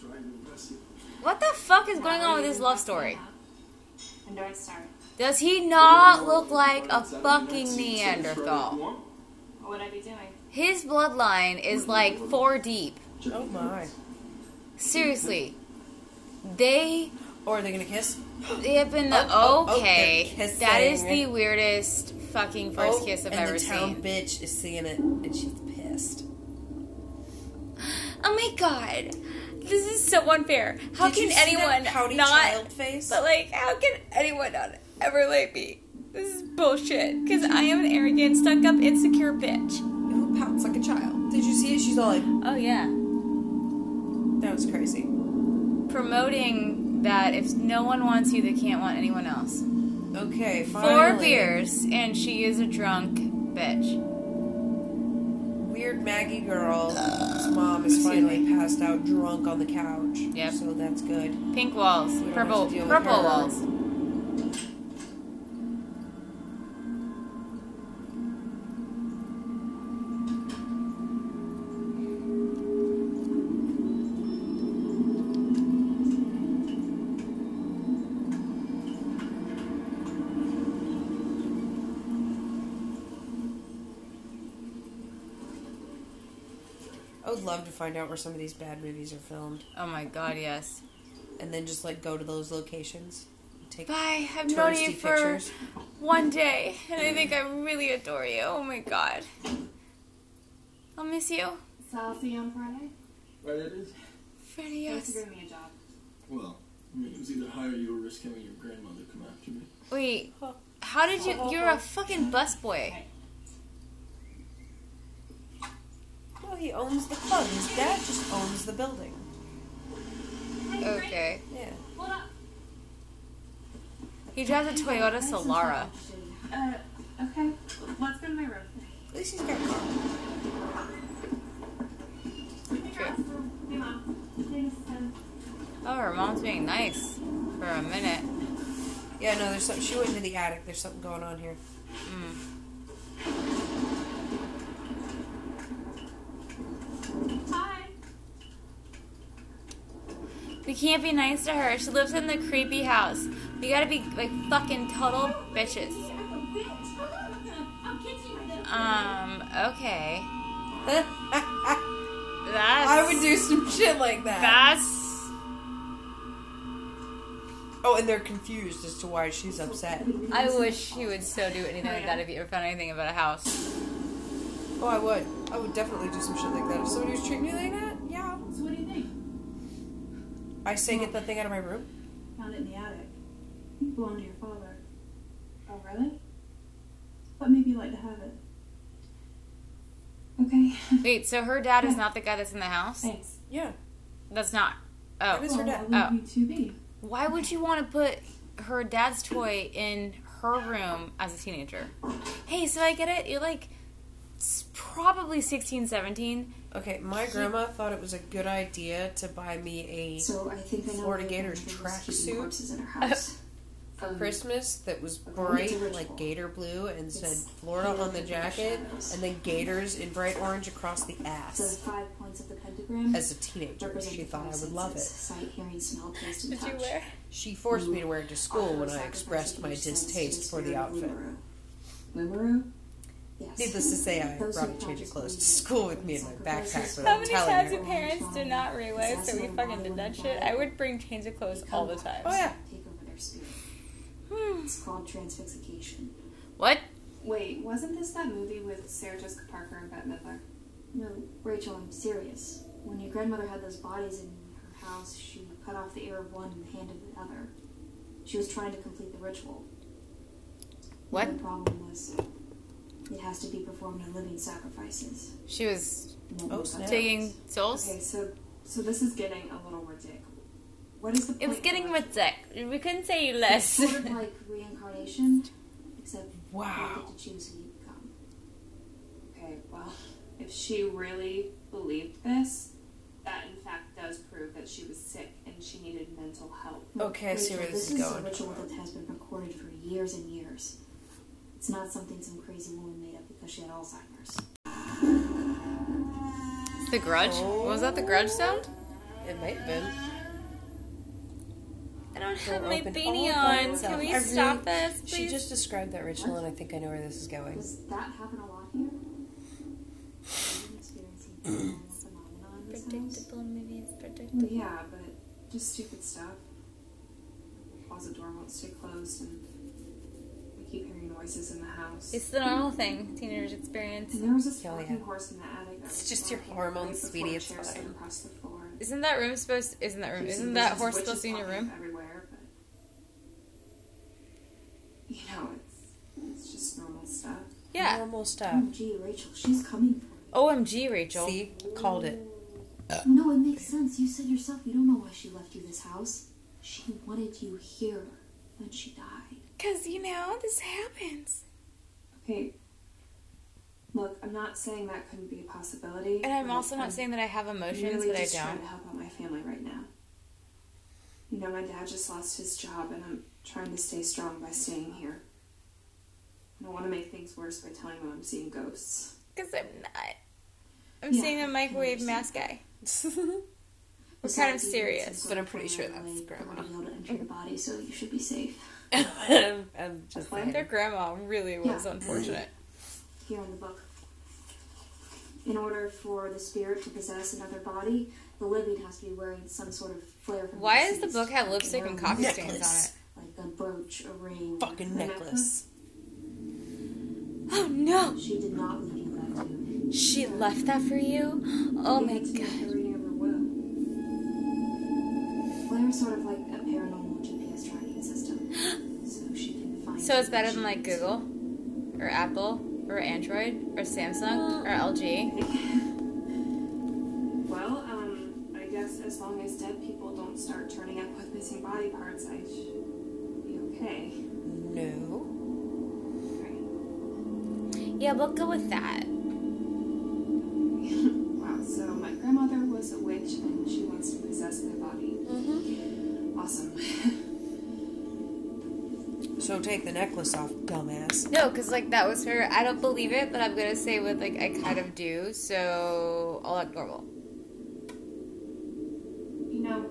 Speaker 19: trying to impress you.
Speaker 1: What the fuck is going on with his love story?
Speaker 6: When do I start?
Speaker 1: Does he not look like a fucking
Speaker 4: Ah.
Speaker 1: Neanderthal?
Speaker 6: What would I be doing?
Speaker 1: His bloodline is like four deep.
Speaker 15: Oh my.
Speaker 1: Seriously. They
Speaker 15: Or are they gonna kiss?
Speaker 1: they have been the
Speaker 15: Oh, oh, oh,
Speaker 1: okay.
Speaker 15: they're
Speaker 1: that is the
Speaker 15: kissing.
Speaker 1: weirdest fucking first
Speaker 15: Oh,
Speaker 1: kiss I've
Speaker 15: and
Speaker 1: ever
Speaker 15: the town
Speaker 1: seen.
Speaker 15: bitch is seeing it and she's pissed.
Speaker 1: Oh my god. This is so unfair. How
Speaker 15: Did you
Speaker 1: can
Speaker 15: see that
Speaker 1: anyone
Speaker 15: pouty
Speaker 1: not
Speaker 15: child face?
Speaker 1: But like how can anyone not ever like me? This is bullshit. Cause I am an arrogant, stuck up, insecure bitch.
Speaker 15: Who pouts like a child? Did you see it? She's all like,
Speaker 1: Oh yeah.
Speaker 15: that was crazy.
Speaker 1: promoting that if no one wants you, they can't want anyone else.
Speaker 15: Okay,
Speaker 1: Four
Speaker 15: finally.
Speaker 1: beers, and she is a drunk bitch.
Speaker 15: Weird Maggie girl's mom is finally passed out drunk on the couch.
Speaker 1: Yep.
Speaker 15: So that's good.
Speaker 1: Pink walls,
Speaker 15: don't have
Speaker 1: purple,
Speaker 15: to deal with
Speaker 1: purple
Speaker 15: her.
Speaker 1: walls.
Speaker 15: I would love to find out where some of these bad movies are filmed
Speaker 1: Oh my god, yes.
Speaker 15: and then just like go to those locations and take
Speaker 1: Bye. I've known you
Speaker 15: touristy
Speaker 1: for
Speaker 15: pictures.
Speaker 1: one day, and I think I really adore you. Oh my god, I'll miss you,
Speaker 6: So I'll see you on Friday.
Speaker 19: Right, it is.
Speaker 1: Freddie.
Speaker 6: Thanks for
Speaker 1: Yes.
Speaker 6: giving me a job.
Speaker 19: Well, I mean, it was either hire you or risk having your grandmother come after me.
Speaker 1: Wait, how did you? You're a fucking busboy.
Speaker 15: Well, he owns the club. His dad just owns the building.
Speaker 1: Okay.
Speaker 15: Yeah.
Speaker 3: Hold up.
Speaker 1: He drives a Toyota Solara.
Speaker 6: Uh, okay. Let's go to my room.
Speaker 15: At least he's got a car.
Speaker 6: Hey, Mom. Thanks, um,
Speaker 1: Oh, her mom's being nice for a minute.
Speaker 15: Yeah, no, there's something. She went into the attic. There's something going on here.
Speaker 8: Hi.
Speaker 1: We can't be nice to her. She lives in the creepy house. We gotta be like fucking total bitches.
Speaker 8: I'm kissing my little
Speaker 1: Um, okay. That's.
Speaker 15: I would do some shit like that.
Speaker 1: That's.
Speaker 15: Oh, and they're confused as to why she's upset.
Speaker 1: I wish she would so do anything like that if you ever found anything about a house.
Speaker 15: Oh, I would. I would definitely do some shit like that. If somebody was treating me like that, yeah.
Speaker 7: So what do you think?
Speaker 15: I say get that thing out of my room.
Speaker 7: Found it in the attic. It belonged to your father. Oh, really? But maybe you'd like to have it. Okay.
Speaker 1: Wait, so her dad is not the guy that's in the house?
Speaker 7: Thanks.
Speaker 15: Yeah.
Speaker 1: That's not. Oh.
Speaker 15: That is her dad.
Speaker 1: Oh.
Speaker 7: To be.
Speaker 1: Why would you want to put her dad's toy in her room as a teenager? Hey, so I get it. You're like s- probably 16, 17.
Speaker 15: Okay, my grandma thought it was a good idea to buy me a
Speaker 7: So I think I know
Speaker 15: Florida
Speaker 7: why
Speaker 15: Gators
Speaker 7: everyone was keeping corpses in
Speaker 15: tracksuit
Speaker 7: her house.
Speaker 15: for
Speaker 7: Um,
Speaker 15: Christmas that was
Speaker 7: Oh, it's
Speaker 15: bright,
Speaker 7: a ritual.
Speaker 15: like gator blue, and said
Speaker 7: It's
Speaker 15: Florida on the
Speaker 7: painted
Speaker 15: jacket,
Speaker 7: shadows.
Speaker 15: and then gators in bright orange across the
Speaker 7: The
Speaker 15: ass.
Speaker 7: five points of the pentagram.
Speaker 15: As a teenager,
Speaker 7: represent
Speaker 15: she
Speaker 7: the
Speaker 15: thought
Speaker 7: five
Speaker 15: I would love
Speaker 7: senses,
Speaker 15: it.
Speaker 7: Sight, hearing, smell, taste, and
Speaker 1: Did
Speaker 7: touch.
Speaker 1: you wear?
Speaker 15: She forced me to wear it to school when I expressed my distaste for the outfit.
Speaker 7: Mamoru?
Speaker 15: Needless to say, I brought a change of clothes to school with me in my backpack
Speaker 1: How
Speaker 15: without
Speaker 1: many
Speaker 15: telling
Speaker 1: times
Speaker 15: her.
Speaker 1: do parents do not realize that we fucking did that shit? I would bring change of clothes all the time.
Speaker 15: Oh yeah.
Speaker 7: Take over their spirit. It's called transfixication.
Speaker 1: What?
Speaker 6: Wait, wasn't this that movie with Sarah Jessica Parker and Bette Midler?
Speaker 7: No, Rachel, I'm serious. When your grandmother had those bodies in her house, she cut off the ear of one and handed the other. She was trying to complete the ritual.
Speaker 1: What?
Speaker 7: The problem was it has to be performed on living sacrifices.
Speaker 1: She was
Speaker 15: Oh, snap.
Speaker 1: taking souls?
Speaker 6: Okay, so so this is getting a little ridiculous. What is the point?
Speaker 1: It was getting ridiculous. We couldn't say
Speaker 7: It's
Speaker 1: less.
Speaker 7: sort of like reincarnation, except you
Speaker 15: Wow.
Speaker 7: get to choose who you become.
Speaker 6: Okay, well, if she really believed this, that in fact does prove that she was sick and she needed mental help.
Speaker 15: Okay, I see where
Speaker 7: Rachel,
Speaker 15: this
Speaker 7: is
Speaker 15: is
Speaker 7: a
Speaker 15: going.
Speaker 7: ritual that has been recorded for years and years. It's not something some crazy woman made up because she had Alzheimer's.
Speaker 1: The Grudge? Was that the Grudge sound?
Speaker 15: It might have been.
Speaker 1: I don't have
Speaker 15: Door
Speaker 1: my
Speaker 15: opened
Speaker 1: beanie
Speaker 15: all by
Speaker 1: on.
Speaker 15: itself.
Speaker 1: Can we
Speaker 15: I really-
Speaker 1: stop this, please?
Speaker 15: She just described that ritual, and I think I know where this is going.
Speaker 7: Does that happen a lot here? Are you experiencing some normal phenomenon in this house?
Speaker 1: Predictable movies,
Speaker 6: Well,
Speaker 1: predictable.
Speaker 6: yeah, but just stupid stuff. Closet door won't stay closed, and we keep hearing noises in the house.
Speaker 1: It's the normal thing teenagers experience.
Speaker 6: and there was this
Speaker 15: Hell
Speaker 6: fucking
Speaker 15: yeah.
Speaker 6: horse in the attic. that
Speaker 15: It's
Speaker 6: was
Speaker 15: just your
Speaker 6: barking
Speaker 15: hormones,
Speaker 6: right before
Speaker 15: sweetie,
Speaker 6: a
Speaker 15: it's
Speaker 6: chair slid
Speaker 15: fine.
Speaker 6: Across the floor.
Speaker 1: Isn't that room supposed? Isn't that room?
Speaker 6: Keeps
Speaker 1: Isn't
Speaker 6: some
Speaker 1: that
Speaker 6: business
Speaker 1: horse
Speaker 6: witches
Speaker 1: supposed to be in your
Speaker 6: popping up
Speaker 1: room?
Speaker 6: Everywhere, but you know, it's it's just normal stuff.
Speaker 1: Yeah.
Speaker 15: Normal stuff.
Speaker 7: Oh, gee, Rachel, she's coming for you.
Speaker 1: Omg, Rachel.
Speaker 15: See, called it.
Speaker 7: No, it makes sense. You said yourself you don't know why she left you this house. She wanted you here when she died.
Speaker 1: Cause you know this happens,
Speaker 6: Okay. Look, I'm not saying that couldn't be a possibility.
Speaker 1: and I'm
Speaker 6: but
Speaker 1: also
Speaker 6: I'm
Speaker 1: not saying that I have emotions,
Speaker 6: really
Speaker 1: but I
Speaker 6: just trying
Speaker 1: don't.
Speaker 6: to help out my family right now. You know, my dad just lost his job, and I'm trying to stay strong by staying here. I don't want to make things worse by telling them I'm seeing ghosts.
Speaker 1: Cause I'm not. I'm
Speaker 6: Yeah,
Speaker 1: seeing
Speaker 6: I
Speaker 1: the
Speaker 6: can
Speaker 1: microwave
Speaker 6: understand.
Speaker 1: mask guy. We're kind of
Speaker 7: Besides, you had some
Speaker 1: serious.
Speaker 7: sort
Speaker 15: but I'm
Speaker 7: of
Speaker 15: pretty sure
Speaker 7: prior
Speaker 15: that's
Speaker 7: way for
Speaker 15: grandma.
Speaker 7: the needle to enter your body, so you should be safe.
Speaker 15: I'm just saying.
Speaker 1: Their grandma really was
Speaker 7: Yeah.
Speaker 1: unfortunate.
Speaker 7: here in the book. In order for the spirit to possess another body, the living has to be wearing some sort of flair from
Speaker 1: Why
Speaker 7: the
Speaker 1: does the
Speaker 7: deceased,
Speaker 1: book have
Speaker 7: like
Speaker 1: lipstick and
Speaker 7: earrings,
Speaker 1: coffee
Speaker 15: Necklace.
Speaker 1: stains
Speaker 7: Like a brooch, a ring.
Speaker 15: Fucking
Speaker 7: a
Speaker 15: necklace.
Speaker 1: on it? Oh no!
Speaker 7: She did not leave you that too.
Speaker 1: She left that for you? Oh my god.
Speaker 6: Reading of her will.
Speaker 7: Flair is sort of like a paranormal GPS tracking system, so she can find.
Speaker 1: So it's
Speaker 7: you
Speaker 1: better
Speaker 7: if
Speaker 1: than
Speaker 7: she
Speaker 1: like
Speaker 7: needs
Speaker 1: Google or Apple or Android or Samsung or LG.
Speaker 6: Well, um, I guess as long as dead people don't start turning up with missing body parts, I should be okay.
Speaker 15: No.
Speaker 6: Right.
Speaker 1: Yeah, we'll go with that.
Speaker 6: wow, so my grandmother was a witch and she wants to possess my body.
Speaker 15: Mm-hmm. So take the necklace off, dumbass.
Speaker 1: No, because like that was her. I don't believe it, but I'm gonna say what like I kind of do. So I'll act normal.
Speaker 6: You know,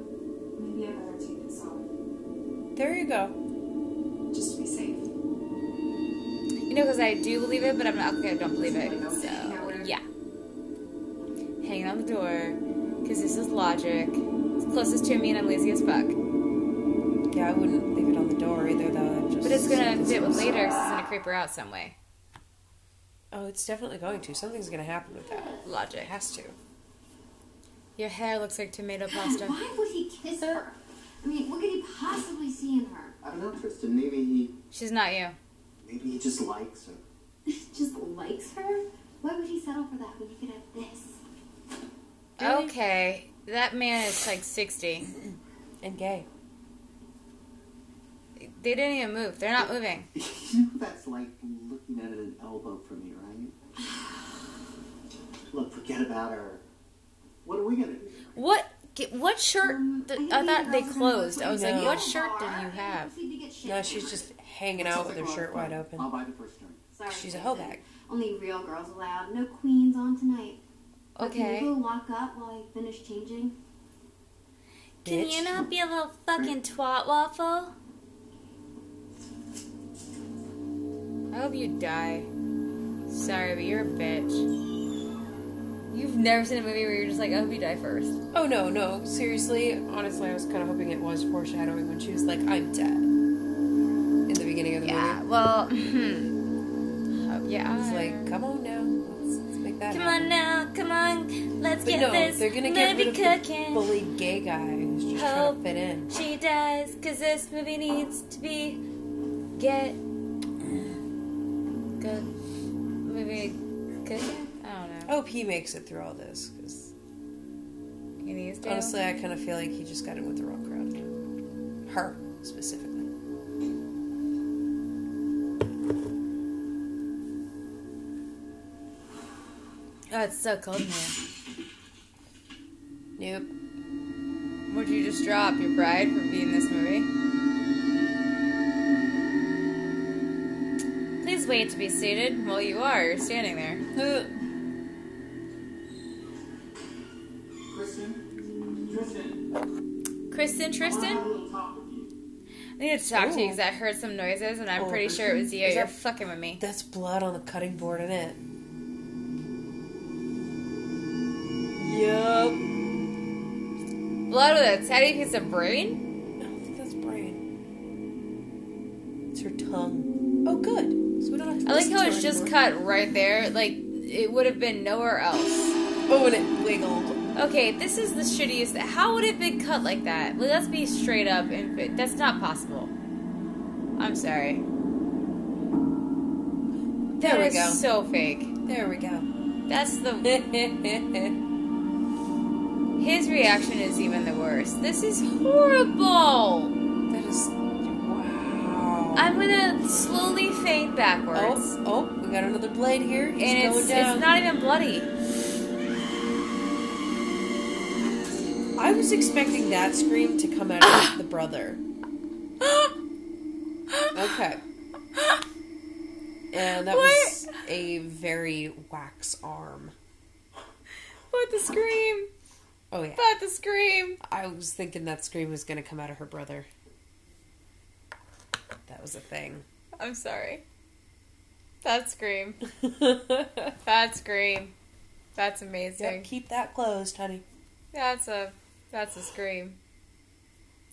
Speaker 6: maybe I better take this off.
Speaker 15: There you go.
Speaker 6: Just to be safe.
Speaker 1: You know, because I do believe it, but I'm not. Okay, I don't believe it. So yeah, hanging on the door because this is logic. It's closest to me, and I'm lazy as fuck.
Speaker 15: Yeah, I wouldn't leave it on the door either, though. I'd just
Speaker 1: But it's gonna fit with later because it's gonna creep her out some way.
Speaker 15: Oh, it's definitely going to. Something's gonna happen with that.
Speaker 1: Logic.
Speaker 15: It has to.
Speaker 1: Your hair looks like tomato pasta.
Speaker 3: Why would he kiss her? I mean, what could he possibly see in her?
Speaker 20: I don't know, Tristan. Maybe he,
Speaker 1: She's not you.
Speaker 20: maybe he just likes her.
Speaker 3: Just likes her? Why would he settle for that when he could have this?
Speaker 1: Okay, that man is like 60.
Speaker 15: And gay.
Speaker 1: They didn't even move. They're not moving.
Speaker 20: You know that's like looking at an elbow from me, right? Look, forget about her. What are we gonna do?
Speaker 1: What what shirt? Th- Um, I thought they closed. I was like,
Speaker 15: No.
Speaker 1: what shirt did you have?
Speaker 15: No, she's just hanging out with her shirt wide open. I'll
Speaker 20: buy the first drink.
Speaker 3: Sorry,
Speaker 15: She's a
Speaker 3: Jason.
Speaker 15: hellback.
Speaker 3: Only real girls allowed. No queens on tonight. But
Speaker 1: Okay.
Speaker 3: Can you go lock up while I finish changing?
Speaker 1: Can
Speaker 3: Bitch.
Speaker 1: you not be a little fucking twat waffle? I hope you die. Sorry, but you're a bitch. You've never seen a movie where you're just like, I hope you die first.
Speaker 15: Oh no, no. Seriously, honestly, I was kind of hoping it was foreshadowing when she was like, "I'm dead." In the beginning of the
Speaker 1: Yeah,
Speaker 15: movie.
Speaker 1: well, hmm. Hope you
Speaker 15: I was
Speaker 1: are.
Speaker 15: mm-hmm. like, "Come on now, let's, let's make that."
Speaker 1: Come
Speaker 15: happen."
Speaker 1: on now, come on, let's
Speaker 15: But
Speaker 1: get
Speaker 15: no,
Speaker 1: this
Speaker 15: they're gonna get
Speaker 1: movie
Speaker 15: rid of the
Speaker 1: cooking.
Speaker 15: bullied gay guy who's just trying
Speaker 1: Hope
Speaker 15: to fit in.
Speaker 1: she dies, cause this movie needs to be get uh, good movie cooking. I don't know.
Speaker 15: I hope he makes it through all this because
Speaker 1: He needs to.
Speaker 15: honestly, I kind of feel like he just got in with the wrong crowd. Her specifically.
Speaker 1: oh, it's so cold in here.
Speaker 15: Nope.
Speaker 1: Would you just drop your bride for being this movie? Please wait to be seated. Well, you are. You're standing there.
Speaker 20: Kristen? Tristan?
Speaker 1: Kristen,
Speaker 20: I wanna have a
Speaker 1: Tristan?
Speaker 20: little talk with you.
Speaker 1: I need to talk to you
Speaker 15: Ooh.
Speaker 1: because I heard some noises and I'm
Speaker 15: Oh,
Speaker 1: pretty
Speaker 15: is
Speaker 1: sure it was you.
Speaker 15: is
Speaker 1: You're
Speaker 15: that-
Speaker 1: fucking with me.
Speaker 15: That's blood on the cutting board in it. Yup.
Speaker 1: Blood with a tiny piece of brain?
Speaker 15: I don't think that's brain. It's her tongue. Oh, good. So we don't have to
Speaker 1: I like
Speaker 15: listen
Speaker 1: how
Speaker 15: to
Speaker 1: it's
Speaker 15: her
Speaker 1: just
Speaker 15: anymore.
Speaker 1: cut right there. Like, it would have been nowhere else.
Speaker 15: Oh, and it wiggled.
Speaker 1: Okay, this is the shittiest. How would it have been cut like that? Well, let's be straight up and fi- that's not possible. I'm sorry.
Speaker 15: There
Speaker 1: That
Speaker 15: we
Speaker 1: is
Speaker 15: go.
Speaker 1: so fake.
Speaker 15: There we go.
Speaker 1: That's the. His reaction is even the worst. This is horrible!
Speaker 15: That is. Wow.
Speaker 1: I'm gonna slowly fade backwards.
Speaker 15: Oh, oh, we got another blade here. He's
Speaker 1: and
Speaker 15: going
Speaker 1: it's,
Speaker 15: down.
Speaker 1: it's not even bloody.
Speaker 15: I was expecting that scream to come out of the brother. Okay. And that was a very wax arm.
Speaker 1: What the scream?
Speaker 15: Oh yeah.
Speaker 1: What the scream?
Speaker 15: I was thinking that scream was gonna come out of her brother. That was a thing.
Speaker 1: I'm sorry. That scream. That scream. That's
Speaker 15: Yep,
Speaker 1: amazing.
Speaker 15: keep that closed, honey.
Speaker 1: That's a that's a scream.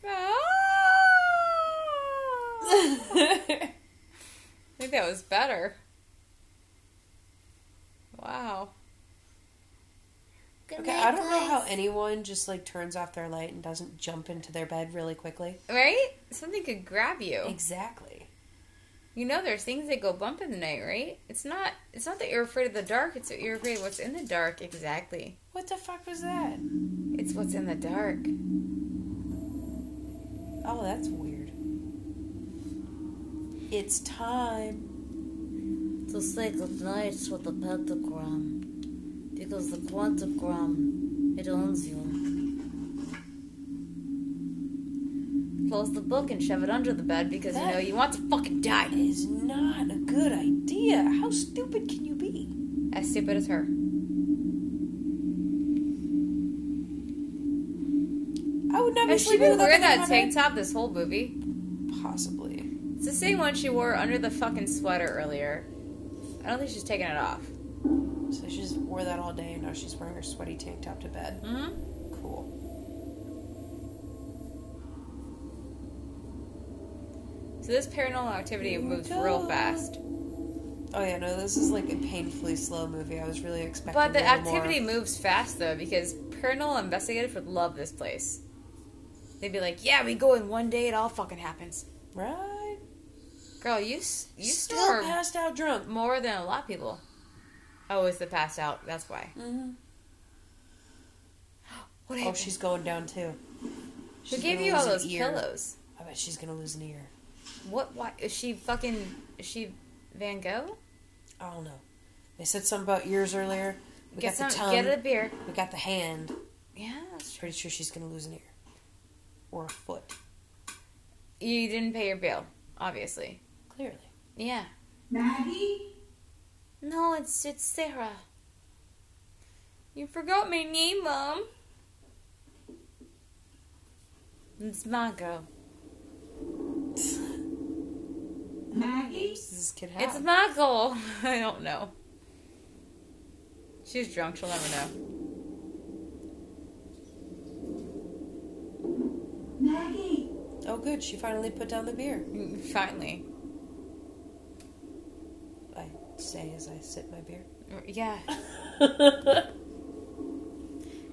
Speaker 1: Ah! I think that was better. Wow.
Speaker 15: Okay, I don't know how anyone just like turns off their light and doesn't jump into their bed really quickly.
Speaker 1: Right? Something could grab you.
Speaker 15: Exactly.
Speaker 1: You know there's things that go bump in the night, right? It's not it's not that you're afraid of the dark, it's that you're afraid of what's in the dark exactly.
Speaker 15: What the fuck was that?
Speaker 1: It's what's in the dark.
Speaker 15: Oh, that's weird. It's time.
Speaker 21: To say goodnight with the pentagram, because the quantagram, it owns you.
Speaker 1: close the book and shove it under the bed because you know you want to fucking die.
Speaker 15: Is not a good idea. How stupid can you be?
Speaker 1: As stupid as her.
Speaker 15: I would not be
Speaker 1: Has she
Speaker 15: sleeping
Speaker 1: been
Speaker 15: without
Speaker 1: wearing
Speaker 15: that
Speaker 1: that
Speaker 15: thing on
Speaker 1: tank top this whole movie?
Speaker 15: Possibly.
Speaker 1: It's the same one she wore under the fucking sweater earlier. I don't think she's taking it off.
Speaker 15: So she just wore that all day, and now she's wearing her sweaty tank top to bed.
Speaker 1: Mhm.
Speaker 15: Cool.
Speaker 1: So this paranormal activity moves real fast.
Speaker 15: Oh yeah, no, this is like a painfully slow movie. I was really expecting.
Speaker 1: But the
Speaker 15: a little more.
Speaker 1: activity moves fast though because paranormal investigators would love this place. They'd be like, "Yeah, we go in one day, it all fucking happens."
Speaker 15: Right?
Speaker 1: Girl, you s- you
Speaker 15: Still
Speaker 1: snore
Speaker 15: passed out drunk
Speaker 1: more than a lot of people. Oh, it's the passed out. That's why.
Speaker 15: Mm-hmm.
Speaker 1: What
Speaker 15: oh,
Speaker 1: happened?
Speaker 15: she's going down too.
Speaker 1: Who
Speaker 15: She's
Speaker 1: gave
Speaker 15: gonna
Speaker 1: you all
Speaker 15: lose an
Speaker 1: those
Speaker 15: ear.
Speaker 1: pillows?
Speaker 15: I bet she's gonna lose an ear.
Speaker 1: What? Why is she fucking? Is she Van Gogh?
Speaker 15: I don't know. They said something about ears earlier. We
Speaker 1: Get
Speaker 15: got the
Speaker 1: some-
Speaker 15: tongue.
Speaker 1: get a beer.
Speaker 15: We got the hand.
Speaker 1: Yeah.
Speaker 15: Pretty sure she's gonna lose an ear or a foot.
Speaker 1: You didn't pay your bill, obviously.
Speaker 15: Clearly.
Speaker 1: Yeah.
Speaker 3: Maggie?
Speaker 1: No, it's it's Sarah. You forgot my name, Mom. It's Margot.
Speaker 3: Maggie?
Speaker 15: Does this kid have?
Speaker 1: It's Margot. I don't know. She's drunk. She'll never know.
Speaker 3: Maggie?
Speaker 15: Oh, good. She finally put down the beer.
Speaker 1: Mm, Finally.
Speaker 15: I say as I sip my beer.
Speaker 1: Yeah.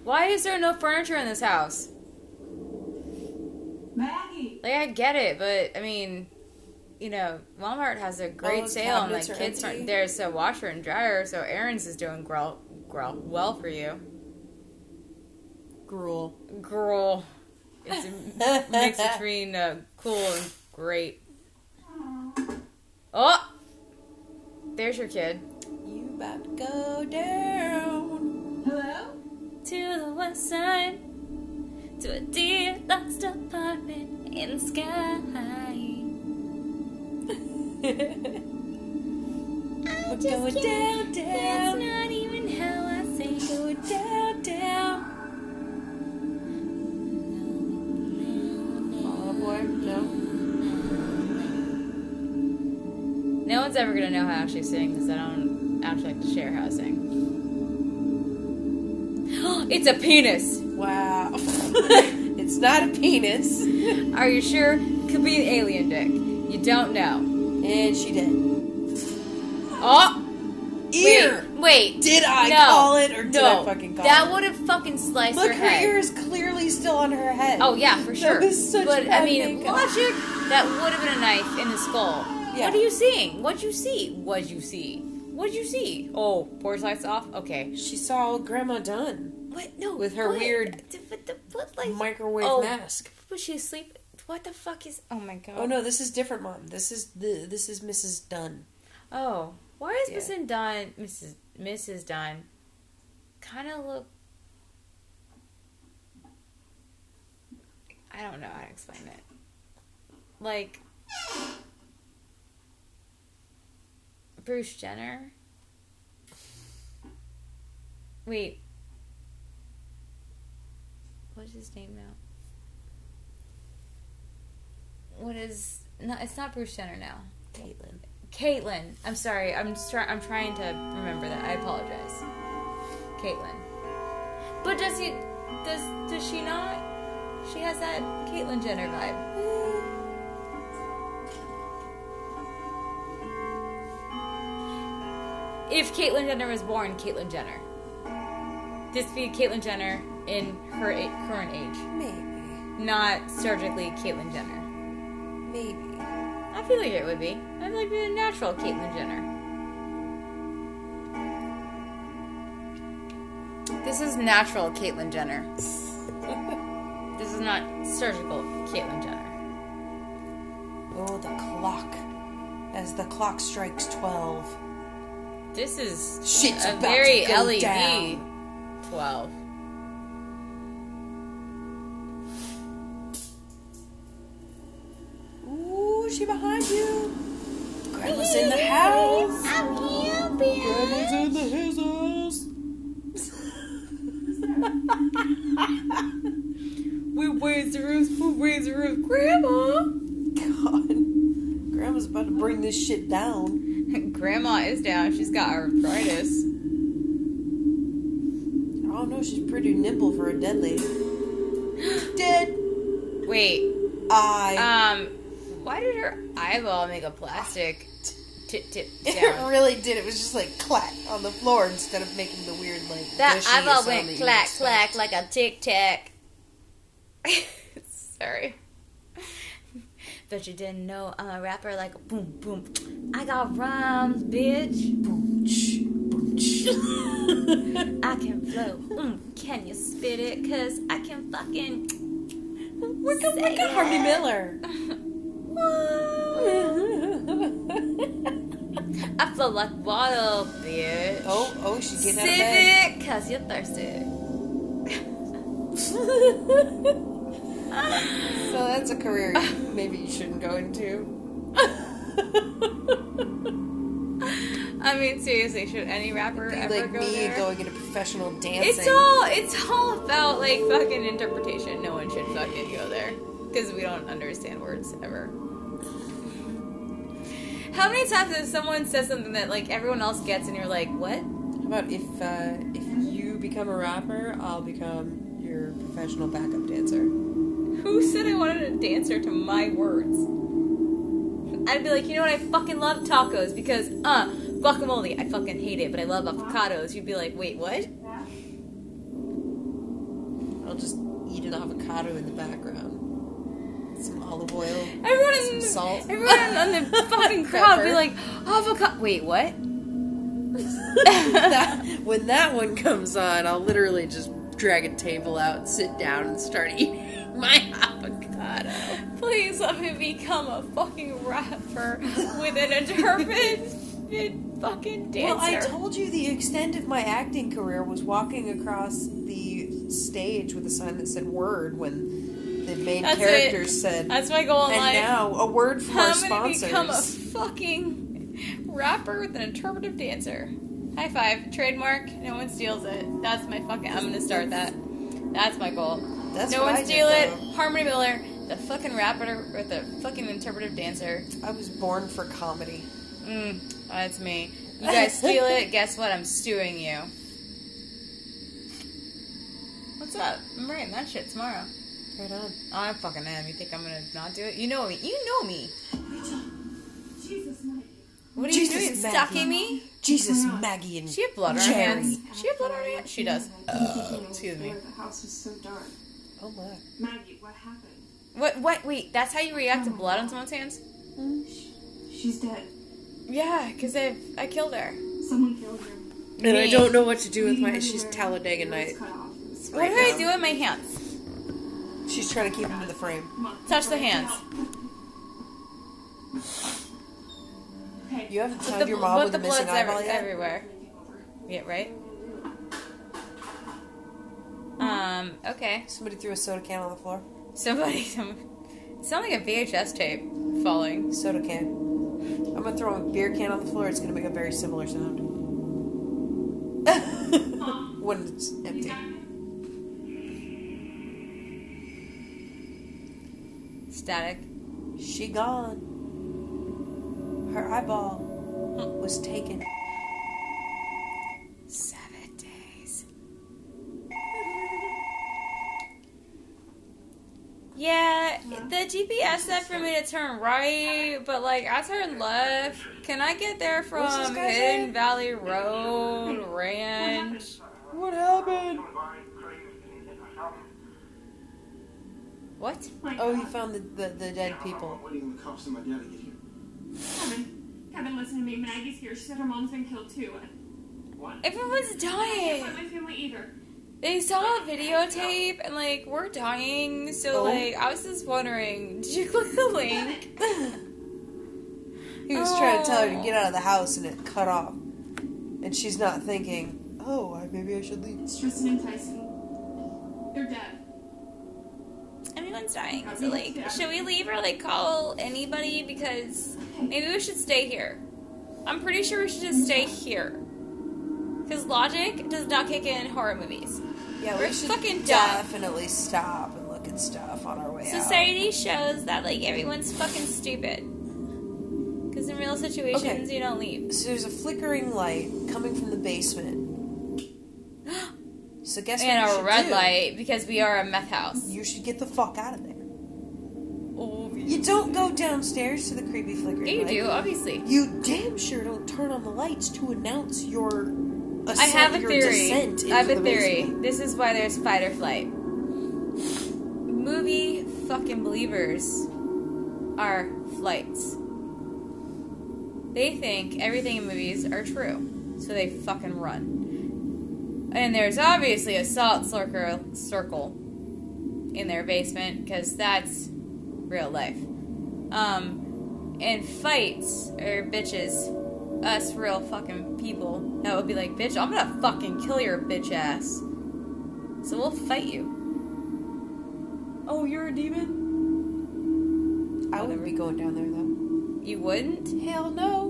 Speaker 1: Why is there no furniture in this house?
Speaker 3: Maggie?
Speaker 1: Like I get it, but I mean, you know, Walmart has a great
Speaker 15: All the
Speaker 1: sale, and like
Speaker 15: cabinets are
Speaker 1: kids
Speaker 15: empty.
Speaker 1: aren't there's a washer and dryer, so Aaron's is doing growl, growl, well for you.
Speaker 15: Gruel.
Speaker 1: Gruel. It's a mix between uh, cool and great. Oh, there's your kid.
Speaker 15: You about to go down.
Speaker 3: Hello?
Speaker 1: To the west side, to a dear lost apartment in the sky.
Speaker 15: We're going down, down.
Speaker 1: not even how I say
Speaker 15: Go down, down. Fall Out Boy? No.
Speaker 1: No one's ever gonna know how I actually sing because I don't actually like to share how I sing. it's a penis.
Speaker 15: Wow. it's not a penis.
Speaker 1: Are you sure? Could be an alien dick. You don't know.
Speaker 15: And she did.
Speaker 1: Oh,
Speaker 15: Ear.
Speaker 1: Wait, wait.
Speaker 15: Did I
Speaker 1: no,
Speaker 15: call it or did
Speaker 1: no.
Speaker 15: I fucking call
Speaker 1: that
Speaker 15: it?
Speaker 1: would have fucking sliced
Speaker 15: Look,
Speaker 1: her
Speaker 15: her,
Speaker 1: head.
Speaker 15: ear is clearly still on her head.
Speaker 1: Oh yeah, for sure.
Speaker 15: was such
Speaker 1: but
Speaker 15: bad
Speaker 1: I mean,
Speaker 15: makeup.
Speaker 1: logic. That would have been a knife in the skull.
Speaker 15: Yeah.
Speaker 1: What are you seeing? What'd you see? What'd you see? What'd you see? Oh, porch lights off. Okay.
Speaker 15: She saw old Grandma Dunn
Speaker 1: What? No.
Speaker 15: with her
Speaker 1: what?
Speaker 15: weird
Speaker 1: What the what? Like
Speaker 15: microwave
Speaker 1: Oh.
Speaker 15: mask.
Speaker 1: was she asleep? What the fuck is? Oh my god.
Speaker 15: Oh no, this is different, Mom. This is the this is Mrs. Dunn.
Speaker 1: Oh, why
Speaker 15: Yeah.
Speaker 1: is Mrs. Dunn, Mrs. Mrs. Dunn, kind of look? I don't know how to explain it. Like Bruce Jenner. Wait, what's his name now? What is? No, it's not Bruce Jenner now.
Speaker 15: Caitlin.
Speaker 1: Caitlin. I'm sorry. I'm just try- I'm trying to remember that. I apologize. Caitlin. But does he? Does does she not? She has that Caitlyn Jenner vibe. If Caitlyn Jenner was born Caitlyn Jenner, this be Caitlyn Jenner in her a- current age,
Speaker 15: Maybe.
Speaker 1: not surgically Caitlyn Jenner.
Speaker 15: Maybe.
Speaker 1: I feel like it would be. I'd like to be a natural Caitlyn Jenner. This is natural Caitlyn Jenner. this is not surgical Caitlyn Jenner.
Speaker 15: Oh, the clock. As the clock strikes 12.
Speaker 1: This is
Speaker 15: Shit's
Speaker 1: a
Speaker 15: about
Speaker 1: very E
Speaker 15: to go
Speaker 1: LED
Speaker 15: down.
Speaker 1: 12.
Speaker 15: is she behind you?
Speaker 2: Grandma's in the house.
Speaker 21: I'm here, bitch.
Speaker 2: in the house.
Speaker 15: We raise the roof, we raise the roof, Grandma. God, Grandma's about to bring this shit down.
Speaker 1: Grandma is down. She's got arthritis.
Speaker 15: Oh no, she's pretty nimble for a dead lady. Dead.
Speaker 1: Wait.
Speaker 15: I.
Speaker 1: Um, why did her eyeball make a plastic tip tip
Speaker 22: It
Speaker 1: down?
Speaker 22: really did. It was just like clack on the floor instead of making the weird like.
Speaker 1: That
Speaker 22: gushy
Speaker 1: eyeball
Speaker 22: sound that
Speaker 1: went
Speaker 22: you
Speaker 1: clack
Speaker 22: expect.
Speaker 1: clack like a tic tac. Sorry. Bet you didn't know I'm a rapper like boom boom. I got rhymes, bitch. Boom ch, boom ch. I can flow. Mm, can you spit it? Cause I can fucking.
Speaker 15: Look at look at Harvey Miller.
Speaker 1: I flow like water, bitch.
Speaker 15: Oh oh, she's getting out of bed.
Speaker 1: Civic, cause you're thirsty.
Speaker 22: So that's a career you- maybe you shouldn't go into.
Speaker 1: I mean, seriously, should any rapper
Speaker 22: Be
Speaker 1: ever
Speaker 22: like
Speaker 1: go
Speaker 22: me
Speaker 1: there?
Speaker 22: going into professional dancing.
Speaker 1: it's all it's all about like fucking interpretation. No one should fucking go there because we don't understand words ever. How many times has someone said something that like everyone else gets and you're like, what?
Speaker 15: How about if uh, if you become a rapper, I'll become your professional backup dancer.
Speaker 1: Who said I wanted a dancer to my words? I'd be like, you know what? I fucking love tacos because uh guacamole. I fucking hate it, but I love avocados. You'd be like, wait, what?
Speaker 15: I'll just eat an avocado in the background. Some olive oil.
Speaker 1: Everyone in
Speaker 15: Some
Speaker 1: the,
Speaker 15: salt.
Speaker 1: everyone on the fucking crowd be
Speaker 15: Pepper.
Speaker 1: like, avocado. Wait, what?
Speaker 2: When that one comes on, I'll literally just drag a table out, sit down, and start eating my avocado.
Speaker 1: Please let me become a fucking rapper with an interpreted fucking dancer.
Speaker 15: Well, I told you the extent of my acting career was walking across the stage with a sign that said "word" when the main
Speaker 1: That's
Speaker 15: characters
Speaker 1: it.
Speaker 15: said.
Speaker 1: That's my goal in
Speaker 15: and
Speaker 1: life.
Speaker 15: now a word from our
Speaker 1: I'm gonna
Speaker 15: sponsors.
Speaker 1: become a fucking rapper with an interpretive dancer. High five, trademark. No one steals it. That's my fucking. I'm gonna start that. That's my goal.
Speaker 15: That's
Speaker 1: no
Speaker 15: what
Speaker 1: one
Speaker 15: I did,
Speaker 1: steal it.
Speaker 15: though.
Speaker 1: Harmony Miller, the fucking rapper with the fucking interpretive dancer.
Speaker 15: I was born for comedy.
Speaker 1: Mm, that's me. You guys steal it. Guess what? I'm suing you. What's up? I'm writing that shit tomorrow.
Speaker 15: Right on.
Speaker 1: I fucking am. You think I'm gonna not do it? You know me. You know me.
Speaker 3: Jesus, Maggie.
Speaker 1: What are
Speaker 15: Jesus,
Speaker 1: you doing?
Speaker 15: Maggie.
Speaker 1: Stalking me?
Speaker 15: Jesus, Maggie, and
Speaker 1: She have blood on her
Speaker 15: Jerry.
Speaker 1: hands. She have blood on her hands. She does. excuse me.
Speaker 6: The house was so dark.
Speaker 15: Oh look.
Speaker 6: Maggie, what happened?
Speaker 1: What? What? Wait. That's how you react to blood on someone's hands? Hmm?
Speaker 6: She's dead.
Speaker 1: Yeah, cause I I killed her.
Speaker 6: Someone killed her.
Speaker 2: And I don't know what to do with my. She's Talladega Night.
Speaker 1: What
Speaker 2: right
Speaker 1: do I
Speaker 2: now.
Speaker 1: do with my hands?
Speaker 15: She's trying to keep him in the frame.
Speaker 1: Touch the hands.
Speaker 15: You haven't
Speaker 1: But
Speaker 15: found your mom
Speaker 1: but
Speaker 15: with a missing
Speaker 1: blood's
Speaker 15: eyeball
Speaker 1: every-
Speaker 15: yet.
Speaker 1: everywhere. Yeah. Right. Um. Okay.
Speaker 15: Somebody threw a soda can on the floor.
Speaker 1: Somebody. Some. It sounds like a VHS tape falling.
Speaker 15: Soda can. I'm gonna throw a beer can on the floor. It's gonna make a very similar sound. when it's empty.
Speaker 1: Static.
Speaker 15: She gone. Her eyeball was taken.
Speaker 1: Seven days. Yeah, the GPS said for me to turn right, but like I turned left. Can I get there
Speaker 15: What's
Speaker 1: from
Speaker 15: this guy's
Speaker 1: Hidden
Speaker 15: name?
Speaker 1: Valley Road Ranch?
Speaker 15: What happened?
Speaker 1: What?
Speaker 15: Oh, he found the, the, the dead people.
Speaker 5: Waiting on the cops and my dad to get here.
Speaker 8: Kevin, Kevin, listen to me. Maggie's here. She said her mom's been killed too.
Speaker 1: Everyone's
Speaker 8: I can't
Speaker 1: dying.
Speaker 8: find my family either.
Speaker 1: They saw a videotape and like we're dying. So
Speaker 15: Oh.
Speaker 1: like I was just wondering, did you click the link?
Speaker 15: He was trying to tell her to get out of the house and it cut off. And she's not thinking, oh, I- maybe I should leave.
Speaker 8: It's Tristan and Tyson. They're dead.
Speaker 1: Everyone mom's dying. So, like, should we leave or, like, call anybody? Because maybe we should stay here. I'm pretty sure we should just stay here. Because logic does not kick in horror movies.
Speaker 15: Yeah,
Speaker 1: we're
Speaker 15: we should
Speaker 1: fucking dumb.
Speaker 15: definitely stop and look at stuff on our way out.
Speaker 1: Society shows that, like, everyone's fucking stupid. Because in real situations, you don't leave.
Speaker 15: So there's a flickering light coming from the basement. So guess what?
Speaker 1: and a
Speaker 15: you should
Speaker 1: red
Speaker 15: do?
Speaker 1: light because we are a meth house.
Speaker 15: You should get the fuck out of there. You don't go downstairs to the creepy flickering
Speaker 1: Yeah, you
Speaker 15: light.
Speaker 1: do, obviously.
Speaker 15: You damn sure don't turn on the lights to announce your ascent,
Speaker 1: I have a
Speaker 15: your
Speaker 1: theory.
Speaker 15: descent
Speaker 1: I have
Speaker 15: into
Speaker 1: a
Speaker 15: the
Speaker 1: theory.
Speaker 15: basement.
Speaker 1: This is why there's fight or flight. Movie fucking believers are flights. They think everything in movies are true, so they fucking run. And there's obviously a salt circle, circle in their basement because that's real life. Um, and fights or bitches us real fucking people that would be like, bitch, I'm gonna fucking kill your bitch ass. So we'll fight you. Oh, you're a demon?
Speaker 15: I wouldn't be going down there though.
Speaker 1: You wouldn't?
Speaker 15: Hell no.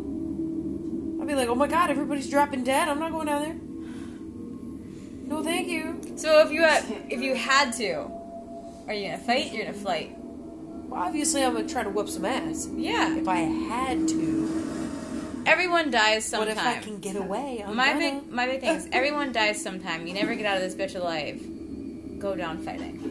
Speaker 15: I'd be like, oh my god, everybody's dropping dead. I'm not going down there. No, thank you.
Speaker 1: So if you had, if you had to, are you gonna fight? You're gonna flight.
Speaker 15: Well, obviously, I'm gonna try to whip some ass.
Speaker 1: Yeah.
Speaker 15: If I had to.
Speaker 1: Everyone dies
Speaker 15: But
Speaker 1: sometime.
Speaker 15: if I can get away, I'm
Speaker 1: my
Speaker 15: gonna.
Speaker 1: big, my big thing is everyone dies sometime. You never get out of this bitch alive. Go down fighting.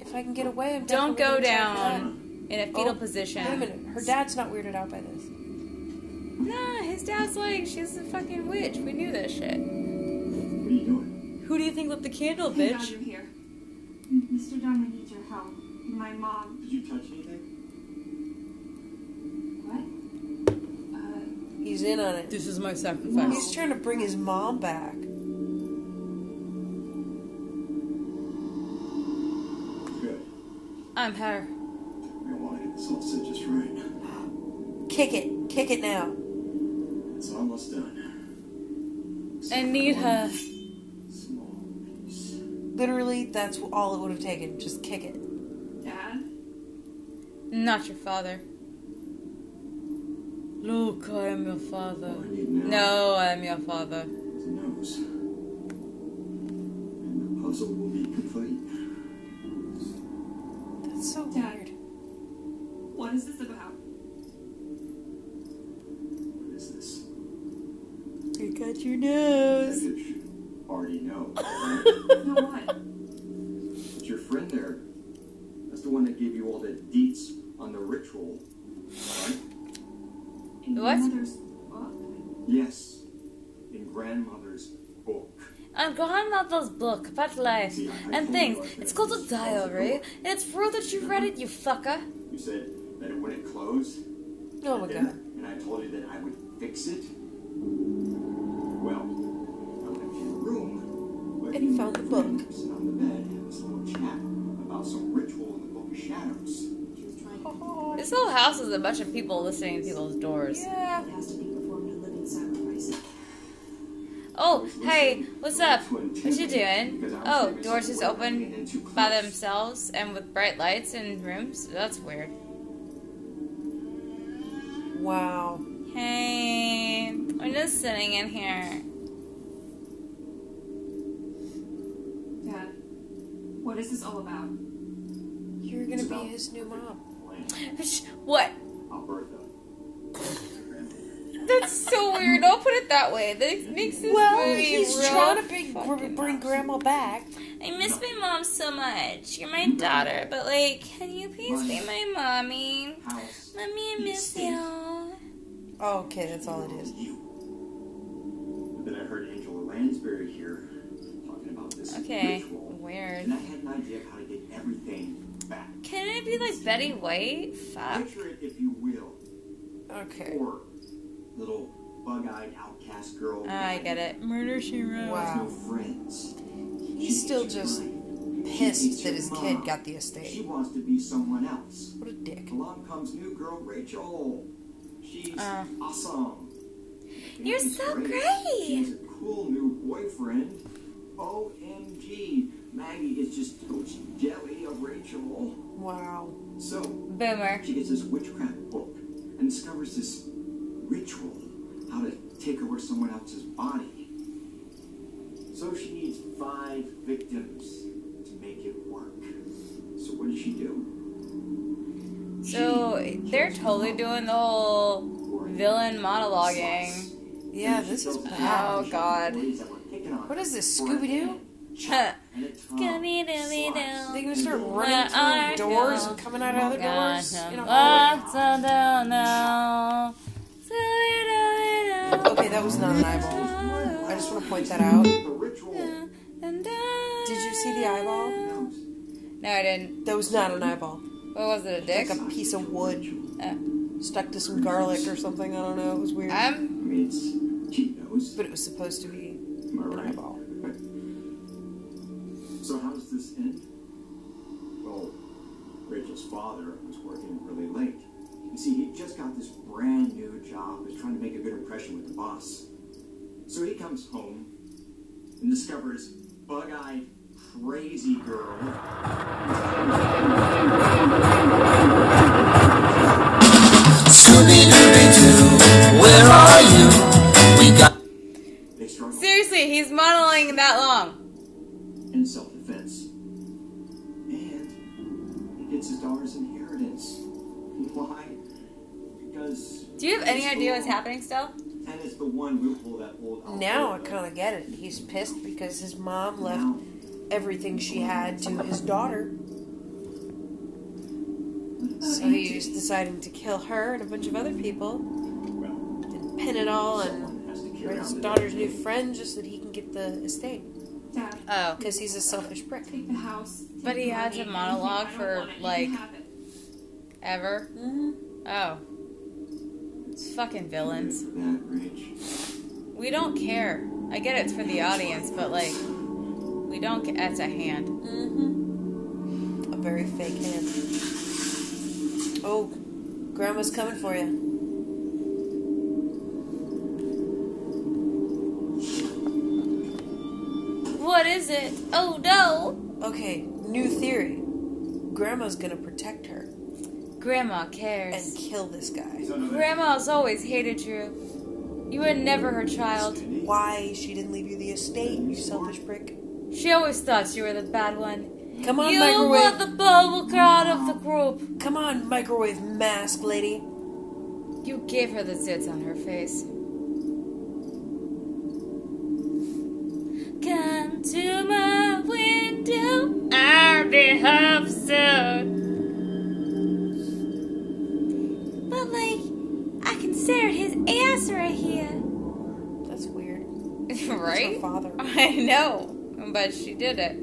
Speaker 15: If I can get away, I'm
Speaker 1: Don't go
Speaker 15: definitely gonna try
Speaker 1: down in a fetal
Speaker 15: Oh,
Speaker 1: position.
Speaker 15: Wait a minute. Her dad's not weirded out by this.
Speaker 1: Nah, his dad's like, she's a fucking witch. We knew this
Speaker 23: What are
Speaker 1: shit.
Speaker 23: you doing?
Speaker 1: Who do you think lit the candle,
Speaker 6: Thank
Speaker 1: bitch?
Speaker 6: God you're here. M- Mr. Dunn, I need your help. My mom.
Speaker 20: Did you touch anything?
Speaker 6: What?
Speaker 15: He's in on it.
Speaker 1: This is my
Speaker 15: sacrifice. He's trying to bring his mom back.
Speaker 23: Good.
Speaker 1: I'm her.
Speaker 23: We want to get this all set just right.
Speaker 15: Kick it. Kick it now.
Speaker 23: It's almost done.
Speaker 1: I need her.
Speaker 15: Literally, that's all it would have taken. Just kick it.
Speaker 6: Dad?
Speaker 1: Not your father. Look, I am your father. No, I am your father.
Speaker 23: His nose. And the puzzle will be complete.
Speaker 15: That's so
Speaker 6: Dad. What is this about?
Speaker 23: What is this?
Speaker 15: I got your nose.
Speaker 23: That bitch already knows.
Speaker 6: No, what?
Speaker 5: But your friend there, that's the one that gave you all the deets on the ritual, right?
Speaker 6: In
Speaker 1: What?
Speaker 6: Mother's book?
Speaker 5: Yes, in grandmother's book.
Speaker 1: And grandmother's book about life and things. It's called a diary, and it's true that you read it, you fucker.
Speaker 5: You said that when it closed,
Speaker 15: Oh my
Speaker 5: and,
Speaker 15: god.
Speaker 5: and I told you that I would fix it. Well, I left you the room, but
Speaker 15: And found the book.
Speaker 5: sitting on the bed had this little chat about some ritual in the Book of Shadows. She was trying to
Speaker 1: This whole house is a bunch of people listening to people's doors.
Speaker 15: Yeah.
Speaker 7: It has to be performed a living sacrifice.
Speaker 1: Oh, hey, what's up? What you doing? Oh, doors just open by themselves and with bright lights in rooms. That's weird.
Speaker 15: Wow.
Speaker 1: Hey, I'm just sitting in here.
Speaker 6: Dad, what is this all about?
Speaker 15: You're gonna be his new mom.
Speaker 1: What?
Speaker 5: Alberta.
Speaker 1: That's so weird. Don't put it that way. That makes this
Speaker 15: Well,
Speaker 1: movie
Speaker 15: he's
Speaker 1: real
Speaker 15: trying to bring,
Speaker 1: fucking-
Speaker 15: gr- bring grandma back.
Speaker 1: I miss my mom so much. You're my daughter, but like, can you please be my mommy?
Speaker 5: House.
Speaker 1: Mommy, I miss you.
Speaker 15: Oh, okay, that's all it is.
Speaker 5: But then I heard Angela Lansbury here talking about this
Speaker 1: Okay,
Speaker 5: ritual, and
Speaker 1: weird.
Speaker 5: I had an idea of how to get everything back.
Speaker 1: Can it be like Betty White?
Speaker 15: Uh,
Speaker 1: Fuck.
Speaker 5: Picture it, if you will.
Speaker 15: Okay.
Speaker 5: Or little bug-eyed outcast girl.
Speaker 1: Ah, I get it. Murder she wrote.
Speaker 5: No friends.
Speaker 15: He's still just pissed that his kid got the estate.
Speaker 5: She wants to be someone else.
Speaker 15: What a dick.
Speaker 5: Along comes new girl Rachel. She's
Speaker 1: Uh.
Speaker 5: awesome.
Speaker 1: You're
Speaker 5: She's
Speaker 1: so
Speaker 5: She
Speaker 1: great.
Speaker 5: has a cool new boyfriend. OMG. Maggie is just toast jelly of Rachel.
Speaker 15: Wow.
Speaker 5: So,
Speaker 1: Boomer.
Speaker 5: she gets this witchcraft book and discovers this ritual how to take over someone else's body. So she needs five victims to make it work. So, what does she do?
Speaker 1: So they're totally doing the whole villain monologuing.
Speaker 15: Yeah, this is
Speaker 1: Oh God.
Speaker 15: What is this, Scooby Doo?
Speaker 1: Scooby Dooby Doo.
Speaker 15: They're gonna start running through doors and coming out of
Speaker 1: Oh,
Speaker 15: other doors. You know,
Speaker 2: Okay, that was not an eyeball. I just want to point that out.
Speaker 15: Did you see the eyeball?
Speaker 1: No, I didn't.
Speaker 15: That was not an eyeball.
Speaker 1: What was it, a dick?
Speaker 15: Like a piece of wood stuck to some garlic or something. I don't know. It was weird.
Speaker 1: I'm...
Speaker 15: But it was supposed to be an eyeball.
Speaker 5: So how does this end? Well, Rachel's father was working really late. You see, he just got this brand new job, was trying to make a good impression with the boss. So he comes home and discovers bug-eyed, crazy girl.
Speaker 24: Where are you? We got.
Speaker 1: Seriously, he's modeling that long.
Speaker 5: in self-defense. And he gets his daughter's inheritance. Why? Because
Speaker 1: Do you have any idea what's happening still?
Speaker 5: and it's the one we pull that old out.
Speaker 15: Now I kind of get it. He's pissed because his mom left everything she had to his daughter. So he's deciding to kill her and a bunch of other people and pin it all on his daughter's new friend just that he can get the estate.
Speaker 1: Oh.
Speaker 15: Because he's a selfish prick.
Speaker 8: The house.
Speaker 1: But he had to monologue for like ever. Oh, it's fucking villains. We don't care. I get it's for the audience, but like, we don't. Ca- that's a hand.
Speaker 15: A very fake hand. Oh, Grandma's coming for you.
Speaker 1: What is it? Oh no!
Speaker 15: Okay, new theory. Grandma's gonna protect her
Speaker 1: Grandma cares.
Speaker 15: and kill this guy.
Speaker 1: Grandma's always hated you. You were never her child.
Speaker 15: Why she didn't leave you the estate, you selfish prick.
Speaker 1: She always thought you were the bad one.
Speaker 15: Come on,
Speaker 1: you
Speaker 15: microwave.
Speaker 1: were the bubble crowd of the group.
Speaker 15: Come on, microwave mask lady.
Speaker 1: You gave her the zits on her face. Come to my window, I'll be home soon. But like, I can stare at his ass right here.
Speaker 15: That's weird.
Speaker 1: right?
Speaker 15: That's her father.
Speaker 1: I know, but she did it.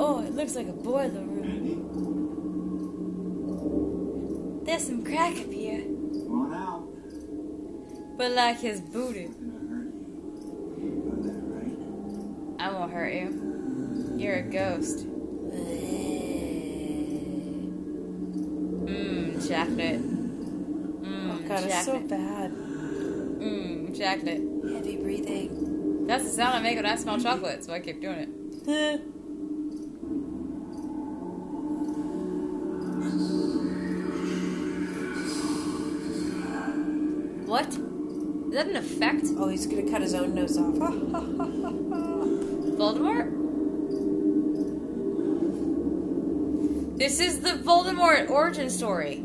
Speaker 1: Oh, it looks like a boiler room. There's some crack up here.
Speaker 5: Come on out.
Speaker 1: But like his booty.
Speaker 5: Got that right.
Speaker 1: I won't hurt you. You're a ghost. Mmm, chocolate. Mmm,
Speaker 15: God, it's so
Speaker 1: chocolate.
Speaker 15: bad.
Speaker 1: Mmm, chocolate.
Speaker 15: Heavy breathing.
Speaker 1: That's the sound I make when I smell chocolate, so I keep doing it.
Speaker 15: Eh.
Speaker 1: What? Is that an effect?
Speaker 15: oh, he's gonna cut his own nose off. Ah.
Speaker 1: Voldemort? This is the Voldemort origin story.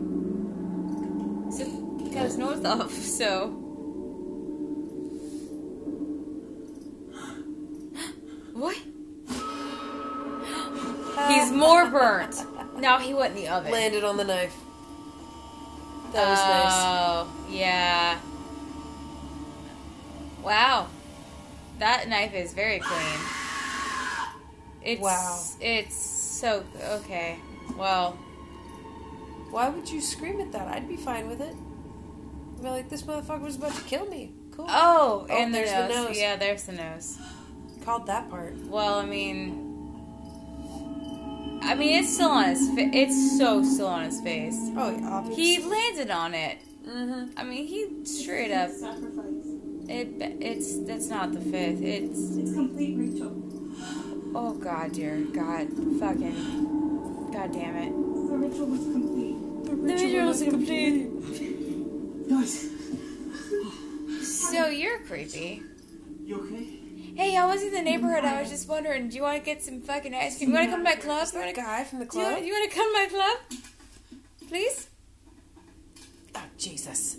Speaker 1: So, got his nose off, so. What? He's more burnt. Now he went in the oven.
Speaker 15: Landed on the knife. That was nice.
Speaker 1: Oh, yeah. Wow. That knife is very clean. It's,
Speaker 15: Wow.
Speaker 1: It's so. Okay. Well,
Speaker 15: Why would you scream at that? I'd be fine with it. I'd be like, this motherfucker was about to kill me. Cool.
Speaker 1: Oh,
Speaker 15: Oh,
Speaker 1: and
Speaker 15: there's
Speaker 1: the,
Speaker 15: the
Speaker 1: nose.
Speaker 15: nose.
Speaker 1: Yeah, there's the nose.
Speaker 15: Called that part.
Speaker 1: Well, I mean, I mean, it's still on his. Fa- it's so still on his face.
Speaker 15: Oh, yeah, obviously.
Speaker 1: He landed on it.
Speaker 15: Mm-hmm.
Speaker 1: I mean, he straight up.
Speaker 8: Sacrifice.
Speaker 1: It. It's. That's not the fifth. It's.
Speaker 8: It's complete, Rachel.
Speaker 1: Oh God, dear God, fucking God damn it.
Speaker 3: The ritual was complete.
Speaker 1: The ritual is complete. So you're creepy.
Speaker 20: You okay?
Speaker 1: Hey, I was in the neighborhood. I was just wondering, do you want to get some fucking ice cream? You want to come to my club? You want to
Speaker 2: guy from the
Speaker 1: do you,
Speaker 2: club?
Speaker 1: you want to come to my club? Please?
Speaker 15: Ah,
Speaker 2: Oh, Jesus.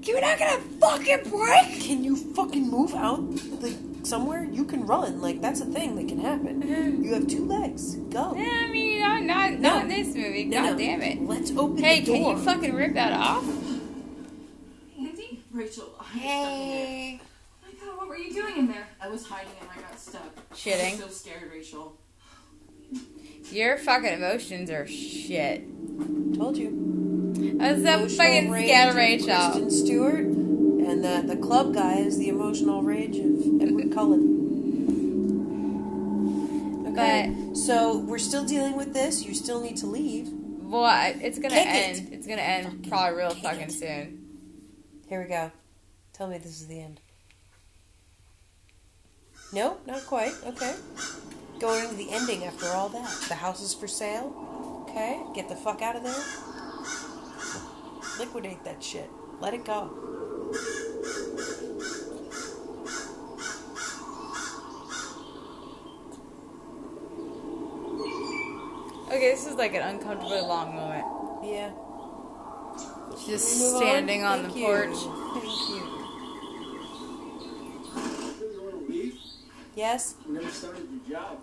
Speaker 1: Can we not get a fucking break?
Speaker 15: Can you fucking move out, like, somewhere? You can run. Like, that's a thing that can
Speaker 1: Mm-hmm.
Speaker 15: happen. You have two legs. Go.
Speaker 1: Yeah, I mean, I'm not,
Speaker 15: No.
Speaker 1: not in this movie.
Speaker 15: No,
Speaker 1: God
Speaker 15: no.
Speaker 1: damn it.
Speaker 15: Let's open
Speaker 1: Hey,
Speaker 15: the door.
Speaker 1: can you fucking rip that off?
Speaker 8: Andy? Rachel, I
Speaker 1: Hey.
Speaker 8: Oh my god, what were you doing in there? I was hiding and I got stuck.
Speaker 1: Shitting.
Speaker 8: so scared, Rachel.
Speaker 1: Your fucking emotions are shit.
Speaker 15: Told you.
Speaker 1: I was so fucking scared, Rachel.
Speaker 15: Kristen Stewart, and the, the club guy is the emotional rage of Edward Cullen. Okay. But so we're still dealing with this. You still need to leave.
Speaker 1: Boy, it's gonna
Speaker 15: Kick it.
Speaker 1: end. It's gonna end probably real fucking soon.
Speaker 15: Here we go. Tell me this is the end. No, not quite. Okay. Going to the ending after all that. The house is for sale. Okay. Get the fuck out of there. Liquidate that shit. Let it go.
Speaker 1: Okay, this is like an uncomfortably long moment.
Speaker 15: Yeah.
Speaker 1: She's
Speaker 15: Can we
Speaker 1: just
Speaker 15: move
Speaker 1: standing on,
Speaker 15: Thank
Speaker 1: the
Speaker 15: you.
Speaker 1: porch.
Speaker 15: Thank you. Yes?
Speaker 20: You never started your job.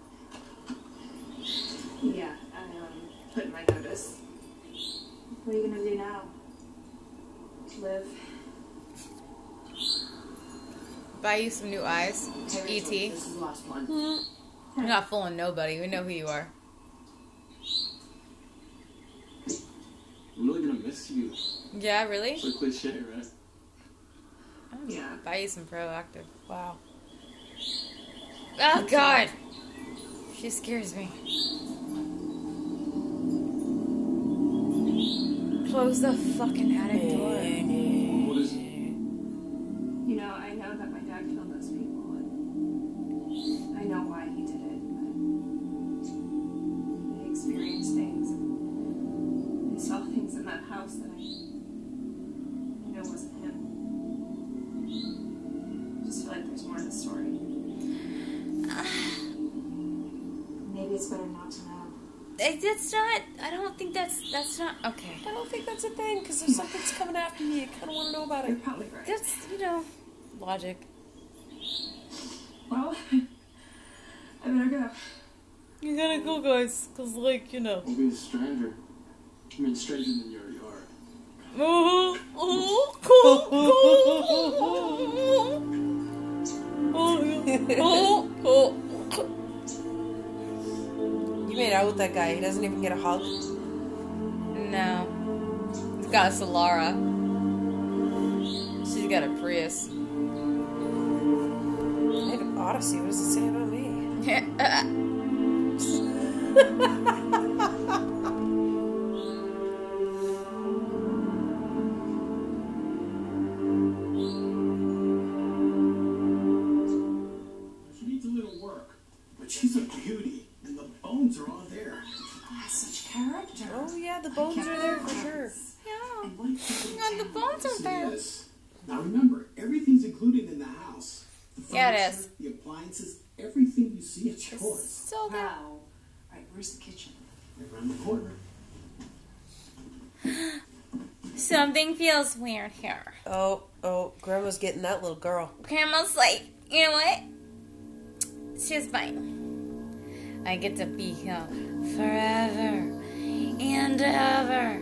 Speaker 7: Yeah, I um, put in my notice. What are you gonna do now? Live?
Speaker 1: Buy you some new eyes.
Speaker 7: Hey, Rachel,
Speaker 1: E.T.
Speaker 7: this is the last one.
Speaker 1: You're not fooling nobody. We know who you are.
Speaker 4: I'm really gonna miss you.
Speaker 1: Yeah, really?
Speaker 4: So cliche, right?
Speaker 1: Yeah. Buy you some proactive.
Speaker 15: Wow.
Speaker 1: Oh, God. She scares me. Close the fucking attic door.
Speaker 4: What is it?
Speaker 7: You know, I know that my dad killed those people, and I know why he did it, but I experienced things. and I saw things in that house that I, I know wasn't him. I just feel like there's more to the story. Maybe it's better not to know.
Speaker 1: It- It's not. I don't think that's. That's not. Okay.
Speaker 15: I don't think that's a thing because there's something that's coming after me. I kind of want to know about it.
Speaker 7: You're probably right.
Speaker 1: That's, you know, logic.
Speaker 7: Well, I better go.
Speaker 15: You gotta go, guys, because, like, you know.
Speaker 4: I'll be a stranger. I mean, stranger than you already are.
Speaker 15: You made out with that guy. He doesn't even get a hug.
Speaker 1: No. He's got a Solara. She's got a Prius.
Speaker 15: I had an Odyssey. What does it say about me?
Speaker 5: She needs a little work, but she's a beauty, and the bones are all there.
Speaker 7: Such character.
Speaker 15: Oh, yeah, the bones are there for sure.
Speaker 1: Yeah.
Speaker 5: What if she can
Speaker 1: the bones are
Speaker 5: see
Speaker 1: there.
Speaker 5: this? Oh. Now remember, everything's included in the house. The
Speaker 1: Yeah, it
Speaker 5: furniture,
Speaker 1: is.
Speaker 5: The appliances, everything you see is yours.
Speaker 1: So good.
Speaker 7: Wow. Right, where's the kitchen?
Speaker 5: Right around the corner.
Speaker 1: Something feels weird here.
Speaker 15: Oh, oh, Grandma's getting that little girl.
Speaker 1: Grandma's like, you know what? She's fine. I get to be here forever and ever.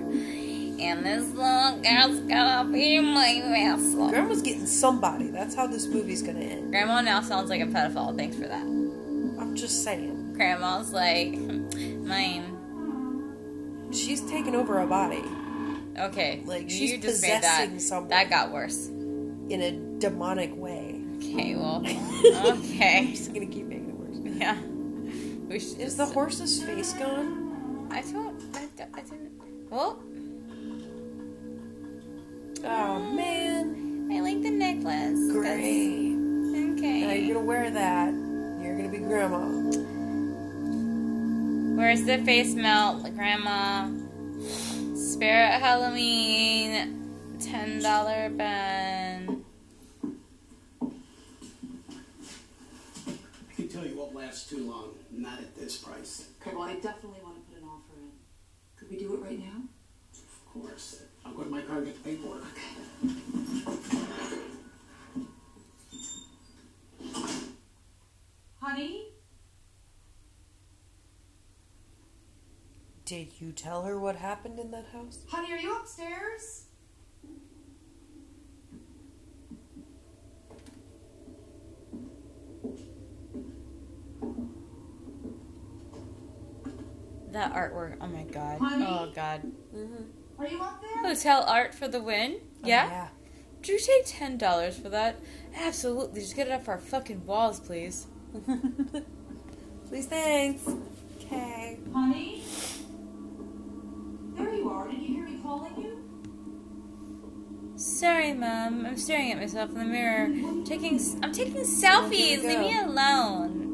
Speaker 1: And this little girl's gonna be my vessel.
Speaker 15: Grandma's getting somebody. That's how this movie's gonna end.
Speaker 1: Grandma now sounds like a pedophile. Thanks for that.
Speaker 15: I'm just saying.
Speaker 1: Grandma's like, mine.
Speaker 15: She's taking over a body
Speaker 1: Okay,
Speaker 15: Like,
Speaker 1: you
Speaker 15: she's
Speaker 1: just made that.
Speaker 15: possessing someone.
Speaker 1: That got worse.
Speaker 15: in a demonic way.
Speaker 1: Okay, well,
Speaker 15: I'm
Speaker 1: okay,
Speaker 15: just gonna keep making it worse.
Speaker 1: yeah. We should
Speaker 15: Is
Speaker 1: just,
Speaker 15: the horse's face gone?
Speaker 1: I don't. I, don't- I didn't. Well,
Speaker 15: Oh man.
Speaker 1: I like the necklace. That's-
Speaker 15: Great. Now
Speaker 1: Okay.
Speaker 15: you're gonna wear that. You're gonna be grandma.
Speaker 1: Where's the face melt, Grandma? Spirit Halloween, ten dollar bin.
Speaker 4: I can tell you won't last too long. Not at this price.
Speaker 25: Okay, well, I definitely want to put an offer in. Could we do it right now?
Speaker 4: Of course. I'll go to my car and get the paperwork.
Speaker 7: Honey?
Speaker 2: Did you tell her what happened in that house?
Speaker 7: Honey, are you upstairs?
Speaker 1: That artwork. Oh my god.
Speaker 7: Honey?
Speaker 1: Oh god.
Speaker 7: Are you up there?
Speaker 1: Hotel art for the win.
Speaker 7: Oh,
Speaker 1: Yeah.
Speaker 7: yeah.
Speaker 1: Did you take ten dollars for that? Absolutely. Just get it off our fucking walls, please. please, thanks. Okay.
Speaker 7: Honey? There you are. Did you hear me calling you?
Speaker 1: Sorry, mom. I'm staring at myself in the mirror. Taking. s- I'm taking selfies. Leave me alone.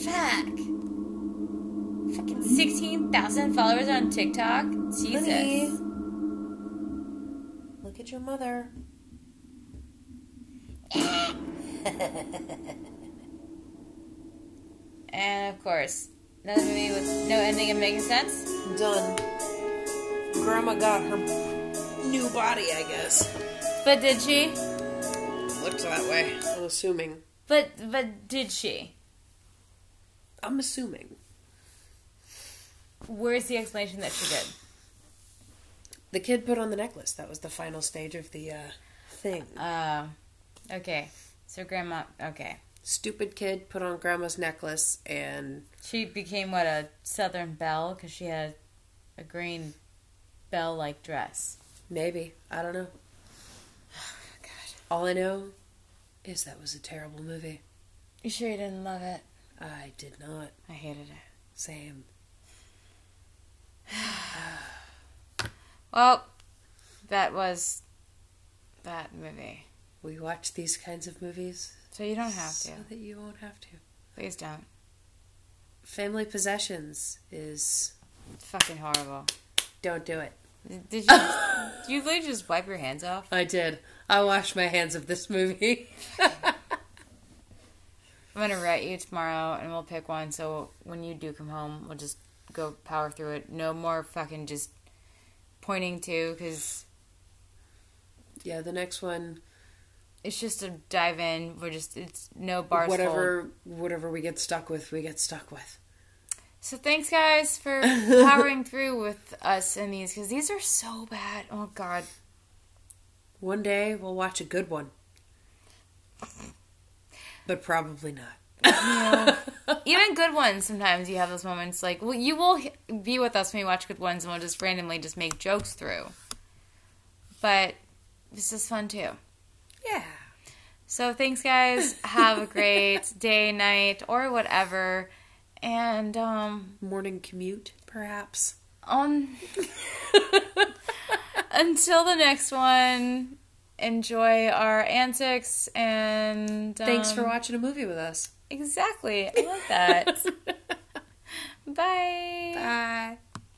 Speaker 1: Fuck. Fucking sixteen thousand followers on TikTok. Jesus.
Speaker 2: Honey. Look at your mother.
Speaker 1: And of course, another movie with no ending and making sense. Done.
Speaker 2: Grandma got her new body, I guess.
Speaker 1: But did she?
Speaker 2: Looks that way. I'm assuming.
Speaker 1: But but did she?
Speaker 2: I'm assuming.
Speaker 1: Where's the explanation that she did?
Speaker 2: The kid put on the necklace. That was the final stage of the uh, thing.
Speaker 1: Uh, okay. So grandma. Okay.
Speaker 2: Stupid kid put on grandma's necklace and.
Speaker 1: She became what a Southern belle because she had a green bell-like dress.
Speaker 2: Maybe. I don't know. All I know is that was a terrible movie.
Speaker 1: You sure you didn't love it?
Speaker 2: I did not.
Speaker 1: I hated it.
Speaker 2: Same.
Speaker 1: Well, that was that movie.
Speaker 2: We watch these kinds of movies.
Speaker 1: So you don't have to.
Speaker 2: So that you won't have to.
Speaker 1: Please don't.
Speaker 2: Family Possessions is
Speaker 1: fucking horrible.
Speaker 2: Don't do it.
Speaker 1: Did you? did you literally just wipe your hands off?
Speaker 2: I did. I washed my hands of this movie.
Speaker 1: I'm gonna write you tomorrow, and we'll pick one. So when you do come home, we'll just go power through it. No more fucking just pointing to, because
Speaker 2: yeah, the next one.
Speaker 1: It's just a dive in. We're just it's no bars.
Speaker 2: whatever
Speaker 1: full.
Speaker 2: whatever we get stuck with, we get stuck with.
Speaker 1: So thanks guys for powering through with us in these, because these are so bad. Oh god.
Speaker 2: One day we'll watch a good one. But probably not.
Speaker 1: Even good ones, sometimes you have those moments like, well, you will h- be with us when we watch good ones and we'll just randomly just make jokes through. But this is fun too.
Speaker 2: Yeah.
Speaker 1: So thanks, guys. Have a great day, night, or whatever. And, um.
Speaker 2: Morning commute, perhaps.
Speaker 1: Um. until the next one, enjoy our antics and.
Speaker 2: Thanks for
Speaker 1: um,
Speaker 2: watching a movie with us.
Speaker 1: Exactly. I love that. Bye.
Speaker 2: Bye.